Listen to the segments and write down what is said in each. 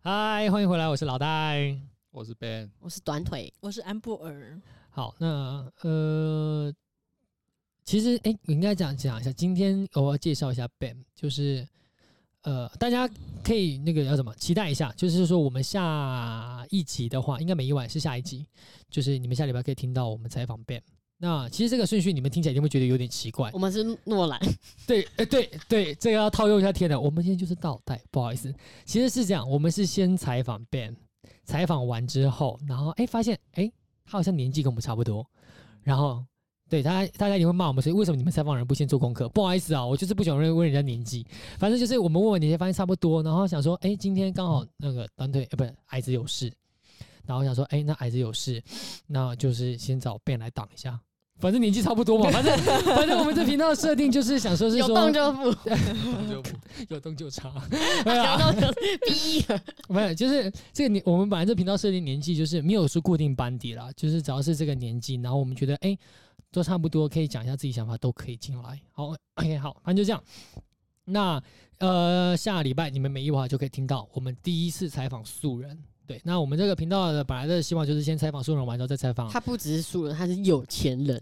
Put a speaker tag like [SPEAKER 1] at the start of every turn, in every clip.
[SPEAKER 1] 嗨，欢迎回来，我是老戴。
[SPEAKER 2] 我是 Ben，
[SPEAKER 3] 我是短腿，
[SPEAKER 4] 我是安布尔，
[SPEAKER 1] 好，那呃，其实哎、我应该讲讲一下，今天我要介绍一下 BAM，就是呃，大家可以那个要什么期待一下，就是说我们下一集的话，应该没意外是下一集，就是你们下礼拜可以听到我们采访 BAM。那其实这个顺序你们听起来一定会觉得有点奇怪
[SPEAKER 2] 哦
[SPEAKER 3] 我，们是诺兰，
[SPEAKER 1] 对，哎、对对，这个要套用一下天的，我们现在就是倒带，不好意思，其实是这样，我们是先采访 Ben，采访完之后，然后哎、发现哎、他好像年纪跟我们差不多，然后对大家大家也会骂我们说为什么你们采访人不先做功课？不好意思啊，我就是不想问问人家年纪，反正就是我们问完年纪发现差不多，然后想说哎、今天刚好那个短腿呃 不是矮子有事，然后想说哎、那矮子有事，那就是先找 Ben 来挡一下。反正年纪差不多嘛，反正反正我们这频道的设定就是想说是
[SPEAKER 3] 有
[SPEAKER 1] 说
[SPEAKER 3] 动就不，
[SPEAKER 1] 有动就 查，没有
[SPEAKER 3] 有
[SPEAKER 1] 啊，嗯
[SPEAKER 3] 动就 逼。
[SPEAKER 1] 没有，就是这个年，我们本来这频道设定年纪就是没有说固定班底啦，就是只要是这个年纪，然后我们觉得哎、都差不多，可以讲一下自己想法，都可以进来。好，OK，好，反正就这样。那呃，下礼拜你们没意外就可以听到我们第一次采访素人。对，那我们这个频道的本来的希望就是先采访素人，完之后再采访
[SPEAKER 3] 他不只是素人，他是有 钱人，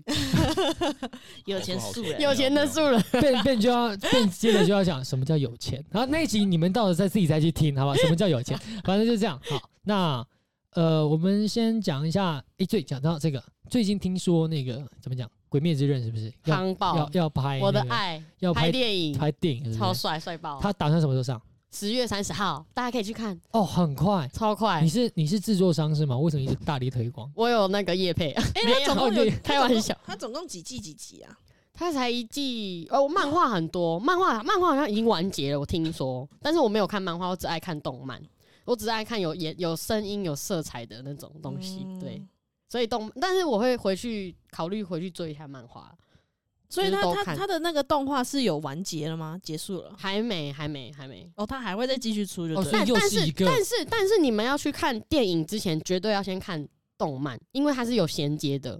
[SPEAKER 4] 有钱素人
[SPEAKER 2] 好，
[SPEAKER 3] 有钱的素人。
[SPEAKER 1] 变变就要变，接着就要讲什么叫有钱。然后那一集你们到了再自己再去听，好吧？什么叫有钱？反正就这样。好，那呃，我们先讲一下。诶，对，讲到这个，最近听说那个怎么讲，《鬼灭之刃》是不是要
[SPEAKER 3] 夯
[SPEAKER 1] 要
[SPEAKER 3] 爆，
[SPEAKER 1] 要拍、
[SPEAKER 3] 我的，爱，
[SPEAKER 1] 要
[SPEAKER 3] 拍
[SPEAKER 1] 拍
[SPEAKER 3] 电影，
[SPEAKER 1] 拍电影是不
[SPEAKER 3] 超
[SPEAKER 1] 是？
[SPEAKER 3] 帅，帅爆！
[SPEAKER 1] 他打算什么时候上？
[SPEAKER 3] 十月三十号，大家可以去看，
[SPEAKER 1] 哦，很快。
[SPEAKER 3] 超快
[SPEAKER 1] 你。是你是制作商是吗？为什么一直大力推广？
[SPEAKER 3] 我有那个叶配，
[SPEAKER 4] 哎、
[SPEAKER 3] 没
[SPEAKER 4] 他
[SPEAKER 3] 有
[SPEAKER 4] 总共
[SPEAKER 1] 哦
[SPEAKER 4] 有
[SPEAKER 1] 你
[SPEAKER 3] 开玩 笑，
[SPEAKER 4] 他总共几季几集啊？
[SPEAKER 3] 他才一季哦，漫画很多，漫画漫画好像已经完结了，我听说，但是我没有看漫画，我只爱看动漫，我只爱看有演有声音、有色彩的那种东西，
[SPEAKER 4] 嗯
[SPEAKER 3] 对，所以动，但是我会回去考虑回去追一下漫画，
[SPEAKER 4] 所以
[SPEAKER 3] 就是
[SPEAKER 4] 他
[SPEAKER 3] 都
[SPEAKER 4] 他
[SPEAKER 3] 看
[SPEAKER 4] 他的那个动画是有完结了吗？结束了？
[SPEAKER 3] 还没，还没，还没。
[SPEAKER 4] 哦，他还会再继续出就
[SPEAKER 1] 哦
[SPEAKER 4] 对
[SPEAKER 1] 所以
[SPEAKER 4] 了。
[SPEAKER 3] 但
[SPEAKER 1] 又
[SPEAKER 3] 但
[SPEAKER 1] 是一
[SPEAKER 3] 是
[SPEAKER 1] 个
[SPEAKER 3] 但是但是你们要去看电影之前，绝对要先看动漫，因为它是有衔接的。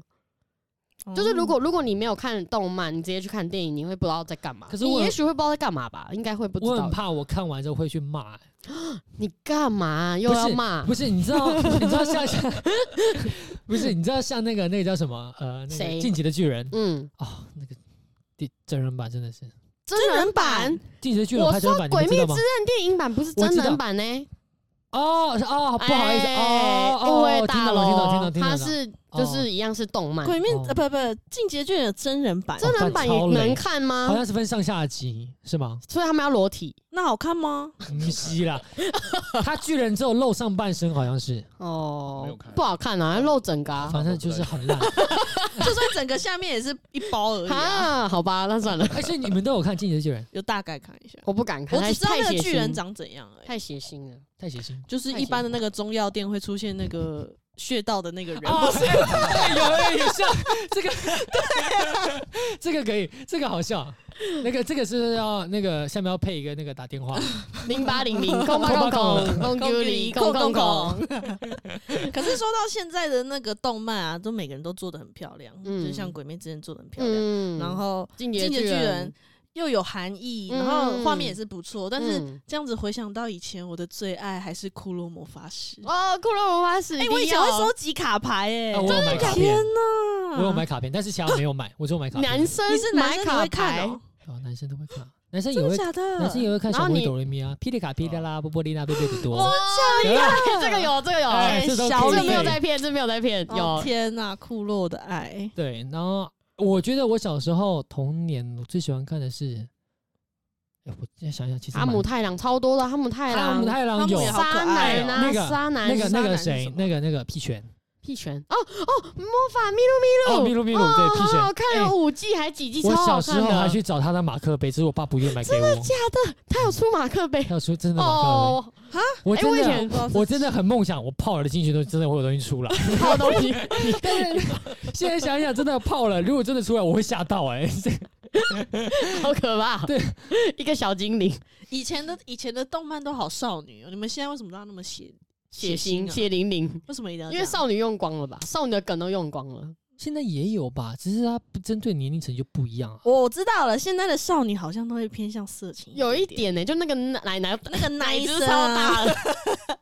[SPEAKER 4] 哦
[SPEAKER 3] 就是如果如果你没有看动漫，你直接去看电影，你会不知道在干嘛。
[SPEAKER 1] 可是
[SPEAKER 3] 你
[SPEAKER 1] 我
[SPEAKER 3] 也许会不知道在干嘛吧，应该会不知
[SPEAKER 1] 我很
[SPEAKER 3] 道。
[SPEAKER 1] 怕我看完之后会去骂、
[SPEAKER 3] 你干嘛又
[SPEAKER 1] 不
[SPEAKER 3] 要
[SPEAKER 1] 是
[SPEAKER 3] 骂？
[SPEAKER 1] 不是，你知道， 你知道像像，不是，你知道像那个那个叫什么呃，那个
[SPEAKER 3] 谁
[SPEAKER 1] 《进击的巨人》
[SPEAKER 3] 嗯，
[SPEAKER 1] 哦，那个第真人版真的是《
[SPEAKER 3] 真人版《
[SPEAKER 1] 进击的巨人》
[SPEAKER 3] 我
[SPEAKER 1] 拍真人版，你
[SPEAKER 3] 鬼
[SPEAKER 1] 们知道吗
[SPEAKER 3] 灭之？刃》电影版不是
[SPEAKER 1] 我
[SPEAKER 3] 真
[SPEAKER 1] 知道
[SPEAKER 3] 人版呢、
[SPEAKER 1] 哦是哦，不好意思
[SPEAKER 3] 哎
[SPEAKER 1] 哦哦，
[SPEAKER 3] 因
[SPEAKER 1] 哦
[SPEAKER 3] 为
[SPEAKER 1] 听
[SPEAKER 3] 大
[SPEAKER 1] 懂了，听懂，听
[SPEAKER 3] 楼
[SPEAKER 1] 懂，听懂
[SPEAKER 3] 它
[SPEAKER 1] 了。
[SPEAKER 3] 是
[SPEAKER 1] 哦
[SPEAKER 3] 就是一样是动漫，
[SPEAKER 4] 鬼面
[SPEAKER 1] 哦
[SPEAKER 4] 呃不不，进阶卷的真人版，
[SPEAKER 3] 真人版
[SPEAKER 1] 哦
[SPEAKER 3] 也
[SPEAKER 1] 看超累
[SPEAKER 3] 能看
[SPEAKER 1] 好
[SPEAKER 3] 吗？
[SPEAKER 1] 像是分上下集是吗？
[SPEAKER 3] 所以他们要裸体
[SPEAKER 4] 那好 看吗？
[SPEAKER 1] 不是啦，他巨人只有露上半身，好像是，
[SPEAKER 2] 没
[SPEAKER 3] 哦
[SPEAKER 2] 有看，
[SPEAKER 3] 不好看啊，露整个啊
[SPEAKER 1] 反正就是很 烂。
[SPEAKER 4] 就算整个下面也是一包而已啊、
[SPEAKER 3] 啊，好吧，那算了，
[SPEAKER 1] 而哎且你们都有看《进击的巨人》，
[SPEAKER 4] 有大概看一下。
[SPEAKER 3] 我不敢看，
[SPEAKER 4] 我只知道
[SPEAKER 3] 太
[SPEAKER 4] 那
[SPEAKER 3] 太
[SPEAKER 4] 个
[SPEAKER 3] 血
[SPEAKER 4] 巨人
[SPEAKER 3] 腥
[SPEAKER 4] 长怎样而已，
[SPEAKER 3] 太血腥了，
[SPEAKER 1] 太血腥。
[SPEAKER 4] 就是一般的那个中药店会出现那个穴道的那个人，
[SPEAKER 1] 哦，是，有有有像这个，对、这个可以，这个好笑。那个这个是要那个下面要配一个那个打电话，
[SPEAKER 3] 零八零 零空八空空空九零空空空，。
[SPEAKER 4] 可是说到现在的那个动漫啊，都每个人都做的很漂亮，
[SPEAKER 3] 嗯
[SPEAKER 4] 就像《鬼灭之刃》做的很漂亮，
[SPEAKER 3] 嗯
[SPEAKER 4] 然后
[SPEAKER 3] 进
[SPEAKER 4] 《进
[SPEAKER 3] 阶
[SPEAKER 4] 击的巨人》又有含义，
[SPEAKER 3] 嗯
[SPEAKER 4] 然后画面也是不错，但是
[SPEAKER 3] 嗯
[SPEAKER 4] 这样子回想到以前，我的最爱还是《骷髅魔法使》。
[SPEAKER 3] 哦，骷髅魔法使，
[SPEAKER 4] 哎，我以前会收集卡牌，哎
[SPEAKER 1] 啊，我有买卡片
[SPEAKER 4] 天，哪！
[SPEAKER 1] 我有买卡片，但是其他没有买，我只有买卡片。
[SPEAKER 3] 男生
[SPEAKER 4] 你是男
[SPEAKER 3] 买
[SPEAKER 4] 生你
[SPEAKER 3] 卡
[SPEAKER 4] 会看
[SPEAKER 3] 牌，
[SPEAKER 4] 哦，
[SPEAKER 1] 哦，男生都会看，男生也
[SPEAKER 4] 真的
[SPEAKER 1] 会，
[SPEAKER 4] 假的？
[SPEAKER 1] 男生也会看
[SPEAKER 3] 然
[SPEAKER 1] 小
[SPEAKER 3] 后
[SPEAKER 1] 鬼
[SPEAKER 3] 你
[SPEAKER 1] 哆来咪啊，霹雳卡霹雳啦，波波丽娜贝贝比多。
[SPEAKER 3] 哇， 这个有，这个有，
[SPEAKER 1] 哎
[SPEAKER 3] 哎
[SPEAKER 1] 这都
[SPEAKER 3] 小
[SPEAKER 1] 可以
[SPEAKER 3] 这没有在骗，这没有在骗，
[SPEAKER 4] 哦
[SPEAKER 3] 有
[SPEAKER 4] 天哪，骷髅的爱，
[SPEAKER 1] 对，然后我觉得我小时候童年我最喜欢看的是，哎，我现在想想，其实
[SPEAKER 3] 阿
[SPEAKER 1] 蛮
[SPEAKER 3] 姆太郎超多的，哈姆太
[SPEAKER 1] 阿姆
[SPEAKER 3] 郎、
[SPEAKER 1] 太郎
[SPEAKER 4] 汤姆
[SPEAKER 1] 有
[SPEAKER 4] 也好
[SPEAKER 3] 沙
[SPEAKER 4] 可
[SPEAKER 3] 男
[SPEAKER 4] 爱哦
[SPEAKER 1] 那
[SPEAKER 3] 啊
[SPEAKER 1] 个、
[SPEAKER 3] 沙男、
[SPEAKER 1] 那个那
[SPEAKER 4] 男
[SPEAKER 1] 个
[SPEAKER 4] 是
[SPEAKER 1] 谁
[SPEAKER 4] 什，么
[SPEAKER 1] 那个那个屁拳，
[SPEAKER 3] 屁拳，哦哦，魔法咪
[SPEAKER 1] 哦，
[SPEAKER 3] 噜
[SPEAKER 1] 咪
[SPEAKER 3] 咪噜，
[SPEAKER 1] 噜咪噜，对，屁拳，
[SPEAKER 3] 哦，看
[SPEAKER 1] 哎
[SPEAKER 3] 了五季还几季，超
[SPEAKER 1] 我小
[SPEAKER 3] 好
[SPEAKER 1] 时
[SPEAKER 3] 看
[SPEAKER 1] 候还
[SPEAKER 3] 的。
[SPEAKER 1] 去找他的马克杯，只是我爸不愿意买给我。
[SPEAKER 3] 假的，他有出马克杯
[SPEAKER 1] 他有说真的马克
[SPEAKER 3] 哦，
[SPEAKER 1] 杯，我
[SPEAKER 3] 哎
[SPEAKER 1] 真
[SPEAKER 3] 我以
[SPEAKER 1] 的
[SPEAKER 3] 前
[SPEAKER 4] 不知道是
[SPEAKER 1] 啊我真的很梦想，我泡了进去都真的会有东西出 来。
[SPEAKER 3] 好东西，
[SPEAKER 1] 但是 现在想一想，真的泡了，如果真的出来，我会吓到哎、这
[SPEAKER 3] 好可怕。
[SPEAKER 1] 对，
[SPEAKER 3] 一个小精灵，
[SPEAKER 4] 以前的以前的动漫都好少女哦，你们现在为什么都要那么血
[SPEAKER 3] 血
[SPEAKER 4] 腥
[SPEAKER 3] 腥
[SPEAKER 4] 啊
[SPEAKER 3] 血淋淋，
[SPEAKER 4] 为什么一定要这
[SPEAKER 3] 因
[SPEAKER 4] 样？
[SPEAKER 3] 为少女用光了吧？少女的梗都用光了，
[SPEAKER 1] 现在也有吧，只是它不针对年龄层就不一样啊。
[SPEAKER 4] 我知道了，现在的少女好像都会偏向色情，
[SPEAKER 3] 有一点呢、就那个奶奶
[SPEAKER 4] 那个
[SPEAKER 3] 奶
[SPEAKER 4] 奶
[SPEAKER 3] 子
[SPEAKER 4] 声
[SPEAKER 3] 超大的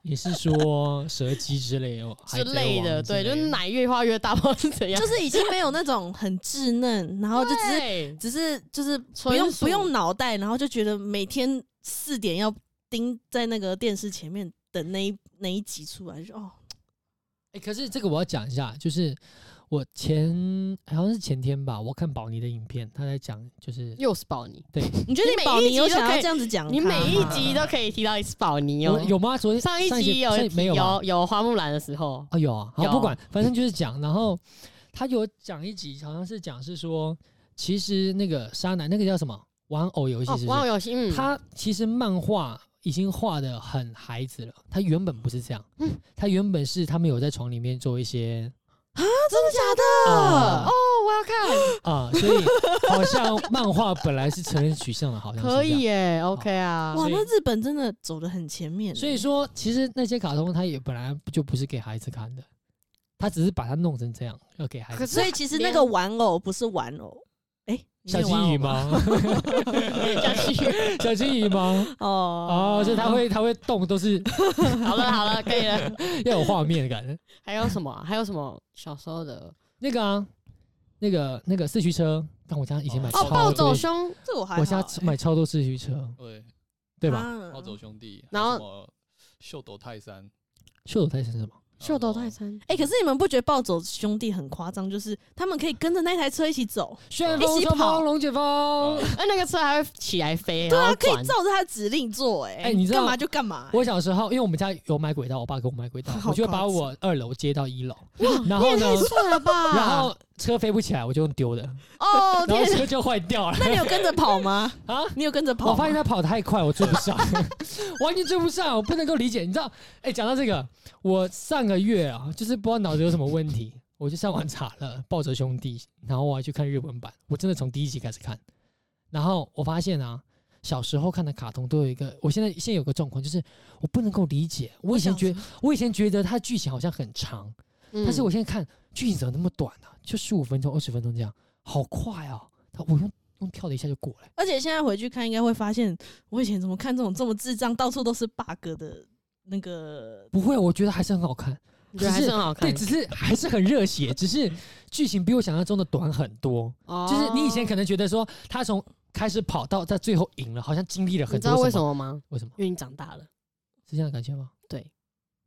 [SPEAKER 1] 你是说 蛇姬之类哦，
[SPEAKER 3] 之
[SPEAKER 1] 海贼
[SPEAKER 3] 类的，
[SPEAKER 1] 王
[SPEAKER 3] 对，
[SPEAKER 1] 之
[SPEAKER 3] 就
[SPEAKER 1] 类
[SPEAKER 3] 是奶越画越大，不知道是怎样，
[SPEAKER 4] 就是已经没有那种很稚嫩，然后就只是
[SPEAKER 3] 是
[SPEAKER 4] 只是就是不
[SPEAKER 3] 纯
[SPEAKER 4] 用
[SPEAKER 3] 属
[SPEAKER 4] 不用脑袋，然后就觉得每天四点要盯在那个电视前面等那一那一集出来，就哦，
[SPEAKER 1] 哎、可是这个我要讲一下，就是我前好像是前天吧，我看宝妮的影片，她在讲就是
[SPEAKER 3] 又是宝妮，
[SPEAKER 4] 你觉得
[SPEAKER 3] 你每
[SPEAKER 4] 宝
[SPEAKER 3] 一
[SPEAKER 4] 妮
[SPEAKER 3] 集
[SPEAKER 4] 有
[SPEAKER 3] 都
[SPEAKER 4] 想
[SPEAKER 3] 可
[SPEAKER 4] 要
[SPEAKER 3] 以
[SPEAKER 4] 这样子讲她吗？
[SPEAKER 3] 你每一集都可以提到一次宝妮哦
[SPEAKER 1] 我。有吗？昨天
[SPEAKER 3] 上一
[SPEAKER 1] 一
[SPEAKER 3] 集有
[SPEAKER 1] 上一
[SPEAKER 3] 提
[SPEAKER 1] 没有吧
[SPEAKER 3] 有有花木兰的时候，
[SPEAKER 1] 哦，有啊，好
[SPEAKER 3] 有
[SPEAKER 1] 不管，反正就是讲，然后他有讲一集，好像是讲是说，其实那个沙男那个叫什么玩偶游戏
[SPEAKER 3] 哦
[SPEAKER 1] 是，不
[SPEAKER 3] 玩
[SPEAKER 1] 是？
[SPEAKER 3] 偶游戏，嗯，
[SPEAKER 1] 他其实漫画已经画的很孩子了，他原本不是这样，
[SPEAKER 3] 嗯
[SPEAKER 1] 他原本是他们有在床里面做一些
[SPEAKER 3] 啊真的
[SPEAKER 1] 啊
[SPEAKER 3] 哦，我要看，
[SPEAKER 1] 啊、所以好像漫画本来是成人取向的，好像是
[SPEAKER 3] 可
[SPEAKER 1] 这样
[SPEAKER 3] 以耶，OK 啊，
[SPEAKER 4] 哇，
[SPEAKER 1] 所以
[SPEAKER 4] 那日本真的走的很前面，欸
[SPEAKER 1] 所以说，其实那些卡通它也本来就不是给孩子看的，他只是把它弄成这样，要给孩
[SPEAKER 3] 可
[SPEAKER 1] 子。
[SPEAKER 3] 是
[SPEAKER 4] 所以其实那个玩偶不是玩偶，哎、你
[SPEAKER 1] 小
[SPEAKER 4] 有玩
[SPEAKER 1] 金
[SPEAKER 4] 偶
[SPEAKER 1] 鱼
[SPEAKER 4] 吗？
[SPEAKER 1] 吗？
[SPEAKER 3] 小心，
[SPEAKER 1] 小金鱼吗？
[SPEAKER 4] 哦
[SPEAKER 1] 哦，所以它会它会动，都是
[SPEAKER 3] 好了好了，可以了。
[SPEAKER 1] 要有画面感。
[SPEAKER 3] 还有什么啊？还有什么小时候的
[SPEAKER 1] 那个啊，那个那个四驱车，但我家以前买
[SPEAKER 2] 哦
[SPEAKER 1] 超
[SPEAKER 3] 哦，
[SPEAKER 1] 多，
[SPEAKER 3] 暴走兄，
[SPEAKER 4] 这我还好
[SPEAKER 1] 我家
[SPEAKER 4] 欸
[SPEAKER 1] 买超多四驱车，
[SPEAKER 2] 对，
[SPEAKER 1] 对吧？
[SPEAKER 4] 啊
[SPEAKER 2] 暴走兄弟，
[SPEAKER 3] 然
[SPEAKER 2] 还有
[SPEAKER 3] 后
[SPEAKER 2] 什么秀斗泰山，
[SPEAKER 1] 秀斗泰森是什么？
[SPEAKER 3] 秀斗泰
[SPEAKER 2] 然后
[SPEAKER 3] 山，
[SPEAKER 4] 哎、可是你们不觉得暴走兄弟很夸张？就是他们可以跟着那台车一起走，
[SPEAKER 1] 旋
[SPEAKER 4] 一
[SPEAKER 1] 风、
[SPEAKER 4] 起
[SPEAKER 1] 冲
[SPEAKER 4] 跑
[SPEAKER 1] 锋、龙卷风。
[SPEAKER 2] 呃
[SPEAKER 3] 哎， 那个车还会起来飞，
[SPEAKER 4] 对
[SPEAKER 3] 然
[SPEAKER 4] 啊，
[SPEAKER 3] 后
[SPEAKER 4] 可以
[SPEAKER 3] 转
[SPEAKER 4] 照着他的指令做、欸，哎、
[SPEAKER 1] 哎你知道
[SPEAKER 4] 干嘛就干嘛、欸。
[SPEAKER 1] 我小时候，因为我们家有买轨道，我爸给我买轨道，
[SPEAKER 4] 好
[SPEAKER 1] 我就会把
[SPEAKER 4] 高级
[SPEAKER 1] 我二楼接到一楼，然后呢，
[SPEAKER 3] 算了吧。
[SPEAKER 1] 然后车飞不起来，我就用丢的，
[SPEAKER 4] 哦，
[SPEAKER 1] 然后
[SPEAKER 4] 天哪！
[SPEAKER 1] 车就坏掉了
[SPEAKER 4] 那你有跟着跑吗？
[SPEAKER 1] 啊。
[SPEAKER 4] 你有跟着
[SPEAKER 1] 我
[SPEAKER 4] 跑
[SPEAKER 1] 发现
[SPEAKER 4] 吗？
[SPEAKER 1] 他跑太快，我追不上， 完全追不上，我不能够理解。你知道，哎、讲到这个，我上个月啊，就是不知道脑子有什么问题， 我就上网查了《暴走兄弟》，然后我还去看日文版，我真的从第一集开始看，然后我发现啊。小时候看的卡通都有一个，我现在现在有个状况，就是我不能够理解。我以前觉我以前觉得它剧情好像很长，
[SPEAKER 3] 嗯，
[SPEAKER 1] 但是我现在看剧情怎么那么短呢、就十五分钟、二十分钟这样，好快啊！它我用用跳的一下就过了。
[SPEAKER 4] 而且现在回去看，应该会发现我以前怎么看这种这么智障，到处都是 bug 的那个。
[SPEAKER 1] 不会，我觉得还是很好看。
[SPEAKER 3] 我觉得还是很好看
[SPEAKER 1] 对，，只是还是很热 血，只是剧情比我想象中的短很多。
[SPEAKER 3] 哦就
[SPEAKER 1] 就是你以前可能觉得说他从开始跑到在最后赢了，好像经历了
[SPEAKER 3] 你
[SPEAKER 1] 很
[SPEAKER 3] 知
[SPEAKER 1] 多
[SPEAKER 3] 道为什
[SPEAKER 1] 么？
[SPEAKER 3] 么吗？
[SPEAKER 1] 为什么
[SPEAKER 3] 因为你长大了，
[SPEAKER 1] 是这样的感觉吗？。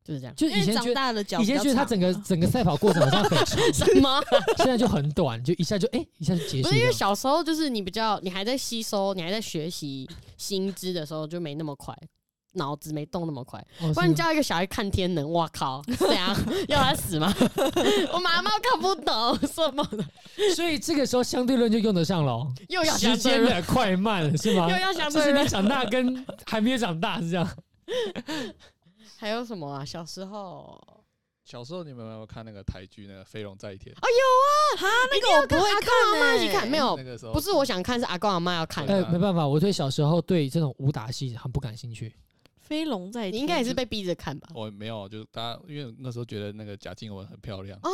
[SPEAKER 3] 就是这样
[SPEAKER 1] 就
[SPEAKER 4] 因
[SPEAKER 1] 以
[SPEAKER 4] 为
[SPEAKER 1] 前
[SPEAKER 4] 长
[SPEAKER 1] 觉得
[SPEAKER 4] 大了脚
[SPEAKER 1] 以
[SPEAKER 4] 比
[SPEAKER 1] 前
[SPEAKER 4] 较长嘛，
[SPEAKER 1] 觉得他整个整个赛跑过程好像很长，
[SPEAKER 3] 什么？
[SPEAKER 1] 现在就很短，就一下就哎、一下就结束
[SPEAKER 3] 不
[SPEAKER 1] 了。
[SPEAKER 3] 是因为小时候就是你比较，你还在吸收，你还在学习新知的时候就没那么快，脑子没动那么快。
[SPEAKER 1] 哦
[SPEAKER 3] 不然
[SPEAKER 1] 是吗
[SPEAKER 3] 你叫一个小孩看天能，哇靠，这样要他死吗？ 我妈妈看不懂什么的，
[SPEAKER 1] 所以这个时候相对论就用得上了，哦
[SPEAKER 3] 又要
[SPEAKER 1] 时
[SPEAKER 3] 想对
[SPEAKER 1] 间
[SPEAKER 3] 人，
[SPEAKER 1] 的快慢是吗
[SPEAKER 3] 又？要想
[SPEAKER 1] 就
[SPEAKER 3] 对
[SPEAKER 1] 是
[SPEAKER 3] 人
[SPEAKER 1] 你。长大跟还没有长大是这样。
[SPEAKER 3] 还有什么啊？小时候
[SPEAKER 2] 小时候你们有没有看那个台剧那个《飞龙在天》？
[SPEAKER 4] 哈，那个我不会
[SPEAKER 3] 阿
[SPEAKER 4] 看、
[SPEAKER 3] 妈
[SPEAKER 4] 欸，
[SPEAKER 3] 一起看没有
[SPEAKER 2] 那？个时候
[SPEAKER 3] 不是我想看，是阿公阿妈要看。
[SPEAKER 1] 呃，
[SPEAKER 2] 对啊
[SPEAKER 1] 没办法，我对小时候对这种武打戏很不感兴趣。
[SPEAKER 4] 飞龙在天，
[SPEAKER 3] 你应该也是被逼着看吧？
[SPEAKER 2] 我没有，就是大家因为那时候觉得那个贾静雯很漂亮
[SPEAKER 3] 哦，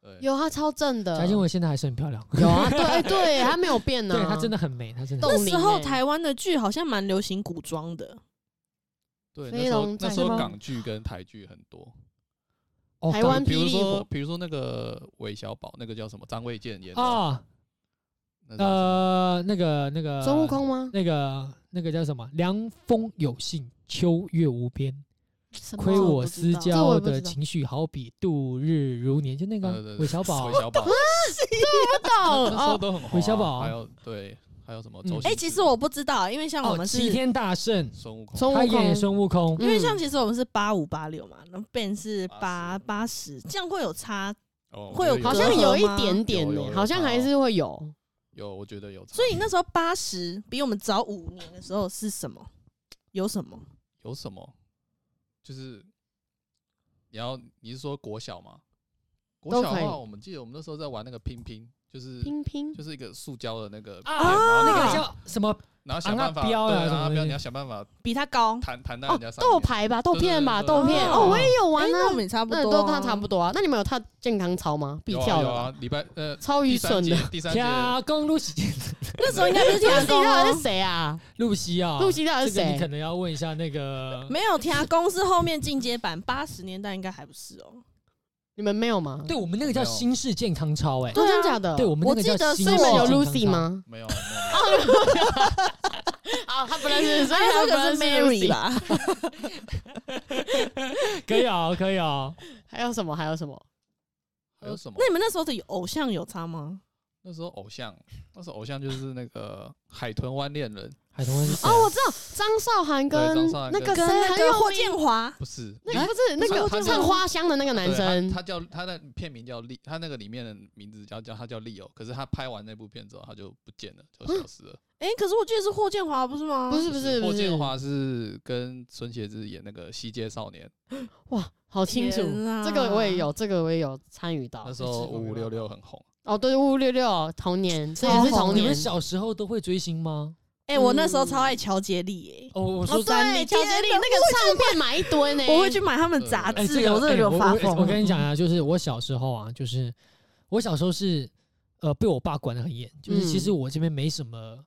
[SPEAKER 2] 对，
[SPEAKER 3] 有她超正的，
[SPEAKER 1] 贾静雯现在还是很漂亮，
[SPEAKER 3] 嗯 有啊，对，哎对，她没有变呢。
[SPEAKER 1] 对她真的很美，她真的
[SPEAKER 3] 动
[SPEAKER 4] 那
[SPEAKER 3] 灵
[SPEAKER 4] 时候
[SPEAKER 3] 欸
[SPEAKER 4] 台湾的剧好像蛮流行古装的，
[SPEAKER 2] 对，
[SPEAKER 3] 飞
[SPEAKER 2] 那时候
[SPEAKER 3] 龙
[SPEAKER 2] 那
[SPEAKER 3] 在
[SPEAKER 2] 时候
[SPEAKER 3] 天
[SPEAKER 2] 港剧跟台剧很多，
[SPEAKER 1] 哦
[SPEAKER 3] 台湾
[SPEAKER 2] 比
[SPEAKER 3] 霹
[SPEAKER 2] 如
[SPEAKER 3] 雳
[SPEAKER 2] 说
[SPEAKER 3] 火
[SPEAKER 2] 比如说那个韦小宝，那个叫什么张卫健演的，
[SPEAKER 3] 哦
[SPEAKER 1] 啊，
[SPEAKER 2] 那个叫什么
[SPEAKER 1] 呃，那个那个
[SPEAKER 3] 孙悟，空吗？
[SPEAKER 1] 那个那个叫什么？凉风有信，秋月无边，
[SPEAKER 3] 什么
[SPEAKER 1] 亏我思
[SPEAKER 3] 这我
[SPEAKER 1] 交
[SPEAKER 3] 也不
[SPEAKER 1] 的
[SPEAKER 3] 知道
[SPEAKER 1] 情绪好比度日如年，就那个
[SPEAKER 2] 呃对对
[SPEAKER 1] 啊
[SPEAKER 2] 对
[SPEAKER 1] 韦小
[SPEAKER 2] 韦
[SPEAKER 1] 宝。
[SPEAKER 2] 小宝，那时候
[SPEAKER 3] 哦，
[SPEAKER 2] 都很红啊，
[SPEAKER 1] 韦小宝
[SPEAKER 2] 还有对，还有什么
[SPEAKER 1] 嗯
[SPEAKER 2] 周
[SPEAKER 1] 哎
[SPEAKER 2] 星
[SPEAKER 4] 哎、
[SPEAKER 2] 驰？
[SPEAKER 4] 其实我不知道，因为像我
[SPEAKER 1] 哦，
[SPEAKER 4] 们是，
[SPEAKER 1] 齐天大圣，
[SPEAKER 2] 孙悟空
[SPEAKER 3] 孙
[SPEAKER 1] 他
[SPEAKER 3] 悟
[SPEAKER 1] 演
[SPEAKER 3] 空，
[SPEAKER 1] 孙悟空。
[SPEAKER 4] 因为像
[SPEAKER 3] 嗯
[SPEAKER 4] 其实我们是八五八六嘛，然后 Ben 是八
[SPEAKER 2] 80
[SPEAKER 4] 八十，这样会有差，
[SPEAKER 2] 哦，
[SPEAKER 4] 会
[SPEAKER 2] 我
[SPEAKER 4] 有
[SPEAKER 2] 觉得
[SPEAKER 3] 好
[SPEAKER 4] 隔
[SPEAKER 3] 像
[SPEAKER 4] 阂
[SPEAKER 3] 有一
[SPEAKER 4] 吗
[SPEAKER 3] 点
[SPEAKER 2] 有
[SPEAKER 3] 点
[SPEAKER 2] 有
[SPEAKER 3] 呢，
[SPEAKER 2] 有
[SPEAKER 3] 好像
[SPEAKER 2] 差
[SPEAKER 3] 还
[SPEAKER 2] 哦
[SPEAKER 3] 是会有。
[SPEAKER 2] 有，我觉得有差，
[SPEAKER 4] 所以那时候八十比我们早五年的时候是什么？有什么？
[SPEAKER 2] 有什么？就是你要你是说国小吗？国
[SPEAKER 3] 都
[SPEAKER 2] 小
[SPEAKER 3] 可
[SPEAKER 2] 的
[SPEAKER 3] 以
[SPEAKER 2] 话，我们记得我们那时候在玩那个拼拼，就是
[SPEAKER 3] 拼拼
[SPEAKER 2] 就是一个塑胶的那个
[SPEAKER 1] 啊
[SPEAKER 2] 片然后
[SPEAKER 1] 那
[SPEAKER 2] 那
[SPEAKER 1] 个
[SPEAKER 2] 个
[SPEAKER 1] 叫什么
[SPEAKER 2] 然后想
[SPEAKER 1] 啊那
[SPEAKER 2] 办法，
[SPEAKER 1] 标啊
[SPEAKER 2] 对，然
[SPEAKER 1] 什么
[SPEAKER 2] 后
[SPEAKER 1] 东
[SPEAKER 2] 标
[SPEAKER 1] 西
[SPEAKER 2] 你要想办法
[SPEAKER 4] 比他高。
[SPEAKER 2] 谈谈到
[SPEAKER 3] 哦
[SPEAKER 2] 人家，上面
[SPEAKER 3] 豆牌吧，豆片吧，
[SPEAKER 2] 对对
[SPEAKER 3] 豆
[SPEAKER 2] 对
[SPEAKER 3] 片
[SPEAKER 4] 对对
[SPEAKER 3] 哦，我也有
[SPEAKER 4] 哎
[SPEAKER 3] 玩，
[SPEAKER 4] 那我
[SPEAKER 3] 啊，
[SPEAKER 4] 们也差不
[SPEAKER 3] 那
[SPEAKER 4] 多
[SPEAKER 3] 都跟他差不
[SPEAKER 4] 多。
[SPEAKER 3] 多啊。那你们有跳健康操吗？必
[SPEAKER 2] 有啊
[SPEAKER 3] 跳
[SPEAKER 2] 有
[SPEAKER 3] 的吧，
[SPEAKER 2] 啊，礼拜呃
[SPEAKER 3] 超愚
[SPEAKER 2] 第三
[SPEAKER 3] 蠢
[SPEAKER 2] 节
[SPEAKER 3] 的。
[SPEAKER 2] 第三节
[SPEAKER 1] 天公露西，
[SPEAKER 4] 那时候应该不 是
[SPEAKER 3] 这个
[SPEAKER 4] 天
[SPEAKER 3] 你
[SPEAKER 4] 公
[SPEAKER 3] 到底是
[SPEAKER 4] 哦，
[SPEAKER 3] 谁啊？
[SPEAKER 1] 露西啊，
[SPEAKER 3] 露西到底
[SPEAKER 1] 这
[SPEAKER 3] 是
[SPEAKER 1] 个你可
[SPEAKER 3] 谁？
[SPEAKER 1] 能要问一下那个，
[SPEAKER 4] 没有天公是后面进阶版，八十年代应该还不是哦。
[SPEAKER 3] 你们没有吗？
[SPEAKER 4] 啊
[SPEAKER 1] 对我们那个叫
[SPEAKER 2] 没有
[SPEAKER 1] 新式健康操，哎，
[SPEAKER 3] 哦，真的
[SPEAKER 4] 对啊
[SPEAKER 3] 假的？
[SPEAKER 1] 对我们那
[SPEAKER 4] 我
[SPEAKER 1] 个
[SPEAKER 4] 记
[SPEAKER 1] 叫
[SPEAKER 4] 得
[SPEAKER 1] 新
[SPEAKER 3] 所以
[SPEAKER 1] 式
[SPEAKER 3] 你们有
[SPEAKER 1] 健康
[SPEAKER 3] Lucy
[SPEAKER 1] 操？
[SPEAKER 3] 吗？
[SPEAKER 2] 没有啊没有没有，
[SPEAKER 3] 啊，他不认识， 所以他
[SPEAKER 4] 那时
[SPEAKER 3] 不
[SPEAKER 4] 候
[SPEAKER 3] 认
[SPEAKER 4] 是
[SPEAKER 3] 识
[SPEAKER 4] Mary
[SPEAKER 3] Lucy。
[SPEAKER 4] 吧？
[SPEAKER 1] 可以啊，可以啊，
[SPEAKER 3] 还有什么？还有什么？
[SPEAKER 2] 还有什么
[SPEAKER 4] 那？你们那时候的偶像有差吗？
[SPEAKER 2] 那时候偶像，那时候偶像就是那个海豚湾恋人，
[SPEAKER 1] 海豚湾是谁啊
[SPEAKER 3] 哦，我知道张韶涵跟
[SPEAKER 2] 对张韶涵
[SPEAKER 3] 那
[SPEAKER 2] 跟
[SPEAKER 3] 个谁
[SPEAKER 4] 跟那
[SPEAKER 3] 很有
[SPEAKER 4] 个霍
[SPEAKER 3] 名
[SPEAKER 4] 建华，
[SPEAKER 2] 不是
[SPEAKER 3] 那个不是那
[SPEAKER 2] 他
[SPEAKER 3] 个
[SPEAKER 2] 他
[SPEAKER 3] 唱
[SPEAKER 2] 叫
[SPEAKER 3] 花香的那个男
[SPEAKER 2] 对
[SPEAKER 3] 生
[SPEAKER 2] 他，他叫他的片名叫利，他那个里面的名字叫叫他叫利欧，可是他拍完那部片之后他就不见了，就消失了。
[SPEAKER 4] 哎，可是我记得是霍建华不是吗？
[SPEAKER 3] 不是不是不
[SPEAKER 2] 霍建
[SPEAKER 3] 是，
[SPEAKER 2] 华是跟孙协志演那个《西街少年》，
[SPEAKER 3] 哇，好清楚
[SPEAKER 4] 天，啊
[SPEAKER 3] 这个我也有，这个我也有参与到
[SPEAKER 2] 那。时候五五六六很红，
[SPEAKER 3] 哦，对，五五六六童年，这也
[SPEAKER 4] 超
[SPEAKER 3] 是
[SPEAKER 4] 红
[SPEAKER 3] 童
[SPEAKER 1] 你
[SPEAKER 3] 年
[SPEAKER 1] 们。小时候都会追星吗？
[SPEAKER 4] 哎，我那时候超爱乔杰利，
[SPEAKER 1] 哦，我
[SPEAKER 4] 哎，
[SPEAKER 1] 说
[SPEAKER 4] 我赞美乔
[SPEAKER 3] 对
[SPEAKER 4] 杰利
[SPEAKER 3] 天哪那个唱片买一堆呢，
[SPEAKER 4] 我会去买他们杂
[SPEAKER 1] 哎，
[SPEAKER 4] 志，
[SPEAKER 1] 这个
[SPEAKER 4] 我真的
[SPEAKER 1] 哎
[SPEAKER 4] 有
[SPEAKER 1] 我
[SPEAKER 4] 发
[SPEAKER 1] 我
[SPEAKER 4] 疯。
[SPEAKER 1] 我 跟你讲啊，就是我小时候啊，就是我小时候是呃被我爸管得很严，就是其实我这边没什么。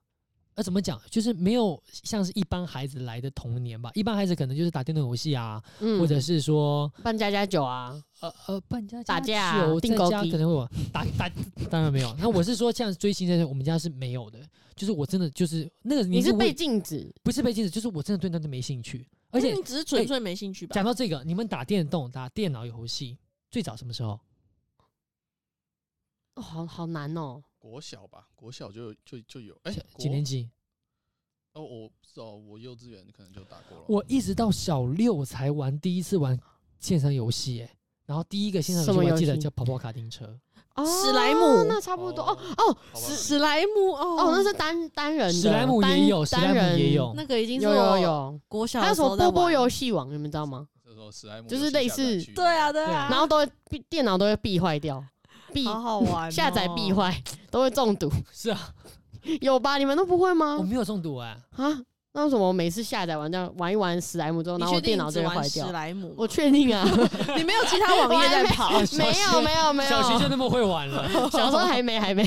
[SPEAKER 1] 呃，怎么讲？就是没有像是一般孩子来的童年吧。一般孩子可能就是打电动游戏啊，
[SPEAKER 3] 嗯，
[SPEAKER 1] 或者是说
[SPEAKER 3] 扮家家酒啊，
[SPEAKER 1] 呃呃，半家
[SPEAKER 3] 打架啊
[SPEAKER 1] 酒
[SPEAKER 3] 订
[SPEAKER 1] 在
[SPEAKER 3] 狗
[SPEAKER 1] 家
[SPEAKER 3] 机
[SPEAKER 1] 可能会玩打打，当然没有。那我是说，像追星这些，我们家是没有的。就是我真的就是那个
[SPEAKER 3] 你
[SPEAKER 1] 年纪
[SPEAKER 3] 是
[SPEAKER 1] 我
[SPEAKER 3] 被
[SPEAKER 1] 也，
[SPEAKER 3] 禁止，
[SPEAKER 1] 不是被禁止，就是我真的对那都没兴趣。而
[SPEAKER 4] 嗯
[SPEAKER 1] 且哎
[SPEAKER 4] 你只是纯粹没兴趣吧？
[SPEAKER 1] 讲到这个，你们打电动、打电脑游戏最早什么时候？
[SPEAKER 3] 哦，好好难哦。
[SPEAKER 2] 国小吧，国小就就就有，哎、
[SPEAKER 1] 几年级？
[SPEAKER 2] 国？哦，我不知道，我幼稚园可能就打过了。
[SPEAKER 1] 我一直
[SPEAKER 3] 嗯
[SPEAKER 1] 到小六才玩第一次玩线上游戏，哎，然后第一个线上
[SPEAKER 3] 什么
[SPEAKER 1] 游戏我记
[SPEAKER 3] 游
[SPEAKER 1] 得
[SPEAKER 3] 戏
[SPEAKER 1] 叫跑跑卡丁车，
[SPEAKER 3] 哦
[SPEAKER 4] 史莱姆
[SPEAKER 3] 那差不多哦
[SPEAKER 2] 哦
[SPEAKER 3] 哦
[SPEAKER 2] 好吧
[SPEAKER 3] 史
[SPEAKER 4] 史莱姆哦，
[SPEAKER 3] 哦，那是单单人的，
[SPEAKER 1] 史莱姆也有，史
[SPEAKER 3] 单单
[SPEAKER 1] 莱姆
[SPEAKER 3] 人
[SPEAKER 1] 也哦有，
[SPEAKER 4] 那个已经是
[SPEAKER 3] 有有
[SPEAKER 4] 我
[SPEAKER 3] 有，
[SPEAKER 4] 国小
[SPEAKER 3] 还有
[SPEAKER 4] 的
[SPEAKER 3] 什
[SPEAKER 4] 时
[SPEAKER 3] 么
[SPEAKER 4] 候在
[SPEAKER 3] 波波
[SPEAKER 4] 玩
[SPEAKER 3] 游戏王，你们知道吗？
[SPEAKER 2] 那时候史莱姆
[SPEAKER 3] 就是
[SPEAKER 2] 游戏
[SPEAKER 3] 类
[SPEAKER 2] 下载
[SPEAKER 3] 似
[SPEAKER 2] 区
[SPEAKER 4] 对啊对啊，
[SPEAKER 1] 对
[SPEAKER 3] 然后都会闭电脑都会闭坏掉，闭
[SPEAKER 4] 好好玩哦，
[SPEAKER 3] 下载闭坏，都会中毒。
[SPEAKER 1] 是啊，
[SPEAKER 3] 有吧？你们都不会吗
[SPEAKER 1] 我？没有中毒哎、，
[SPEAKER 3] 啊，那为什么我每次下载完这样玩一玩史莱姆之后，
[SPEAKER 4] 你
[SPEAKER 3] 然后
[SPEAKER 4] 确
[SPEAKER 3] 我电
[SPEAKER 4] 定
[SPEAKER 3] 脑
[SPEAKER 4] 你
[SPEAKER 3] 就会
[SPEAKER 4] 只玩
[SPEAKER 3] 坏
[SPEAKER 4] 史
[SPEAKER 3] 掉？
[SPEAKER 4] 莱姆？
[SPEAKER 3] 我确定啊，
[SPEAKER 4] 你没有其他网页在跑
[SPEAKER 1] 小
[SPEAKER 3] 没有
[SPEAKER 1] 学
[SPEAKER 3] 没有没有，
[SPEAKER 1] 小学就那么会玩了。
[SPEAKER 3] 小时候还没还没，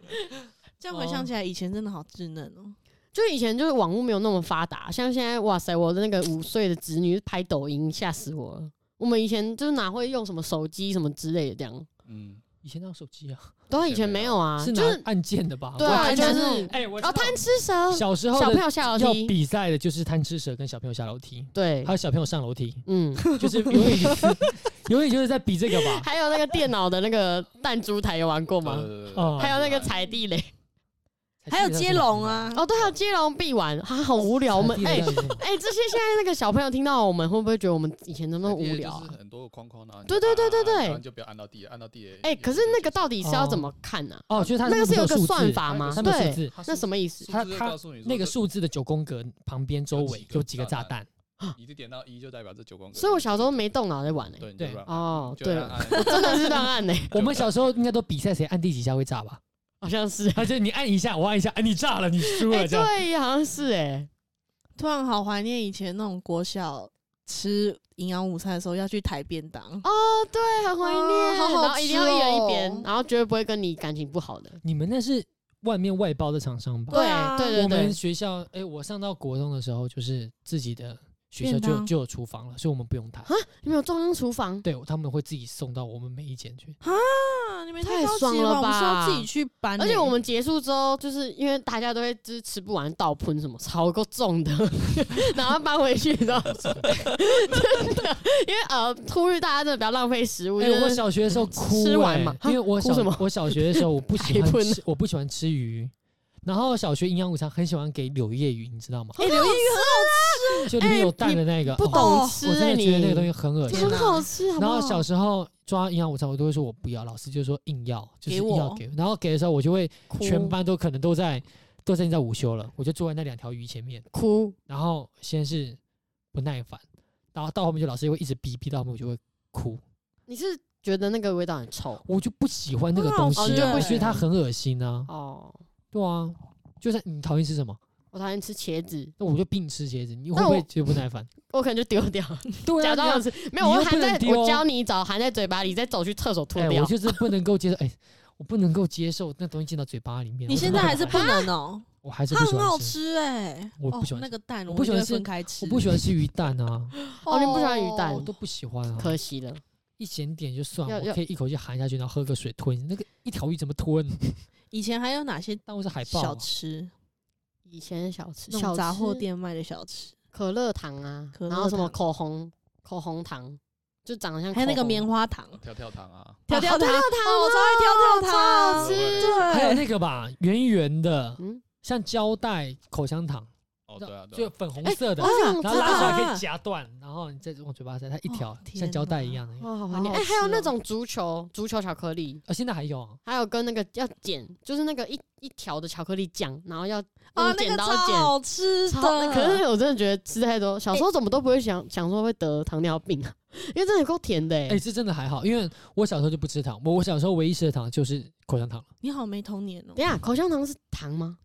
[SPEAKER 4] 这样回想起来，以前真的好稚嫩哦。
[SPEAKER 3] 就以前就是网络没有那么发达，像现在哇塞，我的那个五岁的侄女拍抖音，吓死我了。我们以前就是哪会用什么手机什么之类的这样，
[SPEAKER 2] 嗯，
[SPEAKER 1] 以前哪有手机啊？
[SPEAKER 3] 对啊，以
[SPEAKER 2] 以
[SPEAKER 3] 前
[SPEAKER 2] 前
[SPEAKER 3] 没
[SPEAKER 2] 没
[SPEAKER 3] 有
[SPEAKER 2] 有
[SPEAKER 3] 啊，
[SPEAKER 1] 是
[SPEAKER 3] 就
[SPEAKER 1] 拿
[SPEAKER 3] 是
[SPEAKER 1] 按键的吧？
[SPEAKER 3] 对
[SPEAKER 1] 我
[SPEAKER 3] 啊，
[SPEAKER 1] 看
[SPEAKER 3] 就
[SPEAKER 1] 起来
[SPEAKER 3] 是
[SPEAKER 1] 哎，我知道
[SPEAKER 3] 哦贪吃蛇，
[SPEAKER 1] 小时候
[SPEAKER 3] 小朋
[SPEAKER 1] 的
[SPEAKER 3] 友下楼
[SPEAKER 1] 要
[SPEAKER 3] 梯，
[SPEAKER 1] 比赛的就是贪吃蛇跟小朋友下楼梯，
[SPEAKER 3] 对
[SPEAKER 1] 还，有小朋友上楼梯，
[SPEAKER 3] 嗯，
[SPEAKER 1] 就是永远永远就是在比这个吧。
[SPEAKER 3] 还有那个电脑的那个弹珠台有玩过
[SPEAKER 2] 对
[SPEAKER 3] 吗
[SPEAKER 2] 对？对对
[SPEAKER 1] 哦
[SPEAKER 3] 还有那个踩地雷，
[SPEAKER 4] 还有接龙，啊，
[SPEAKER 3] 哦，对，还有接龙必玩，啊，好无聊，我们哎。哎、这些现在那个小朋友听到我们，会不会觉得我们以前怎么那么无聊 啊
[SPEAKER 2] 就是？很多个框框啊。
[SPEAKER 3] 对对对对对
[SPEAKER 2] 然后就不要按到地，按到地。
[SPEAKER 3] 哎、可是那个到底是要怎么看呢、
[SPEAKER 1] 哦，就是它
[SPEAKER 3] 那个是有个
[SPEAKER 1] 数字
[SPEAKER 3] 算，法吗？
[SPEAKER 1] 它
[SPEAKER 2] 它
[SPEAKER 1] 没有数
[SPEAKER 3] 对，
[SPEAKER 1] 字，
[SPEAKER 2] 它
[SPEAKER 3] 那什
[SPEAKER 2] 么？
[SPEAKER 3] 么意思？
[SPEAKER 1] 它
[SPEAKER 2] 数字
[SPEAKER 1] 它
[SPEAKER 2] 会告诉你说
[SPEAKER 1] 那个
[SPEAKER 2] 这
[SPEAKER 1] 数字的九宫格旁边周围有
[SPEAKER 2] 有
[SPEAKER 1] 几
[SPEAKER 2] 几
[SPEAKER 1] 个
[SPEAKER 2] 个
[SPEAKER 1] 炸
[SPEAKER 2] 炸
[SPEAKER 1] 弹
[SPEAKER 2] 弹，你一点到一就代表这九宫格。
[SPEAKER 3] 所以我小时候没动脑在玩呢、
[SPEAKER 2] 对你就
[SPEAKER 1] 对啊
[SPEAKER 2] 乱按
[SPEAKER 3] 哦，
[SPEAKER 2] 就
[SPEAKER 3] 对，
[SPEAKER 2] 按按
[SPEAKER 3] 真的是档案呢、
[SPEAKER 1] 我们小时候应该都比赛谁按第几下会炸吧？
[SPEAKER 3] 好像是。
[SPEAKER 1] 而且你按一下，我按一下，哎，你炸了，你输
[SPEAKER 3] 哎、
[SPEAKER 1] 了，这样。
[SPEAKER 3] 对，好像是哎、
[SPEAKER 4] 突然好怀念以前那种国小吃营养午餐的时候要去抬便当。
[SPEAKER 3] 哦，对，很怀念，
[SPEAKER 4] 啊好好
[SPEAKER 3] 然后一定要一人一
[SPEAKER 4] 吃
[SPEAKER 3] 边
[SPEAKER 4] 哦，
[SPEAKER 3] 然后绝对不会跟你感情不好的。
[SPEAKER 1] 你们那是外面外包的厂商吧？
[SPEAKER 4] 对啊
[SPEAKER 3] 对对
[SPEAKER 1] 我们
[SPEAKER 3] 对，
[SPEAKER 1] 学校，哎、我上到国中的时候，就是自己的学校
[SPEAKER 4] 便
[SPEAKER 1] 就有
[SPEAKER 4] 当
[SPEAKER 1] 就有厨房了，所以我们不用抬。
[SPEAKER 3] 你们有中央厨房，
[SPEAKER 1] 对，他们会自己送到我们每一间去。
[SPEAKER 4] 啊，你们
[SPEAKER 3] 太
[SPEAKER 4] 高级
[SPEAKER 3] 爽了
[SPEAKER 4] 我们是
[SPEAKER 3] 吧
[SPEAKER 4] 要自己去搬欸，
[SPEAKER 3] 而且我们结束之后，就是因为大家都会就是吃不完倒喷什么，超够重的， 然后搬回去的，真的，因为呃，呼吁大家真的不要浪费食物，
[SPEAKER 1] 哎、
[SPEAKER 3] 就是
[SPEAKER 1] 我小学的时候哭、
[SPEAKER 3] 呃吃完
[SPEAKER 1] 哎
[SPEAKER 3] 嘛啊
[SPEAKER 1] 因为我
[SPEAKER 3] 哭
[SPEAKER 1] 小
[SPEAKER 3] 什么
[SPEAKER 1] 我小学的时候我不喜
[SPEAKER 3] 海
[SPEAKER 1] 欢
[SPEAKER 3] 豚
[SPEAKER 1] 吃，我不喜欢吃鱼。然后小学营养午餐很喜欢给柳叶鱼，你知道吗？
[SPEAKER 4] 哎，刘一
[SPEAKER 1] 就里面有蛋的那个，
[SPEAKER 3] 啊哎不
[SPEAKER 1] 哦
[SPEAKER 3] 懂
[SPEAKER 4] 哦
[SPEAKER 3] 吃
[SPEAKER 1] 我真的
[SPEAKER 3] 哎、
[SPEAKER 1] 觉得那个东西
[SPEAKER 3] 你
[SPEAKER 1] 很恶心
[SPEAKER 3] 这很
[SPEAKER 4] 天。哪
[SPEAKER 3] 好吃，好不
[SPEAKER 1] 然
[SPEAKER 3] 好？
[SPEAKER 1] 后小时候抓营养午餐，我都会说我不要，老师就说硬要，就是
[SPEAKER 4] 给
[SPEAKER 1] 硬要
[SPEAKER 4] 我
[SPEAKER 1] 给。然后给的时候，我就会
[SPEAKER 3] 哭
[SPEAKER 1] 全班都可能都在都在在午休了，我就坐在那两条鱼前面。
[SPEAKER 3] 哭，
[SPEAKER 1] 然后先是不耐烦，然后到后面就老师会一直逼逼到后面我就会哭，
[SPEAKER 3] 你是觉得那个味道很臭
[SPEAKER 1] 我就不喜欢那个东西、
[SPEAKER 4] 很好
[SPEAKER 1] 啊，
[SPEAKER 4] 吃
[SPEAKER 1] 我觉得它很恶心啊，
[SPEAKER 3] 哦
[SPEAKER 1] 对啊，就是你讨厌吃什么？
[SPEAKER 3] 我讨厌吃茄子，
[SPEAKER 1] 那我就并吃茄子，你会
[SPEAKER 3] 那
[SPEAKER 1] 不会
[SPEAKER 3] 我
[SPEAKER 1] 觉得不耐烦？
[SPEAKER 3] 我可能就丢掉，
[SPEAKER 1] 对啊，
[SPEAKER 3] 假装
[SPEAKER 1] 你要
[SPEAKER 3] 要吃。没有，我
[SPEAKER 1] 你又
[SPEAKER 3] 会
[SPEAKER 1] 不
[SPEAKER 3] 含在
[SPEAKER 1] 能，丢
[SPEAKER 3] 我教你找含在嘴巴里，再走去厕所吐
[SPEAKER 1] 哎、
[SPEAKER 3] 掉
[SPEAKER 1] 我。就是不能够接受，哎、我不能够接受那东西进到嘴巴里面。
[SPEAKER 4] 你
[SPEAKER 1] 我
[SPEAKER 4] 现
[SPEAKER 1] 怎
[SPEAKER 4] 在
[SPEAKER 1] 么
[SPEAKER 4] 还是
[SPEAKER 1] 办
[SPEAKER 4] 不能哦、
[SPEAKER 1] 啊我还是
[SPEAKER 4] 它
[SPEAKER 1] 不喜
[SPEAKER 4] 很好
[SPEAKER 1] 欢吃，
[SPEAKER 4] 吃哎，
[SPEAKER 1] 我不
[SPEAKER 4] 哦
[SPEAKER 1] 喜欢吃
[SPEAKER 4] 那个蛋，
[SPEAKER 1] 我
[SPEAKER 4] 我
[SPEAKER 1] 不喜欢
[SPEAKER 4] 一定会
[SPEAKER 1] 吃
[SPEAKER 4] 分开吃，
[SPEAKER 1] 我不喜欢吃鱼蛋啊，
[SPEAKER 3] 哦你不喜欢鱼蛋
[SPEAKER 1] 我都不喜欢啊，
[SPEAKER 3] 可惜了，
[SPEAKER 1] 一点点就算，
[SPEAKER 3] 要
[SPEAKER 1] 我
[SPEAKER 3] 要
[SPEAKER 1] 可以一口气含下去，然后喝个水吞。那个一条鱼怎么吞？
[SPEAKER 4] 以前还有哪些
[SPEAKER 1] 当我是海豹
[SPEAKER 4] 小
[SPEAKER 1] 啊，
[SPEAKER 4] 吃？
[SPEAKER 3] 以前小吃
[SPEAKER 4] 那
[SPEAKER 3] 小
[SPEAKER 4] 种杂货
[SPEAKER 3] 吃
[SPEAKER 4] 店卖的小吃，
[SPEAKER 3] 可乐糖啊，
[SPEAKER 4] 可乐
[SPEAKER 3] 然后什么
[SPEAKER 4] 糖
[SPEAKER 3] 口红口红糖，就长得像
[SPEAKER 4] 还有那
[SPEAKER 3] 口
[SPEAKER 4] 个
[SPEAKER 3] 红
[SPEAKER 4] 棉花 糖，
[SPEAKER 2] 跳跳糖啊，
[SPEAKER 4] 跳跳
[SPEAKER 3] 啊
[SPEAKER 4] 糖，
[SPEAKER 3] 跳
[SPEAKER 4] 哦我超爱跳跳糖，
[SPEAKER 3] 超好吃
[SPEAKER 4] 对，
[SPEAKER 1] 还有那个吧，圆圆的，
[SPEAKER 3] 嗯，
[SPEAKER 1] 像胶带口香糖，
[SPEAKER 2] 哦对啊，对
[SPEAKER 1] 就
[SPEAKER 2] 啊，
[SPEAKER 1] 粉红
[SPEAKER 3] 哎
[SPEAKER 1] 色的，
[SPEAKER 3] 我想
[SPEAKER 1] 然
[SPEAKER 3] 知
[SPEAKER 1] 后拉出
[SPEAKER 3] 道，
[SPEAKER 1] 来可以夹断，然后你再往嘴巴塞，它一条、
[SPEAKER 4] 哦天
[SPEAKER 1] 像胶带一样的。
[SPEAKER 3] 哇，好怀
[SPEAKER 4] 好
[SPEAKER 3] 念！
[SPEAKER 4] 好
[SPEAKER 3] 哎，还有
[SPEAKER 4] 吃
[SPEAKER 3] 那
[SPEAKER 4] 哦
[SPEAKER 3] 种足球足球巧克力，
[SPEAKER 1] 啊，现在还有啊，
[SPEAKER 3] 还有跟那个要剪，就是那个一一条的巧克力酱，然后要
[SPEAKER 4] 啊，
[SPEAKER 3] 用
[SPEAKER 4] 那
[SPEAKER 3] 剪
[SPEAKER 4] 个超
[SPEAKER 3] 刀剪。
[SPEAKER 4] 好吃
[SPEAKER 3] 超
[SPEAKER 4] 的，
[SPEAKER 3] 可是我真的觉得吃太多，小时候怎么都不会想想说会得糖尿病啊，因为真的够甜的哎
[SPEAKER 1] 哎、。这真的还好，因为我小时候就不吃糖，我我小时候唯一吃的糖就是口香糖了。
[SPEAKER 4] 你好没童年哦
[SPEAKER 1] 啊
[SPEAKER 3] 等一，下，口香糖是糖吗？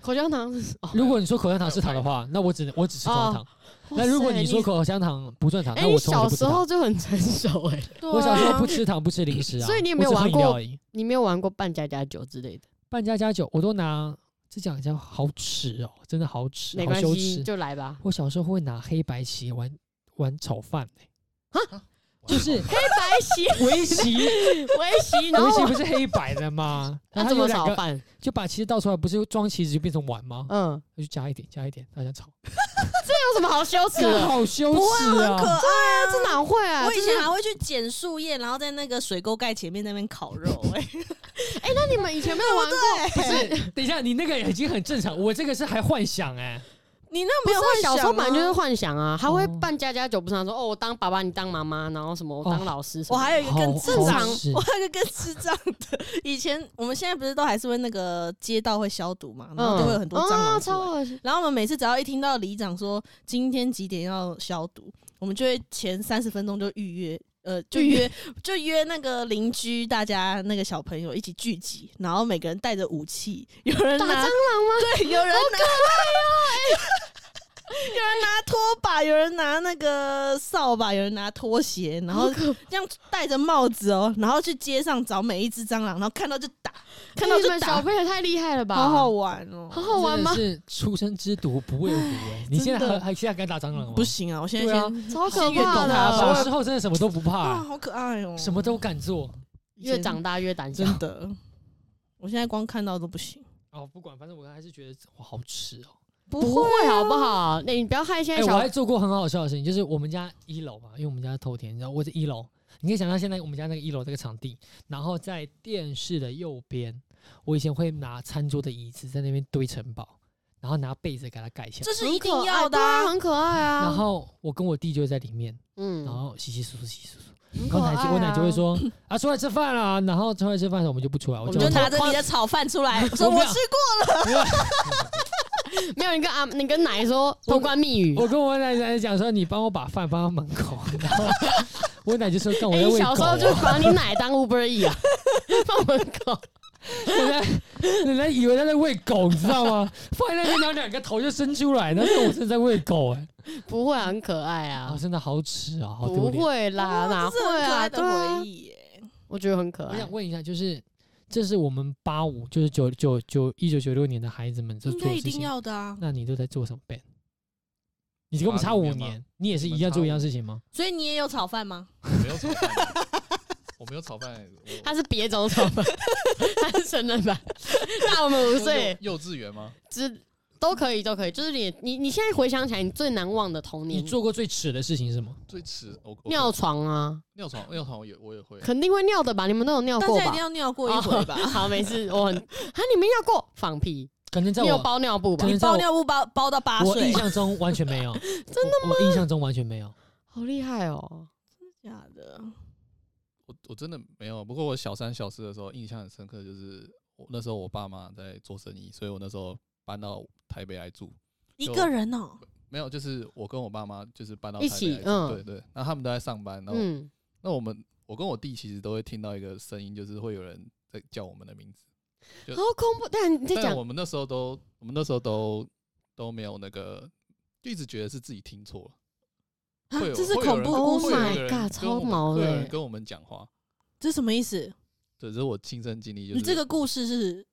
[SPEAKER 3] 口香糖是哦。
[SPEAKER 1] 如果你说口香糖是糖的话，那我只能我只吃口香糖。 那如果
[SPEAKER 3] 哇塞
[SPEAKER 1] 你说，口香糖不算糖，
[SPEAKER 3] 哎，
[SPEAKER 1] 那
[SPEAKER 3] 你
[SPEAKER 1] 我从来
[SPEAKER 3] 小
[SPEAKER 1] 都不吃
[SPEAKER 3] 时
[SPEAKER 1] 糖。
[SPEAKER 3] 候就很成熟哎，
[SPEAKER 4] 对
[SPEAKER 1] 我小时候不
[SPEAKER 4] 啊
[SPEAKER 1] 吃糖，不吃零食啊，
[SPEAKER 3] 所以你有
[SPEAKER 1] 我
[SPEAKER 3] 没
[SPEAKER 1] 只
[SPEAKER 3] 有
[SPEAKER 1] 喝
[SPEAKER 3] 玩
[SPEAKER 1] 饮料
[SPEAKER 3] 过
[SPEAKER 1] 而已
[SPEAKER 3] 你没有玩过半加加酒之类的，
[SPEAKER 1] 半加加酒，我都拿这讲一下，好耻哦，真的好耻，
[SPEAKER 3] 没
[SPEAKER 1] 好
[SPEAKER 3] 关
[SPEAKER 1] 羞
[SPEAKER 3] 系，
[SPEAKER 1] 耻。
[SPEAKER 3] 就来吧。
[SPEAKER 1] 我小时候会拿黑白棋玩玩炒饭、欸就是
[SPEAKER 3] 啊黑白棋，
[SPEAKER 1] 围棋，
[SPEAKER 3] 围 棋，然
[SPEAKER 1] 围棋
[SPEAKER 3] 后
[SPEAKER 1] 不是黑白的吗？然
[SPEAKER 3] 那
[SPEAKER 1] 后
[SPEAKER 3] 怎
[SPEAKER 1] 它有
[SPEAKER 3] 么
[SPEAKER 1] 两
[SPEAKER 3] 炒
[SPEAKER 1] 个，
[SPEAKER 3] 饭？
[SPEAKER 1] 就把棋子倒出来，不是装棋子就变成碗吗？
[SPEAKER 3] 嗯，
[SPEAKER 1] 那就加一点，加一点，大家炒。
[SPEAKER 3] 有什么好羞耻
[SPEAKER 1] 这
[SPEAKER 3] 的？
[SPEAKER 1] 好羞
[SPEAKER 4] 不会
[SPEAKER 1] 耻
[SPEAKER 4] 啊很可
[SPEAKER 1] 啊！
[SPEAKER 4] 爱。
[SPEAKER 3] 啊这哪会啊？
[SPEAKER 4] 我以
[SPEAKER 3] 就是
[SPEAKER 4] 前还会去捡树叶，然后在那个水沟盖前面那边烤 肉，哎，
[SPEAKER 3] 哎、那你们以前没有玩
[SPEAKER 1] 不
[SPEAKER 3] 过？
[SPEAKER 1] 是，等一下，你那个已经很正常，我这个是还幻想哎、
[SPEAKER 4] 你那没有
[SPEAKER 3] 不是啊
[SPEAKER 4] 幻
[SPEAKER 3] 小时候
[SPEAKER 4] 想
[SPEAKER 3] 本来就是
[SPEAKER 4] 吗？
[SPEAKER 3] 幻想啊，还会
[SPEAKER 1] 哦
[SPEAKER 3] 扮家家酒，不是他说哦，我当爸爸，你当妈妈，然后什么我当
[SPEAKER 1] 哦
[SPEAKER 3] 老师什
[SPEAKER 4] 我
[SPEAKER 3] 么的。
[SPEAKER 4] 还有一个
[SPEAKER 1] 好
[SPEAKER 4] 更智
[SPEAKER 1] 好
[SPEAKER 4] 障，
[SPEAKER 1] 是
[SPEAKER 4] 我还有一个更智障的。以前我们现在不是都还是会那个街道会消毒嘛，然后就会有很多蟑
[SPEAKER 3] 啊
[SPEAKER 4] 螂出来
[SPEAKER 3] 超恶心。
[SPEAKER 4] 然后我们每次只要一听到里长说今天几点要消毒，我们就会前三十分钟就预约，呃，就
[SPEAKER 3] 预约
[SPEAKER 4] 约 就约那个邻居，大家那个小朋友一起聚集，然后每个人带着武器，有人
[SPEAKER 3] 打蟑螂
[SPEAKER 4] 拿
[SPEAKER 3] 吗？
[SPEAKER 4] 对，有人拿，哦哎 有人拿拖把，有人拿那个扫把，有人拿拖鞋， 然后这样戴着帽子哦，然后去街上找每一只蟑螂，然后看到就打，看到
[SPEAKER 3] 你
[SPEAKER 4] 就
[SPEAKER 3] 们小
[SPEAKER 4] 打，
[SPEAKER 3] 朋友太厉害了吧？
[SPEAKER 4] 好好玩哦。
[SPEAKER 3] 好好玩吗
[SPEAKER 1] 真？的是出生之犊不畏虎哎、你现在还还现在敢打蟑螂吗？
[SPEAKER 4] 不行啊！我现在
[SPEAKER 1] 对啊
[SPEAKER 4] 先
[SPEAKER 3] 超可
[SPEAKER 4] 先阅读
[SPEAKER 3] 怕
[SPEAKER 4] 它吧
[SPEAKER 3] 的！
[SPEAKER 1] 小
[SPEAKER 3] 我啊
[SPEAKER 1] 时候真的什么都不怕、
[SPEAKER 4] 哇，好可爱哦！
[SPEAKER 1] 什么都敢做。
[SPEAKER 3] 越长大越胆小。
[SPEAKER 4] 真的，我现在光看到都不行。
[SPEAKER 1] 哦，不管，反正我还是觉得我好吃哦。
[SPEAKER 4] 不啊
[SPEAKER 3] 不会好不好？那你不要害现
[SPEAKER 1] 哎、
[SPEAKER 3] 在
[SPEAKER 1] 我
[SPEAKER 3] 小
[SPEAKER 1] 还做过很好笑的事情，就是我们家一楼嘛，因为我们家透天，然后我在一楼，你可以想象现在我们家那个一楼这个场地，然后在电视的右边，我以前会拿餐桌的椅子在那边堆城堡，然后拿被子给它盖起来，
[SPEAKER 4] 这是
[SPEAKER 3] 很
[SPEAKER 4] 一定
[SPEAKER 3] 可爱
[SPEAKER 4] 要的
[SPEAKER 3] 对
[SPEAKER 4] 啊
[SPEAKER 3] 啊，很可爱啊。
[SPEAKER 1] 然后我跟我弟就会在里面，
[SPEAKER 3] 嗯
[SPEAKER 1] 然，后洗洗漱漱洗洗漱漱。
[SPEAKER 3] 很可
[SPEAKER 1] 我哦奶
[SPEAKER 3] 爱
[SPEAKER 1] 就
[SPEAKER 3] 啊
[SPEAKER 1] 我奶就会，说啊，出来吃饭啦，然后出来吃饭的时候我们就不出来，我
[SPEAKER 3] 我
[SPEAKER 4] 你
[SPEAKER 3] 们
[SPEAKER 4] 就
[SPEAKER 1] 我
[SPEAKER 4] 拿着你的炒饭 出来，说
[SPEAKER 1] 没
[SPEAKER 4] 我
[SPEAKER 1] 有
[SPEAKER 4] 吃过。
[SPEAKER 3] 没有你跟阿你跟奶说
[SPEAKER 1] 我
[SPEAKER 3] 通关密语。
[SPEAKER 1] 我跟我奶奶讲说，你帮我把饭放到门口， 然后我奶就说，干我
[SPEAKER 3] 哎，
[SPEAKER 1] 在
[SPEAKER 3] 你
[SPEAKER 1] 喂
[SPEAKER 3] 小时
[SPEAKER 1] 狗
[SPEAKER 3] 候就
[SPEAKER 1] 啊。
[SPEAKER 3] 把你奶当 Uber E 啊，放门口。
[SPEAKER 1] 人家人家以为他在喂狗，你知道吗？放在那边，然后两个头就伸出来，那我真的在喂狗哎、
[SPEAKER 3] 不会啊，很可爱啊
[SPEAKER 1] 啊，，真的好耻啊，好丢
[SPEAKER 3] 不
[SPEAKER 1] 脸。
[SPEAKER 3] 会啦，哪
[SPEAKER 4] 哇哦这
[SPEAKER 3] 会
[SPEAKER 4] 是很可
[SPEAKER 3] 啊？
[SPEAKER 4] 爱
[SPEAKER 3] 对
[SPEAKER 4] 的
[SPEAKER 3] 啊
[SPEAKER 4] 回，忆耶。
[SPEAKER 3] 我觉得很可
[SPEAKER 1] 我
[SPEAKER 3] 爱
[SPEAKER 1] 想。问一下，就是这是我们八五，就是九九九一九九六年的孩子们在
[SPEAKER 4] 应
[SPEAKER 1] 做的
[SPEAKER 4] 该一
[SPEAKER 1] 事
[SPEAKER 4] 定
[SPEAKER 1] 情，
[SPEAKER 4] 要的啊！
[SPEAKER 1] 那你都在做什么 b a n 你跟我们差
[SPEAKER 2] 85
[SPEAKER 1] 五
[SPEAKER 2] 年吗
[SPEAKER 1] 年，你也是
[SPEAKER 2] 我们
[SPEAKER 1] 一样
[SPEAKER 2] 差
[SPEAKER 1] 做一
[SPEAKER 2] 5
[SPEAKER 1] 样事情吗？
[SPEAKER 4] 所以你也有炒饭吗？
[SPEAKER 2] 我没有炒饭，我没有炒饭，我
[SPEAKER 3] 他是别种草吧， 他是成人 版，那我们五岁
[SPEAKER 2] 幼幼稚园吗？
[SPEAKER 3] 只都可以，都可以。就是你你你现在回想起来，你最难忘的童
[SPEAKER 1] 你
[SPEAKER 3] 年，
[SPEAKER 1] 做过最耻的事情是什么？
[SPEAKER 2] 最迟我我
[SPEAKER 3] 尿床啊，
[SPEAKER 2] 尿床尿床我也我也会，
[SPEAKER 3] 肯定会尿的吧？你们都有尿
[SPEAKER 4] 大
[SPEAKER 3] 哦过
[SPEAKER 4] 家一定
[SPEAKER 3] 吧？哦
[SPEAKER 4] 要尿过一回吧？
[SPEAKER 3] 好，没事，我很啊，你没尿过，放屁，
[SPEAKER 1] 可能在
[SPEAKER 3] 你有
[SPEAKER 1] 我
[SPEAKER 3] 包尿布吧
[SPEAKER 1] 可？能在
[SPEAKER 4] 包
[SPEAKER 1] 我
[SPEAKER 4] 尿布包包到八
[SPEAKER 1] 我印
[SPEAKER 4] 岁，
[SPEAKER 1] 象中完全没有，真的吗？我印象中完全没有。
[SPEAKER 3] 好厉害哦！
[SPEAKER 4] 假的？
[SPEAKER 2] 我我真的没有。不过我小三小四的时候印象很深刻，就是我那时候我爸妈在做生意，所以我那时候搬到台北来住。
[SPEAKER 4] 一个人哦，
[SPEAKER 2] 没有，就是我跟我爸妈就是搬到
[SPEAKER 3] 一
[SPEAKER 2] 台
[SPEAKER 3] 起
[SPEAKER 2] 北来住，
[SPEAKER 3] 嗯
[SPEAKER 2] 对对。那他们都在上班，然后、
[SPEAKER 3] 嗯，
[SPEAKER 2] 那我们我跟我弟其实都会听到一个声音，就是会有人在叫我们的名字。
[SPEAKER 3] 好恐怖！但你在
[SPEAKER 2] 但
[SPEAKER 3] 讲
[SPEAKER 2] 我们那时候都我们那时候都都没有那个，就一直觉得是自己听错了。
[SPEAKER 3] 啊
[SPEAKER 2] 会有
[SPEAKER 3] 这是
[SPEAKER 2] 会有
[SPEAKER 3] 恐
[SPEAKER 2] 人
[SPEAKER 3] 怖
[SPEAKER 2] 会有
[SPEAKER 3] Oh my
[SPEAKER 2] 一个人
[SPEAKER 3] God，
[SPEAKER 2] 跟
[SPEAKER 3] 超
[SPEAKER 2] 我们
[SPEAKER 3] 毛
[SPEAKER 2] 会有
[SPEAKER 3] 的
[SPEAKER 2] 人
[SPEAKER 3] 欸
[SPEAKER 2] 跟我们讲话，
[SPEAKER 4] 这什么意思？
[SPEAKER 2] 这是我亲身经历，就
[SPEAKER 4] 你
[SPEAKER 2] 是
[SPEAKER 4] 这个故事是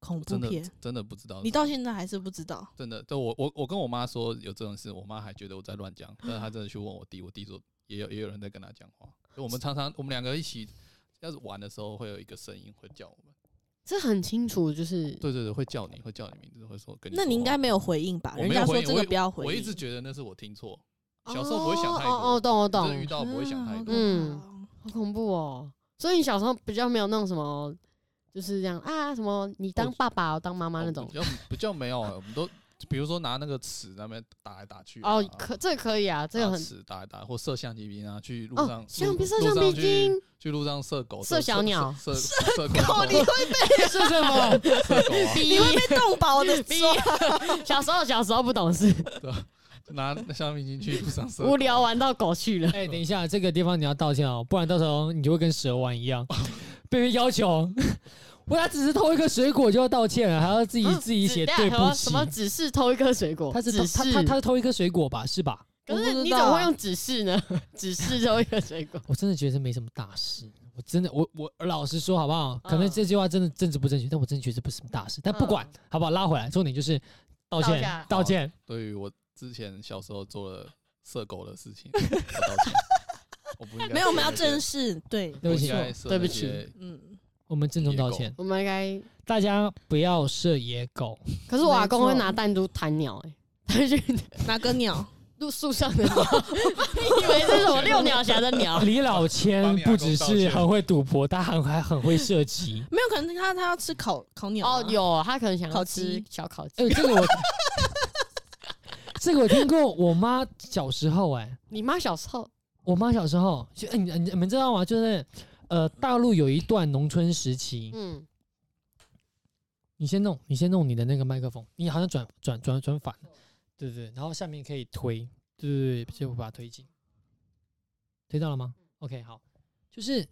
[SPEAKER 4] 恐
[SPEAKER 2] 我
[SPEAKER 4] 怖
[SPEAKER 2] 真的哦
[SPEAKER 4] 片，
[SPEAKER 2] 真的不知道
[SPEAKER 4] 你到现在还是不知道？
[SPEAKER 2] 真的，就我我我跟我妈说有这种事，我妈还觉得我在乱讲，但是她真的去问我弟，我弟说也有也有人在跟她讲话，就我们常常我们两个一起要是玩的时候，会有一个声音会叫我们，
[SPEAKER 3] 这很清楚，就是
[SPEAKER 2] 对对对，会叫你会叫你名字，会说跟你说
[SPEAKER 4] 那
[SPEAKER 2] 话。
[SPEAKER 4] 你应该没有回应吧？
[SPEAKER 2] 我
[SPEAKER 4] 人
[SPEAKER 2] 没
[SPEAKER 4] 家
[SPEAKER 2] 有
[SPEAKER 4] 说
[SPEAKER 2] 回应
[SPEAKER 4] 这
[SPEAKER 2] 我
[SPEAKER 4] 个
[SPEAKER 2] 一
[SPEAKER 4] 不要回应。
[SPEAKER 2] 我一直觉得那是我听错，小时候不会想太
[SPEAKER 3] 哦哦哦，
[SPEAKER 2] 多，
[SPEAKER 3] 懂我
[SPEAKER 2] 真的遇
[SPEAKER 3] 懂，
[SPEAKER 2] 到不会想太多。
[SPEAKER 3] 嗯
[SPEAKER 4] 嗯，
[SPEAKER 3] 好恐怖哦。所以你小时候比较没有那种什么，就是这样啊，什么你当
[SPEAKER 2] 哦
[SPEAKER 3] 爸爸、我当妈妈那种
[SPEAKER 2] 比。较比较没有啊，我们都比如说拿那个尺那边打来打去啊、
[SPEAKER 3] 哦，可这个可以啊，这个
[SPEAKER 2] 拿
[SPEAKER 3] 很
[SPEAKER 2] 尺打来打去，或射橡皮筋啊，去路上
[SPEAKER 3] 哦，橡皮
[SPEAKER 2] 路
[SPEAKER 3] 射
[SPEAKER 2] 路
[SPEAKER 3] 橡
[SPEAKER 2] 上
[SPEAKER 3] 皮
[SPEAKER 2] 去
[SPEAKER 3] 筋，
[SPEAKER 2] 去路上射狗、
[SPEAKER 3] 射小鸟
[SPEAKER 2] 射射射射狗，
[SPEAKER 4] 你会
[SPEAKER 1] 是什么？
[SPEAKER 2] 射狗啊，
[SPEAKER 3] 逼
[SPEAKER 4] 你会被动保的 抓。
[SPEAKER 3] 小时候小时候不懂 事，
[SPEAKER 2] 拿橡皮筋去路上射狗
[SPEAKER 3] 无聊玩到狗去了。
[SPEAKER 1] 哎、等一下，这个地方你要道歉哦，不然到时候你就会跟蛇丸一
[SPEAKER 3] 哦
[SPEAKER 1] 样，被人要求， 我他只是偷一个水果就要道歉了，还要自己、
[SPEAKER 3] 嗯
[SPEAKER 1] 自己写
[SPEAKER 3] 只
[SPEAKER 1] 对
[SPEAKER 3] 什么
[SPEAKER 1] 不
[SPEAKER 3] 什
[SPEAKER 1] 起。
[SPEAKER 3] 么只是偷一颗水果，
[SPEAKER 1] 他是偷
[SPEAKER 3] 只
[SPEAKER 1] 他
[SPEAKER 3] 是
[SPEAKER 1] 他他偷一颗水果吧，是吧？
[SPEAKER 3] 可
[SPEAKER 4] 我
[SPEAKER 3] 是
[SPEAKER 4] 不
[SPEAKER 3] 你
[SPEAKER 4] 知
[SPEAKER 3] 怎
[SPEAKER 4] 道
[SPEAKER 3] 么
[SPEAKER 4] 啊
[SPEAKER 3] 会用只是呢？ 只是偷一颗水果，
[SPEAKER 1] 我真的觉得这没什么大事，我真的我我老实说好不好？可能
[SPEAKER 3] 嗯
[SPEAKER 1] 这句话真的政治不正确，但我真的觉得这不是什么大事。但不管、
[SPEAKER 3] 嗯
[SPEAKER 1] 好不好，拉回来，重点就是道
[SPEAKER 3] 道
[SPEAKER 1] 歉
[SPEAKER 3] 歉哦
[SPEAKER 1] 道歉。
[SPEAKER 2] 对于我之前小时候做了射狗的事情，我道歉。我不应该
[SPEAKER 4] 没有，我们要
[SPEAKER 2] 射那些
[SPEAKER 4] 正视。对，
[SPEAKER 1] 对不起
[SPEAKER 2] 应该射
[SPEAKER 3] 对不
[SPEAKER 2] 那些
[SPEAKER 4] 嗯，
[SPEAKER 1] 我们郑重道歉，
[SPEAKER 3] 我们应该。
[SPEAKER 1] 大家不要射野狗。
[SPEAKER 3] 可是我阿公
[SPEAKER 4] 没错
[SPEAKER 3] 会拿弹珠弹鸟，哎，他去
[SPEAKER 4] 哪个鸟？
[SPEAKER 3] 路树上的鸟，你以为是什么六鸟侠的鸟？
[SPEAKER 1] 李老千
[SPEAKER 2] 啊帮你阿公
[SPEAKER 1] 不只
[SPEAKER 2] 道
[SPEAKER 1] 是
[SPEAKER 2] 歉
[SPEAKER 1] 很会赌博，他很还很会射击。
[SPEAKER 4] 没有，可能他他要吃烤烤鸟啊
[SPEAKER 3] 哦， 有，他可能想要
[SPEAKER 4] 烤
[SPEAKER 3] 吃
[SPEAKER 4] 鸡
[SPEAKER 3] 小烤鸡。
[SPEAKER 1] 哎、这个我，这个我听过。我妈小时候、哎，
[SPEAKER 3] 你妈小时候
[SPEAKER 1] 我妈小时候，就、哎你你你们知道吗？就是呃，大陆有一段农村时期，
[SPEAKER 3] 嗯，
[SPEAKER 1] 你先弄，你先弄你的那个麦克风，你好像转转转转反了，对对对，然后下面可以推，对对对，就把它推进，推到了吗？OK，好，
[SPEAKER 3] 嗯
[SPEAKER 1] 就是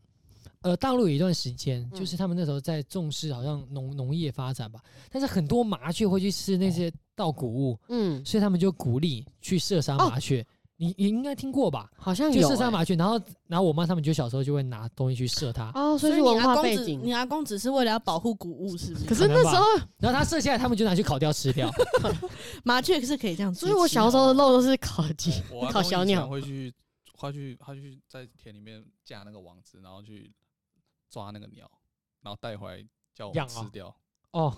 [SPEAKER 1] 呃，大陆有一段时间，就是
[SPEAKER 3] 嗯
[SPEAKER 1] 他们那时候在重视好像农农业发展吧，但是很多麻雀会去吃那些稻谷物，
[SPEAKER 3] 嗯，
[SPEAKER 1] 所以他们就鼓励去射杀麻雀，你你应该听过吧？
[SPEAKER 3] 好像
[SPEAKER 1] 就
[SPEAKER 3] 哦有
[SPEAKER 1] 射杀
[SPEAKER 3] 欸
[SPEAKER 1] 麻雀，然后然后我妈他们就小时候就会拿东西去射它，
[SPEAKER 3] 哦，所以
[SPEAKER 4] 所
[SPEAKER 3] 是
[SPEAKER 4] 以你
[SPEAKER 3] 文
[SPEAKER 4] 阿
[SPEAKER 3] 化
[SPEAKER 4] 公
[SPEAKER 3] 背
[SPEAKER 4] 只
[SPEAKER 3] 景。
[SPEAKER 4] 你阿公只是为了要保护谷物，是不
[SPEAKER 3] 可
[SPEAKER 4] 是？
[SPEAKER 3] 是那时候，
[SPEAKER 1] 然后它射下来，他们就拿去烤掉吃 掉。
[SPEAKER 4] 麻雀是可以这样吃。
[SPEAKER 3] 所以我小时候的肉都是烤鸡，
[SPEAKER 2] 我阿
[SPEAKER 3] 烤
[SPEAKER 2] 公
[SPEAKER 3] 小
[SPEAKER 2] 以前
[SPEAKER 3] 鸟
[SPEAKER 2] 会去，他去他去在田里面架那个网子，然后去抓那个鸟，然后带回来叫我
[SPEAKER 1] 养
[SPEAKER 2] 们
[SPEAKER 1] 哦
[SPEAKER 2] 吃掉，
[SPEAKER 1] 哦，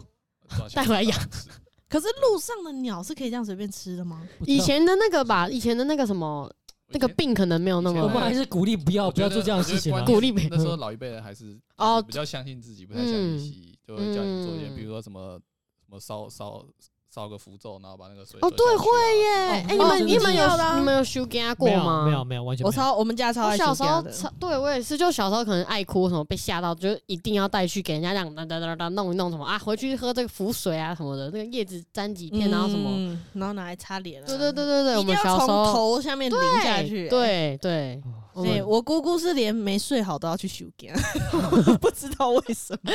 [SPEAKER 2] 抓小
[SPEAKER 3] 带回来
[SPEAKER 2] 鸟
[SPEAKER 3] 养
[SPEAKER 2] 吃。
[SPEAKER 4] 可是路上的鸟是可以这样随便吃的吗？
[SPEAKER 1] 不知道
[SPEAKER 3] 以前的那个吧，以前的那个什么那个病可能没有那
[SPEAKER 1] 我
[SPEAKER 2] 以
[SPEAKER 1] 们
[SPEAKER 2] 前
[SPEAKER 1] 还
[SPEAKER 3] 么
[SPEAKER 2] 的
[SPEAKER 1] 是鼓励不要
[SPEAKER 2] 我
[SPEAKER 1] 不
[SPEAKER 2] 觉
[SPEAKER 1] 要
[SPEAKER 2] 得
[SPEAKER 1] 做这样的事情啊
[SPEAKER 2] 我觉得关。
[SPEAKER 3] 鼓励别
[SPEAKER 2] 那时候
[SPEAKER 3] 人
[SPEAKER 2] 老一辈人还是
[SPEAKER 3] 哦嗯
[SPEAKER 2] 哦比较相信自己，不太相信西医，就会叫你做一些，比如说什么什么烧烧烧个符咒，然后把那个水
[SPEAKER 3] 哦，
[SPEAKER 2] 转
[SPEAKER 3] 对，
[SPEAKER 2] 下去啊
[SPEAKER 3] 会耶！哎，你
[SPEAKER 1] 哦真
[SPEAKER 3] 们
[SPEAKER 1] 的
[SPEAKER 3] 你们
[SPEAKER 4] 是
[SPEAKER 3] 有
[SPEAKER 4] 要的啊
[SPEAKER 3] 你们有修给他过
[SPEAKER 1] 没有
[SPEAKER 3] 吗？
[SPEAKER 1] 没有。没有完全
[SPEAKER 4] 我
[SPEAKER 1] 没有。
[SPEAKER 4] 超我们家超
[SPEAKER 3] 我
[SPEAKER 4] 爱
[SPEAKER 3] 小
[SPEAKER 4] 吃
[SPEAKER 3] 时候
[SPEAKER 4] 鸭的，
[SPEAKER 3] 超对我也是，就小时候可能爱哭什么，被吓到，就一定要带去给人家这样哒哒哒哒弄一弄什么啊，回去喝这个符水啊什么的，那个叶子沾几天，然后什么，
[SPEAKER 4] 嗯，然后拿来擦脸啊。
[SPEAKER 3] 对对对对对，我
[SPEAKER 4] 一
[SPEAKER 3] 们
[SPEAKER 4] 定要
[SPEAKER 3] 小时
[SPEAKER 4] 从
[SPEAKER 3] 候
[SPEAKER 4] 头下面淋下去。
[SPEAKER 3] 对。对对，我
[SPEAKER 4] 哎，
[SPEAKER 3] 们
[SPEAKER 4] 我姑姑是连没睡好都要去修 肝，不知道为什么。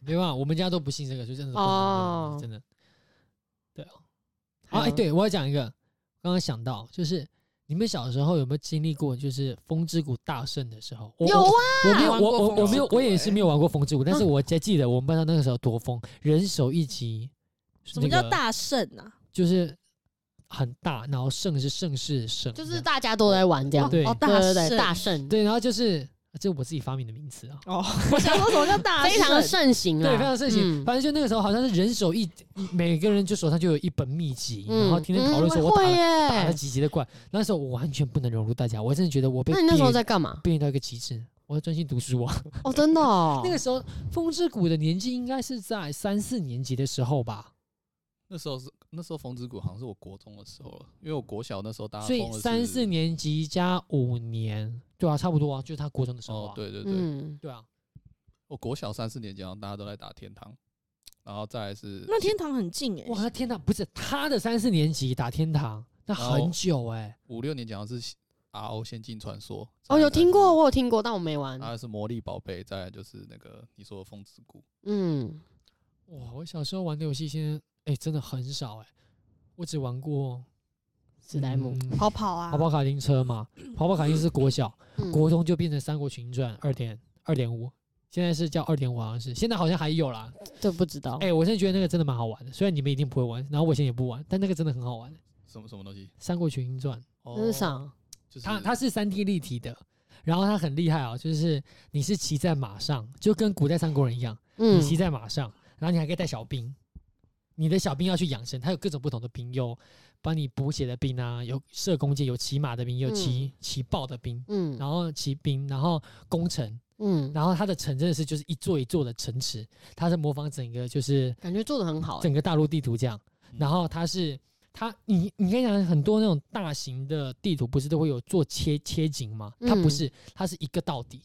[SPEAKER 1] 没办法，我们家都不信这个，就真的是不能
[SPEAKER 3] 哦
[SPEAKER 1] 真的。对啊，啊哎，对我要讲一个，刚刚想到就是。你们小时候有没有经历过就是风之谷大盛的时候？我
[SPEAKER 3] 有啊，
[SPEAKER 1] 我没有，
[SPEAKER 4] 玩
[SPEAKER 1] 我
[SPEAKER 4] 过
[SPEAKER 1] 我
[SPEAKER 4] 风
[SPEAKER 1] 我没有
[SPEAKER 4] 之，谷
[SPEAKER 1] 我也是
[SPEAKER 4] 欸
[SPEAKER 1] 没有玩过风之谷，但是
[SPEAKER 3] 嗯
[SPEAKER 1] 我还记得我们班上那个时候多疯，人手一集。
[SPEAKER 4] 什么
[SPEAKER 1] 那
[SPEAKER 4] 叫
[SPEAKER 1] 个？
[SPEAKER 4] 大圣啊？
[SPEAKER 1] 就是很大，然后盛是盛世的盛，
[SPEAKER 3] 就
[SPEAKER 1] 这
[SPEAKER 3] 是
[SPEAKER 1] 样
[SPEAKER 3] 大家都在玩这样，
[SPEAKER 1] 对
[SPEAKER 3] 哦对对
[SPEAKER 4] 大
[SPEAKER 3] 对，
[SPEAKER 4] 圣
[SPEAKER 3] 大圣，
[SPEAKER 1] 对，然后就是这我自己发明的名词啊，
[SPEAKER 4] 哦，我想说什么叫大
[SPEAKER 3] 非常盛行啊，
[SPEAKER 1] 对，非常盛行。
[SPEAKER 3] 嗯
[SPEAKER 1] 反正就那个时候好像是人手一，每个人就手上就有一本秘籍，然后天天讨论说
[SPEAKER 3] 嗯
[SPEAKER 1] 我打
[SPEAKER 3] 会
[SPEAKER 1] 了打了
[SPEAKER 3] 耶。
[SPEAKER 1] 几级的怪。那时候我完全不能融入大家，我真的觉得我被
[SPEAKER 3] 那你那时
[SPEAKER 1] 边
[SPEAKER 3] 候
[SPEAKER 1] 缘
[SPEAKER 3] 在干嘛？
[SPEAKER 1] 边缘到一个极致。我要专心读书啊！，
[SPEAKER 3] 哦，真的哦
[SPEAKER 1] 那个时候，风之谷的年纪应该是在三四年级的时候吧，
[SPEAKER 2] 那时候是那时候风之谷好像是我国中的时候了，因为我国小那时候大家
[SPEAKER 1] 所以
[SPEAKER 2] 疯的是
[SPEAKER 1] 三四年级加五年，对啊，差不多啊，就是他国中的时候、啊。
[SPEAKER 2] 哦，对对对，
[SPEAKER 3] 嗯，
[SPEAKER 1] 对啊，
[SPEAKER 2] 我国小三四年级好像大家都在打天堂，然后再来是
[SPEAKER 4] 那天堂很近哎、
[SPEAKER 1] 哇，那天堂不是他的三四年级打天堂，那很
[SPEAKER 2] 哦
[SPEAKER 1] 久哎、
[SPEAKER 2] 五六年级好像是 RO 仙境传说，
[SPEAKER 3] 哦，有听过，
[SPEAKER 2] 哦，
[SPEAKER 3] 我有听过，但我没玩。
[SPEAKER 1] 啊
[SPEAKER 2] 然后是魔力宝贝，再来就是那个你说的风之谷，
[SPEAKER 3] 嗯，
[SPEAKER 1] 哇，我小时候玩的游戏现在哎、真的很少哎、我只玩过
[SPEAKER 3] 史莱姆，
[SPEAKER 1] 嗯
[SPEAKER 4] 跑跑啊，
[SPEAKER 1] 跑跑卡丁车嘛，跑跑卡丁车是国小，
[SPEAKER 3] 嗯
[SPEAKER 1] 国中就变成《三国群传》二点二点五，现在是叫二点五，好像是，现在好像还有啦。
[SPEAKER 3] 这不知道
[SPEAKER 1] 哎、。我真的觉得那个真的蛮好玩的，虽然你们一定不会玩，然后我以前也不玩，但那个真的很好玩，《
[SPEAKER 2] 什么什么东西？
[SPEAKER 1] 三国群英传》
[SPEAKER 2] 哦
[SPEAKER 3] 那是？啥？
[SPEAKER 2] 就是
[SPEAKER 1] 它它是三 D 立体的，然后它很厉害啊、就是你是骑在马上，就跟古代三国人一样，
[SPEAKER 3] 嗯
[SPEAKER 1] 你，骑在马上，然后你还可以带小兵，你的小兵要去养生，它有各种不同的兵，有帮你补血的兵啊，有射弓箭，有骑马的兵，也有骑骑豹的兵，
[SPEAKER 3] 嗯
[SPEAKER 1] 然后骑兵，然后攻城，
[SPEAKER 3] 嗯，
[SPEAKER 1] 然后它的城真的是就是一座一座的城池，它是模仿整个就是
[SPEAKER 3] 感觉做的很好欸。
[SPEAKER 1] 整个大陆地图这样，
[SPEAKER 2] 嗯
[SPEAKER 1] 然后它是它你你跟你讲很多那种大型的地图不是都会有做切切景吗？它不
[SPEAKER 3] 嗯
[SPEAKER 1] 是，它是一个到底，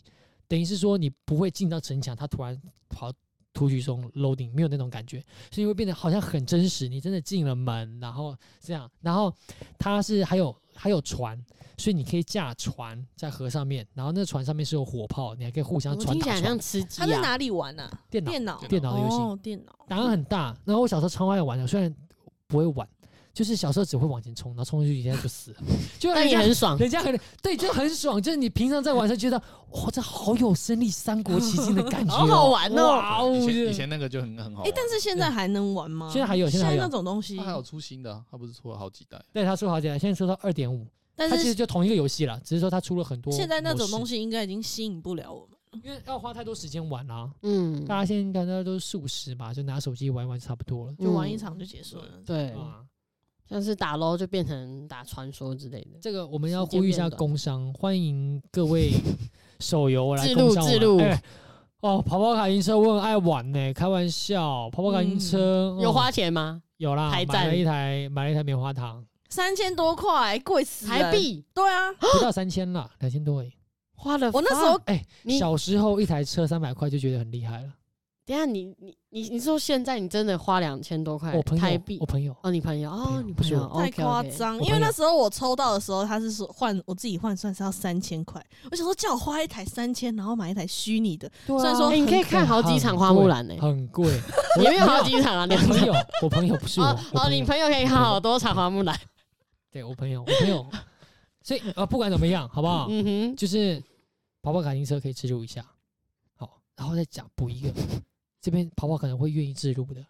[SPEAKER 1] 等于是说你不会进到城墙，它突然跑。突局中 loading 没有那种感觉，所以会变得好像很真实。你真的进了门，然后这样，然后它是还有还有船，所以你可以驾船在河上面，然后那船上面是有火炮，你还可以互相
[SPEAKER 3] 哎我
[SPEAKER 1] 传
[SPEAKER 3] 听
[SPEAKER 1] 达
[SPEAKER 3] 起来很
[SPEAKER 1] 传
[SPEAKER 3] 像吃鸡
[SPEAKER 4] 他在
[SPEAKER 3] 啊，
[SPEAKER 4] 哪里玩啊？
[SPEAKER 1] 电脑
[SPEAKER 4] 电脑，
[SPEAKER 1] 电脑的游戏，
[SPEAKER 4] 哦，电脑。
[SPEAKER 1] 打很大。然后我小时候超爱玩的，虽然不会玩，就是小时候只会往前冲，然后冲出去一下就死了， 就
[SPEAKER 3] 但
[SPEAKER 1] 人
[SPEAKER 3] 也
[SPEAKER 1] 家
[SPEAKER 3] 很爽。
[SPEAKER 1] 人家很对，就很爽。就是你平常在玩的时候觉得，哇、这好有身临三国奇境的感觉、哦，
[SPEAKER 3] 好好玩哦
[SPEAKER 1] 哇哦
[SPEAKER 2] 以前以
[SPEAKER 1] 这
[SPEAKER 2] 前那个就很很好玩。
[SPEAKER 4] 哎，但是现在还能玩吗？
[SPEAKER 1] 啊现在还有现
[SPEAKER 4] 现
[SPEAKER 1] 在还有
[SPEAKER 4] 那种东西
[SPEAKER 2] 它，还有出新的啊，它不是出了好几代？
[SPEAKER 1] 对，他出好几代，现在出到二点五，
[SPEAKER 4] 但
[SPEAKER 1] 它其实
[SPEAKER 4] 是
[SPEAKER 1] 就同一个游戏啦，只是说它出了很多。
[SPEAKER 4] 现在那种东
[SPEAKER 1] 西，
[SPEAKER 4] 西应该已经吸引不了我们。
[SPEAKER 1] 因为要花太多时间玩啦、啊
[SPEAKER 3] 嗯，
[SPEAKER 1] 大家现在应该都是数十吧，就拿手机玩一玩差不多了。
[SPEAKER 4] 就玩一场就结束了。
[SPEAKER 3] 对
[SPEAKER 1] 对，嗯啊，
[SPEAKER 3] 像是打 LO 就变成打传说之类的。
[SPEAKER 1] 这个我们要
[SPEAKER 3] 时间
[SPEAKER 1] 呼吁一下
[SPEAKER 3] 变短
[SPEAKER 1] 工商，欢迎各位 手游来
[SPEAKER 3] 自录
[SPEAKER 1] 工商我们
[SPEAKER 3] 自录
[SPEAKER 1] 哎哦，跑跑卡丁车我很爱玩呢、开玩笑，跑跑卡丁车、
[SPEAKER 3] 嗯有
[SPEAKER 1] 哦
[SPEAKER 3] 花钱吗？
[SPEAKER 1] 有啦，
[SPEAKER 3] 台
[SPEAKER 1] 买了
[SPEAKER 3] 站
[SPEAKER 1] 一台买了一台棉花 糖，
[SPEAKER 4] 三千多块，贵死人
[SPEAKER 3] 台。币
[SPEAKER 4] 对啊，
[SPEAKER 1] 不到三千啦，两千多而已。
[SPEAKER 3] 花了。
[SPEAKER 4] 我那时候
[SPEAKER 1] 哎、
[SPEAKER 3] 你
[SPEAKER 1] 小时候一台车三百块就觉得很厉害了。
[SPEAKER 3] 等一下你你你你说现在你真的花两千多块
[SPEAKER 1] 我朋
[SPEAKER 3] 哎台
[SPEAKER 1] 友，
[SPEAKER 3] 币
[SPEAKER 1] 我朋友，
[SPEAKER 3] 哦，你朋友
[SPEAKER 1] 朋
[SPEAKER 3] 哦
[SPEAKER 1] 友，
[SPEAKER 3] 你
[SPEAKER 1] 不
[SPEAKER 3] 朋
[SPEAKER 1] 是
[SPEAKER 3] 友
[SPEAKER 1] 我
[SPEAKER 4] 太
[SPEAKER 3] OK，OK
[SPEAKER 4] 夸。张，
[SPEAKER 1] 我
[SPEAKER 4] 因为
[SPEAKER 1] 朋友
[SPEAKER 4] 那时候我抽到的时候，他是说换我自己换算是要三千块，我想说叫我花一台三千，然后买一台虚拟的，
[SPEAKER 1] 对啊
[SPEAKER 4] 虽然说
[SPEAKER 3] 哎，你可以看好几场花木兰呢，
[SPEAKER 1] 很 贵，我
[SPEAKER 3] 哎也没有好 几场啊，
[SPEAKER 1] 我
[SPEAKER 3] 两
[SPEAKER 1] 朋
[SPEAKER 3] 场。
[SPEAKER 1] 友，我朋友不是我，
[SPEAKER 3] 哦
[SPEAKER 1] 我
[SPEAKER 3] 哦，你朋友可以看好多场花木兰。
[SPEAKER 1] 对我朋友，我朋友，所以呃，不管怎么样，好不好？
[SPEAKER 3] 嗯哼，
[SPEAKER 1] 就是跑跑卡丁车可以置入一下，好，然后再讲补一个，这边跑跑可能会愿意置入的。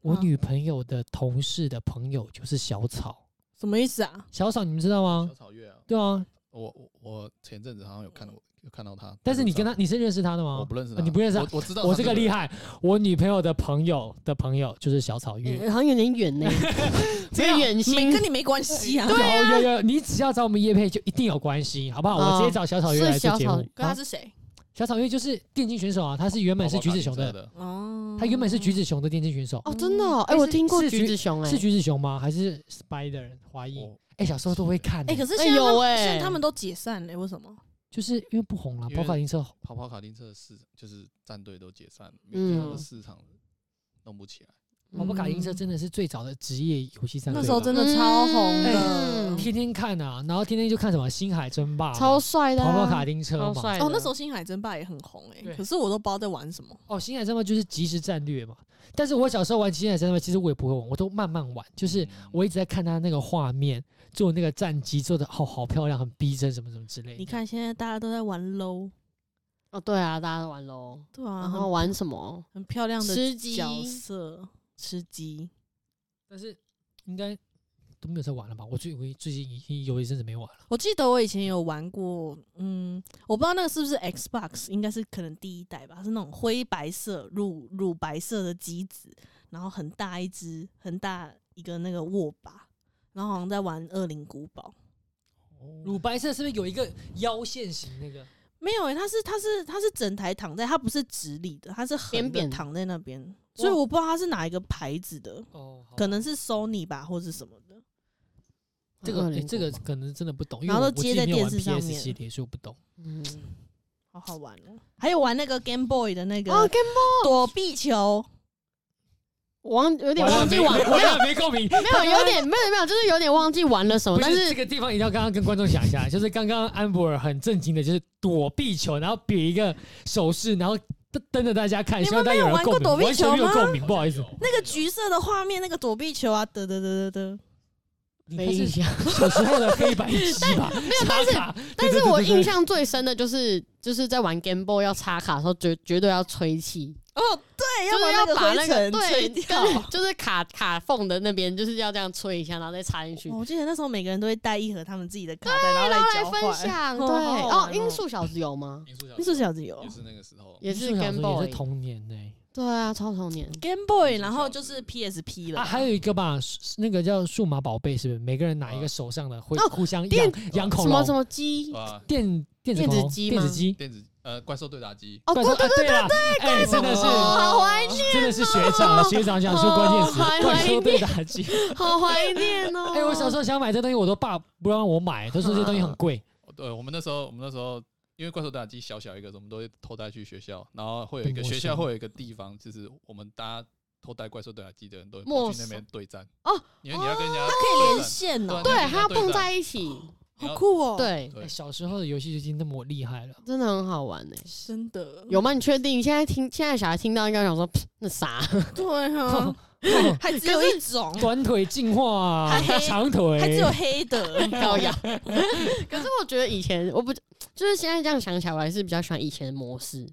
[SPEAKER 1] 我
[SPEAKER 4] 啊
[SPEAKER 1] 女朋友的同事的朋友就是小草，
[SPEAKER 4] 什么意思啊？
[SPEAKER 1] 小草你们知道吗
[SPEAKER 2] 小？草月啊，
[SPEAKER 1] 对啊，
[SPEAKER 2] 我我我前阵子好像有看到有看到他，
[SPEAKER 1] 但是你跟
[SPEAKER 2] 他，
[SPEAKER 1] 她你是认识她的吗？
[SPEAKER 2] 我不认识
[SPEAKER 1] 啊
[SPEAKER 2] 他，
[SPEAKER 1] 你不认识她
[SPEAKER 2] 我我知道
[SPEAKER 1] 我这个厉
[SPEAKER 2] 害，
[SPEAKER 1] 害，我女朋友的朋友的朋友就是小草月。
[SPEAKER 3] 哎好像有点远 呢，这个远
[SPEAKER 4] 没
[SPEAKER 3] 心
[SPEAKER 4] 跟你没关系啊。
[SPEAKER 1] 有有有，你只要找我们叶配就一定有关系，好不好？我直接找小草月
[SPEAKER 3] 哦
[SPEAKER 1] 来
[SPEAKER 3] 是
[SPEAKER 1] 做
[SPEAKER 3] 小
[SPEAKER 1] 节
[SPEAKER 3] 草
[SPEAKER 1] 目。
[SPEAKER 4] 跟他
[SPEAKER 1] 啊
[SPEAKER 4] 是谁？
[SPEAKER 1] 小草月就是电竞选手啊，她是原本是橘子熊的，
[SPEAKER 2] 的，
[SPEAKER 4] 哦，
[SPEAKER 1] 她原本是橘子熊的电竞选手，
[SPEAKER 3] 哦，真的哦，哎，
[SPEAKER 1] 哎
[SPEAKER 3] 我
[SPEAKER 1] 是
[SPEAKER 3] 听过
[SPEAKER 1] 是
[SPEAKER 3] 橘
[SPEAKER 1] 橘
[SPEAKER 3] 子熊哎
[SPEAKER 1] 是，橘子熊吗？还是 Spider 华裔？
[SPEAKER 2] 我
[SPEAKER 1] 哎、小时候都会看、
[SPEAKER 4] 哎，
[SPEAKER 1] 哎、可
[SPEAKER 4] 可是
[SPEAKER 3] 哎
[SPEAKER 4] 现在他
[SPEAKER 3] 有
[SPEAKER 4] 们
[SPEAKER 3] 哎
[SPEAKER 4] 现在他们都解散了，为什么？
[SPEAKER 1] 就是因为不红了，
[SPEAKER 2] 因为
[SPEAKER 1] 跑卡丁车红
[SPEAKER 2] 跑跑卡丁车的市就是战队都解散，
[SPEAKER 3] 嗯
[SPEAKER 2] 嗯，市场弄不起来。
[SPEAKER 1] 跑跑卡丁车
[SPEAKER 4] 嗯
[SPEAKER 1] 真的是最早的职业游戏战队了，
[SPEAKER 4] 那时候真的超红
[SPEAKER 3] 嗯
[SPEAKER 4] 的。
[SPEAKER 1] 天天看啊，然后天天就看什么《星海争霸》、
[SPEAKER 3] 超帅的啊，
[SPEAKER 1] 跑跑卡丁车
[SPEAKER 3] 超
[SPEAKER 1] 嘛。
[SPEAKER 3] 帅的。
[SPEAKER 4] 哦，那时候《星海争霸》也很红哎
[SPEAKER 1] 对，
[SPEAKER 4] 可是我都不知道在玩什么。
[SPEAKER 1] 哦，《星海争霸》就是即时战略嘛。但是我小时候玩《星海争霸》，其实我也不会玩，我都慢慢玩，就是
[SPEAKER 2] 嗯
[SPEAKER 1] 我一直在看他那个画面，做那个战机做的好好漂亮，很逼真，什么什么之类的。
[SPEAKER 4] 你看现在大家都在玩 LO，
[SPEAKER 3] 哦，对啊，大家都玩喽。
[SPEAKER 4] 对啊，
[SPEAKER 3] 然
[SPEAKER 4] 很
[SPEAKER 3] 后玩什么？
[SPEAKER 4] 很漂亮的
[SPEAKER 3] 吃鸡
[SPEAKER 4] 角色，吃鸡。
[SPEAKER 1] 但是应该都没有在玩了吧？我最我最近已经有一阵子没玩了。
[SPEAKER 4] 我记得我以前有玩过，嗯，我不知道那个是不是 Xbox，应该是可能第一代吧，是那种灰白色、乳乳白色的机子，然后很大一只，很大一个那个握把，然后好像在玩《恶灵古堡》。
[SPEAKER 1] 乳白色是不是有一个腰线型那个？
[SPEAKER 4] 没有诶、欸它是它是它是整台躺在，它不是直立的，它是横
[SPEAKER 3] 扁扁
[SPEAKER 4] 的
[SPEAKER 3] 的
[SPEAKER 4] 躺在那边，所以我不知道它是哪一个牌子的，
[SPEAKER 1] 哦，好
[SPEAKER 4] 可能是 Sony 吧，或是什么的。
[SPEAKER 1] 这个、
[SPEAKER 3] 恶
[SPEAKER 1] 诶
[SPEAKER 3] 灵
[SPEAKER 1] 这
[SPEAKER 3] 古
[SPEAKER 1] 个
[SPEAKER 3] 堡，
[SPEAKER 1] 可能真的不懂，因为
[SPEAKER 4] 然后
[SPEAKER 1] 我
[SPEAKER 4] 都接在电视上
[SPEAKER 1] 我自己没有玩
[SPEAKER 4] 面
[SPEAKER 1] PS 系列，所以我不懂。
[SPEAKER 3] 嗯，
[SPEAKER 4] 好好玩哦！还有玩那个 Game Boy 的那
[SPEAKER 3] 哦
[SPEAKER 4] 个
[SPEAKER 3] ，Game Boy，
[SPEAKER 4] 躲避球，
[SPEAKER 3] 我忘有点
[SPEAKER 1] 完了
[SPEAKER 3] 忘记
[SPEAKER 1] 啊没
[SPEAKER 3] 玩，没
[SPEAKER 1] 完了没共鸣。
[SPEAKER 3] 有，有点没有没有，就是有点忘记玩了什么，
[SPEAKER 1] 不
[SPEAKER 3] 但
[SPEAKER 1] 是这
[SPEAKER 3] 是
[SPEAKER 1] 个地方一定要刚刚跟观众讲一下，就是刚刚安博尔很震惊的，就是躲避球，然后比一个手势，然后等等着大家看，
[SPEAKER 4] 你们
[SPEAKER 1] 希望大家有人
[SPEAKER 4] 没有玩过
[SPEAKER 1] 共鸣，
[SPEAKER 4] 躲避
[SPEAKER 1] 完全没有
[SPEAKER 4] 球吗
[SPEAKER 1] 共鸣，不好意思，
[SPEAKER 4] 那个橘色的画面，那个躲避球啊，得得得得得，
[SPEAKER 1] 你
[SPEAKER 3] 飞
[SPEAKER 1] 看
[SPEAKER 3] 一
[SPEAKER 1] 是
[SPEAKER 3] 下。
[SPEAKER 1] 小时候的黑白机吧？没有，
[SPEAKER 3] 但是但
[SPEAKER 1] 对
[SPEAKER 3] 是我
[SPEAKER 1] 对
[SPEAKER 3] 印。
[SPEAKER 1] 对对对
[SPEAKER 3] 象最深的就是，就是在玩 Game Boy 要插卡的时候，绝绝对要吹气，
[SPEAKER 4] 哦，对，
[SPEAKER 3] 就是
[SPEAKER 4] 把
[SPEAKER 3] 哎要把那
[SPEAKER 4] 灰
[SPEAKER 3] 个
[SPEAKER 4] 尘
[SPEAKER 3] 对
[SPEAKER 4] 吹 掉。哦
[SPEAKER 3] 跟就是卡卡缝的那边，就是要这样吹一下，然后再插进去。
[SPEAKER 4] 哦我记得那时候每个人都会带一盒他们自己的卡带，然后来
[SPEAKER 3] 来
[SPEAKER 4] 交
[SPEAKER 3] 分
[SPEAKER 4] 换。
[SPEAKER 3] 享
[SPEAKER 4] 哦
[SPEAKER 3] 对
[SPEAKER 4] 好好玩
[SPEAKER 3] 哦
[SPEAKER 4] 哦，
[SPEAKER 3] 音速小子有吗？
[SPEAKER 2] 民宿小
[SPEAKER 4] 艺术小子有
[SPEAKER 2] 也是那个时候，
[SPEAKER 3] 也
[SPEAKER 1] 艺
[SPEAKER 3] 是
[SPEAKER 1] 术小
[SPEAKER 3] Game
[SPEAKER 1] 时候也
[SPEAKER 3] Boy，
[SPEAKER 1] 是童年呢。
[SPEAKER 3] 对啊，超童年。
[SPEAKER 4] Game Boy，然后就是 PSP 了。
[SPEAKER 1] 啊，还有一个吧，是那个叫数码宝贝，是不是？每个人拿一个手上的，会
[SPEAKER 3] 哦
[SPEAKER 1] 互相
[SPEAKER 3] 电
[SPEAKER 1] 养养恐
[SPEAKER 3] 什
[SPEAKER 1] 龙
[SPEAKER 3] 么
[SPEAKER 1] 哦
[SPEAKER 3] 什，么鸡
[SPEAKER 2] 对吧？
[SPEAKER 1] 电电子
[SPEAKER 3] 电子
[SPEAKER 1] 恐龙
[SPEAKER 3] 鸡
[SPEAKER 1] 电子
[SPEAKER 3] 吗
[SPEAKER 1] 机。
[SPEAKER 2] 电子呃怪兽对打机，
[SPEAKER 3] 哦，
[SPEAKER 1] 怪
[SPEAKER 3] 对
[SPEAKER 1] 兽
[SPEAKER 3] 对
[SPEAKER 1] 啊，对啦，哎，真的是
[SPEAKER 3] 哦好 怀
[SPEAKER 4] 念。
[SPEAKER 1] 真的是学长，学长想出关键词
[SPEAKER 3] 哦还，
[SPEAKER 1] 怪
[SPEAKER 3] 怀
[SPEAKER 1] 兽对打机。
[SPEAKER 3] 对，好怀念 哦。
[SPEAKER 1] 哎，我小时候想买这东西，我都爸不让我买，他说这东西很贵。
[SPEAKER 2] 哦对我们那时候我们那时候。因为怪兽对打机小小一个，我们都会偷带去学校，然后会有一个
[SPEAKER 1] 被没收
[SPEAKER 2] 学校会有一个地方，就是我们大家偷带怪兽对打机的人都会
[SPEAKER 3] 没
[SPEAKER 2] 跑去
[SPEAKER 3] 收
[SPEAKER 2] 那边对战
[SPEAKER 3] 哦，
[SPEAKER 2] 因为你要跟人家
[SPEAKER 4] 它可以连线哦，
[SPEAKER 3] 对，
[SPEAKER 2] 对
[SPEAKER 3] 它要蹦在一起，
[SPEAKER 2] 对
[SPEAKER 4] 好酷哦。，
[SPEAKER 3] 对，
[SPEAKER 1] 哎
[SPEAKER 2] 对
[SPEAKER 1] 小时候的游戏就已经那么厉害了，
[SPEAKER 3] 真的很好玩哎。
[SPEAKER 4] 真的
[SPEAKER 3] 有吗？你确定？现在听现在小孩听到应该想说，噗那啥？
[SPEAKER 4] 对啊，还只有一种，
[SPEAKER 1] 短腿进化啊
[SPEAKER 4] 还，黑
[SPEAKER 1] 长腿，
[SPEAKER 4] 还只有黑的
[SPEAKER 3] 高雅。可是我觉得以前我不就是现在这样想起来，我还是比较喜欢以前的模式，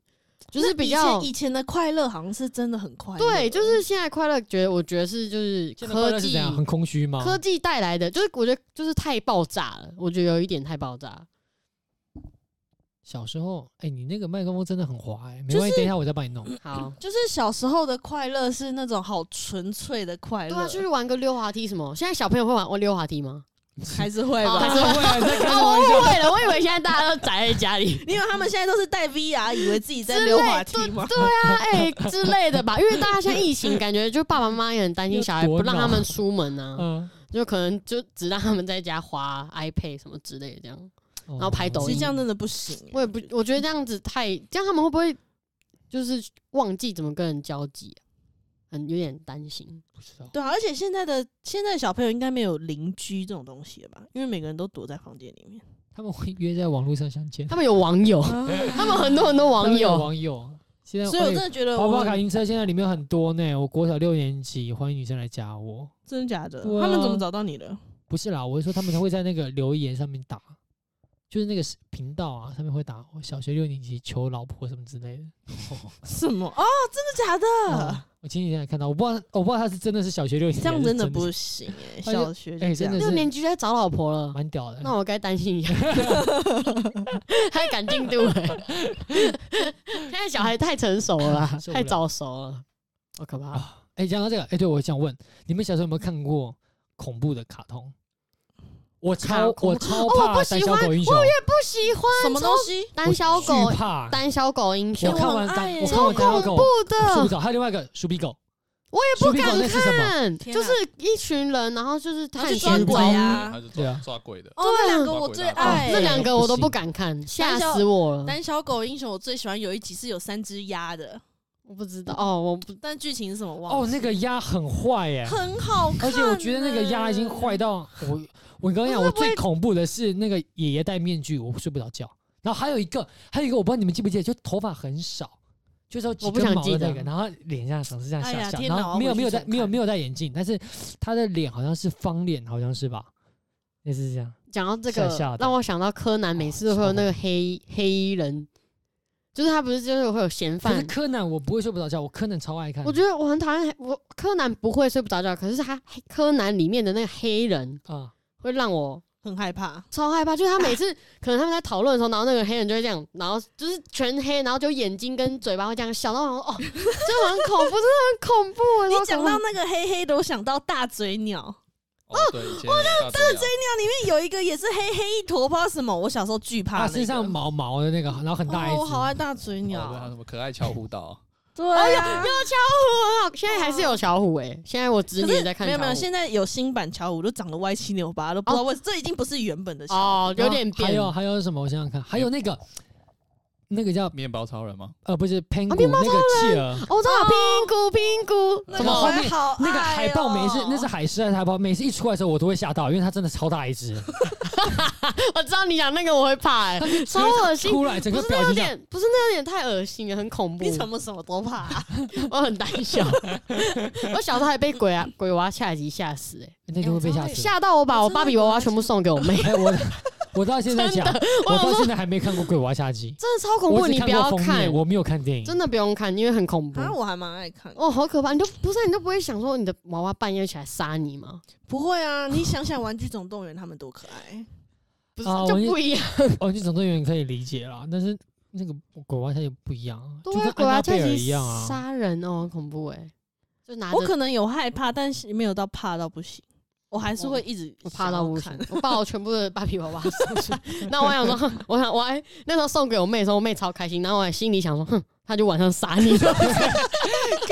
[SPEAKER 3] 就是 比较
[SPEAKER 4] 以前以前的快乐，好像是真的很快乐。
[SPEAKER 3] 对，就是现在快乐，觉得我觉得是就是
[SPEAKER 1] 现在快
[SPEAKER 3] 科
[SPEAKER 1] 乐是
[SPEAKER 3] 技
[SPEAKER 1] 怎样？很空虚吗？
[SPEAKER 3] 科技带来的，就是我觉得就是太爆炸了，我觉得有一点太爆炸了。
[SPEAKER 1] 小时候，哎、你那个麦克风真的很滑、哎，没关系，等一下我再帮你弄。
[SPEAKER 3] 好，
[SPEAKER 4] 就是小时候的快乐是那种好纯粹的快
[SPEAKER 3] 对
[SPEAKER 4] 乐，
[SPEAKER 3] 啊，就是玩个溜滑梯什么。现在小朋友会玩玩溜滑梯吗？
[SPEAKER 4] 还是哎会
[SPEAKER 3] 好
[SPEAKER 4] 吧。。
[SPEAKER 1] 但是会啊，你在开什
[SPEAKER 3] 啊，
[SPEAKER 1] 么
[SPEAKER 3] 我
[SPEAKER 1] 玩
[SPEAKER 3] 误
[SPEAKER 1] 笑？
[SPEAKER 3] 会了，我以为现在大家都宅在家里
[SPEAKER 4] 因为他们现在都是戴 VR，以为自己在溜滑梯嘛。
[SPEAKER 3] 对啊，哎、之类的吧，因为大家现在疫情，感觉就爸爸妈妈也很担心小孩，不让他们出门啊。
[SPEAKER 1] 嗯，
[SPEAKER 3] 就可能就只让他们在家滑 iPad 什么之类的这样。
[SPEAKER 1] 然
[SPEAKER 3] 后拍抖
[SPEAKER 4] 其
[SPEAKER 3] 音
[SPEAKER 4] 实这样真的不行。欸
[SPEAKER 3] 我也不，我觉得这样子太，这样他们会不会就是忘记怎么跟人交际、啊？很有点担 心。
[SPEAKER 1] 不知道。
[SPEAKER 4] 对啊，而且现在的现在的小朋友应该没有邻居这种东西了吧？因为每个人都躲在房间里面。
[SPEAKER 1] 他们会约在网络上相见，
[SPEAKER 3] 他们有网 友，他们很多很多网
[SPEAKER 1] 他们有
[SPEAKER 3] 友，
[SPEAKER 1] 网友。现在
[SPEAKER 4] 所以我真的觉得
[SPEAKER 1] 跑
[SPEAKER 4] 我
[SPEAKER 1] 跑卡
[SPEAKER 4] 们
[SPEAKER 1] 丁车现在里面很多呢。我国小六年级，欢迎女生来加我。
[SPEAKER 4] 真的假的？
[SPEAKER 1] 对啊
[SPEAKER 4] 他们怎么找到你的？
[SPEAKER 1] 不是啦，我是说他们会在那个留言上面打，就是那个频道啊上面会打我小学六年级求老婆什么之类的。
[SPEAKER 4] 什么？哦，真的假的？
[SPEAKER 1] 啊我前几天还看到，我不知道，我不知道他是真的是小学六年级，
[SPEAKER 4] 这样
[SPEAKER 1] 还是真
[SPEAKER 4] 真的
[SPEAKER 1] 是
[SPEAKER 4] 不行哎、
[SPEAKER 1] 哎
[SPEAKER 4] 小学
[SPEAKER 1] 哎
[SPEAKER 4] 就这
[SPEAKER 1] 真
[SPEAKER 4] 样
[SPEAKER 1] 的。
[SPEAKER 3] 六年级就在找老婆了，
[SPEAKER 1] 蛮屌的。
[SPEAKER 3] 那我该担心一下，还赶进度、 欸。现在小孩太成熟了啦，
[SPEAKER 1] 受不了
[SPEAKER 3] 太早熟了，好可怕。
[SPEAKER 1] 啊，哎、讲到这个，哎、对我想问，你们小时候有没有看过恐怖的卡通？我超
[SPEAKER 3] 恐
[SPEAKER 1] 我超
[SPEAKER 3] 哦我
[SPEAKER 1] 怕
[SPEAKER 3] 不
[SPEAKER 1] 胆
[SPEAKER 3] 喜
[SPEAKER 1] 小
[SPEAKER 3] 欢
[SPEAKER 1] 狗英雄，我
[SPEAKER 3] 不喜欢
[SPEAKER 4] 什么东西？
[SPEAKER 3] 胆小狗
[SPEAKER 1] 巨，怕。
[SPEAKER 3] 胆小狗英雄
[SPEAKER 1] 我看完
[SPEAKER 4] 我很爱
[SPEAKER 1] 胆，
[SPEAKER 4] 耶
[SPEAKER 1] 我看完胆小
[SPEAKER 3] 哎恐
[SPEAKER 1] 狗
[SPEAKER 3] 怖，
[SPEAKER 1] 鼠
[SPEAKER 3] 的
[SPEAKER 1] 鼻，狗，还有另外一个鼠鼻狗，
[SPEAKER 3] 我也
[SPEAKER 1] 鼠
[SPEAKER 3] 不
[SPEAKER 1] 鼻狗
[SPEAKER 3] 敢
[SPEAKER 1] 那是什么？
[SPEAKER 3] 看，
[SPEAKER 4] 天啊
[SPEAKER 3] 就是一群人，然后就是
[SPEAKER 4] 然后
[SPEAKER 3] 探
[SPEAKER 4] 去抓
[SPEAKER 3] 险
[SPEAKER 4] 鬼
[SPEAKER 3] 中
[SPEAKER 4] 啊
[SPEAKER 2] 他是
[SPEAKER 1] 对
[SPEAKER 2] 抓
[SPEAKER 1] 啊
[SPEAKER 2] 抓鬼的，
[SPEAKER 4] 哦，
[SPEAKER 3] 对啊
[SPEAKER 4] 那两个我最爱、
[SPEAKER 1] 哎
[SPEAKER 3] 哦那两个我都
[SPEAKER 1] 不行
[SPEAKER 3] 不敢看，吓
[SPEAKER 4] 胆小
[SPEAKER 3] 死我了。
[SPEAKER 4] 胆小狗英雄，我最喜欢有一集是有三只鸭的，
[SPEAKER 3] 我不知道哦，我不
[SPEAKER 4] 但剧情是什么忘
[SPEAKER 1] 哦，
[SPEAKER 4] 了。
[SPEAKER 1] 那个鸭很坏耶、
[SPEAKER 4] 很好看、欸
[SPEAKER 1] 而且我觉得那个鸭已经坏。到我，我跟你讲，我最恐怖的是那个爷爷戴面具，我睡不着觉。然后还有一个，还有一个，我不知道你们记不记得，就头发很少，就是有几
[SPEAKER 3] 我不
[SPEAKER 1] 根
[SPEAKER 3] 想
[SPEAKER 1] 毛的
[SPEAKER 3] 记得
[SPEAKER 1] 那个，然后脸上总是这样
[SPEAKER 4] 哎
[SPEAKER 1] 下
[SPEAKER 4] 呀
[SPEAKER 1] 下，
[SPEAKER 4] 天哪
[SPEAKER 1] 然后没有
[SPEAKER 4] 我要
[SPEAKER 1] 没
[SPEAKER 4] 回去
[SPEAKER 1] 有戴
[SPEAKER 4] 重看
[SPEAKER 1] 没有没有戴眼镜，但是他的脸好像是方脸，好像是吧？类似这样，
[SPEAKER 3] 讲到这
[SPEAKER 1] 吓吓
[SPEAKER 3] 个
[SPEAKER 1] 的，哦
[SPEAKER 3] 让我想到柯南，每次都会有那个黑黑衣人，就是他不是就是会有嫌
[SPEAKER 1] 可是
[SPEAKER 3] 犯。
[SPEAKER 1] 柯南我不会睡不着觉，我柯南超爱看。
[SPEAKER 3] 我觉得我很讨厌我柯南不会睡不着觉，可是他柯南里面的那个黑人
[SPEAKER 1] 得啊，
[SPEAKER 3] 会让我
[SPEAKER 4] 很害怕，
[SPEAKER 3] 超害怕，就是他每次 可能他们在讨论的时候，然后那个黑人就会这样，然后就是全黑，然后就眼睛跟嘴巴会这样笑，然后我想说哦，这很恐怖，真的很恐怖。
[SPEAKER 4] 你
[SPEAKER 3] 超
[SPEAKER 4] 讲
[SPEAKER 3] 恐怖
[SPEAKER 4] 到那个黑黑的，我想到大嘴鸟。
[SPEAKER 2] 哦，对，以前大嘴鸟
[SPEAKER 4] 那里面有一个也是黑黑一坨，不知道什么。我小时候巨怕、那
[SPEAKER 1] 他
[SPEAKER 4] 个
[SPEAKER 1] 身啊上毛毛的那个，然后很大一
[SPEAKER 4] 哦，
[SPEAKER 1] 只
[SPEAKER 4] 我，
[SPEAKER 3] 啊
[SPEAKER 4] 好爱大嘴鸟。
[SPEAKER 2] 哦对还有什么可爱巧虎岛，
[SPEAKER 4] 对啊，
[SPEAKER 3] 很啊好，现在还是有小虎哎、现在我侄女也在看
[SPEAKER 4] 没
[SPEAKER 3] 小
[SPEAKER 4] 有
[SPEAKER 3] 虎，
[SPEAKER 4] 没有，现在有新版巧虎，都长得歪七扭八，都不知
[SPEAKER 1] 哦
[SPEAKER 4] 道为、这已经不是原本的巧虎。
[SPEAKER 3] 哦有点
[SPEAKER 1] 还
[SPEAKER 3] 变，
[SPEAKER 1] 有还有什么？我想想看，还有那个那个叫
[SPEAKER 2] 面包超人吗？
[SPEAKER 1] 呃，不是 p e n g u
[SPEAKER 3] 面
[SPEAKER 1] i 那个企鹅，
[SPEAKER 3] 我知道拼咕拼咕，
[SPEAKER 4] 那
[SPEAKER 1] 怎
[SPEAKER 4] 个
[SPEAKER 1] 么
[SPEAKER 4] 我
[SPEAKER 1] 后
[SPEAKER 4] 也
[SPEAKER 1] 面
[SPEAKER 4] 好
[SPEAKER 1] 那个
[SPEAKER 3] 哎
[SPEAKER 4] 爱
[SPEAKER 1] 海豹
[SPEAKER 4] 哦
[SPEAKER 1] 每次那是海狮还是海豹，每次一出来的时候我都会吓到，因为它真的超大一只，
[SPEAKER 3] 我知道你讲那个我会怕、欸，超恶心
[SPEAKER 1] 出来整
[SPEAKER 3] 不
[SPEAKER 1] 个
[SPEAKER 3] 是
[SPEAKER 1] 表
[SPEAKER 3] 那有
[SPEAKER 1] 情这样
[SPEAKER 3] 点，不是那有点太恶心了，很恐怖
[SPEAKER 4] 你。怎么什么都怕、 啊？
[SPEAKER 3] 我很胆小， 我小时候还被鬼啊鬼娃下集吓死、 欸，
[SPEAKER 1] 那个会被吓
[SPEAKER 3] 哎，
[SPEAKER 1] 死。
[SPEAKER 3] 吓到我把
[SPEAKER 4] 我
[SPEAKER 3] 我
[SPEAKER 4] 知道
[SPEAKER 3] 芭比娃娃全部送给我妹，
[SPEAKER 1] 哎，我我到现在 讲，我
[SPEAKER 3] 我
[SPEAKER 1] 到现在还没看过《鬼娃下集》，
[SPEAKER 3] 真的超 恐
[SPEAKER 1] 我
[SPEAKER 3] 怖，
[SPEAKER 1] 只
[SPEAKER 3] 你不
[SPEAKER 1] 过
[SPEAKER 3] 要
[SPEAKER 1] 封
[SPEAKER 3] 看啊
[SPEAKER 1] 面，，我没有看电影，
[SPEAKER 3] 真的不用看，因为很恐怖
[SPEAKER 4] 反。正啊我还蛮爱看。
[SPEAKER 3] 哦，好可怕！你都不是你都不会想说你的娃娃半夜起来杀你吗？
[SPEAKER 4] 不会啊，你想想《玩具总动员》他们多可爱，
[SPEAKER 3] 不是
[SPEAKER 1] 啊
[SPEAKER 3] 就
[SPEAKER 1] 我也
[SPEAKER 3] 不一样。
[SPEAKER 1] 《玩具总动员》可以理解啦，但是那个《鬼娃下集》不一样啊，就
[SPEAKER 3] 对
[SPEAKER 1] 跟
[SPEAKER 3] 啊，
[SPEAKER 1] 安
[SPEAKER 3] 鬼
[SPEAKER 1] 娜
[SPEAKER 3] 娃
[SPEAKER 1] 贝
[SPEAKER 3] 下
[SPEAKER 1] 尔
[SPEAKER 3] 集
[SPEAKER 1] 一样 啊。
[SPEAKER 3] 杀人哦，很恐怖哎、就拿
[SPEAKER 4] 我
[SPEAKER 3] 着
[SPEAKER 4] 可能有害怕，但是没有到怕到不行，我还是会一直
[SPEAKER 3] 我怕到不
[SPEAKER 4] 想
[SPEAKER 3] 行
[SPEAKER 4] 要 看，
[SPEAKER 3] 我把我全部的芭比娃 娃送去。那我想说，我想我还那时候送给我妹的时候，我妹超开心，然后我还心里想说，哼，她就晚上杀你 了。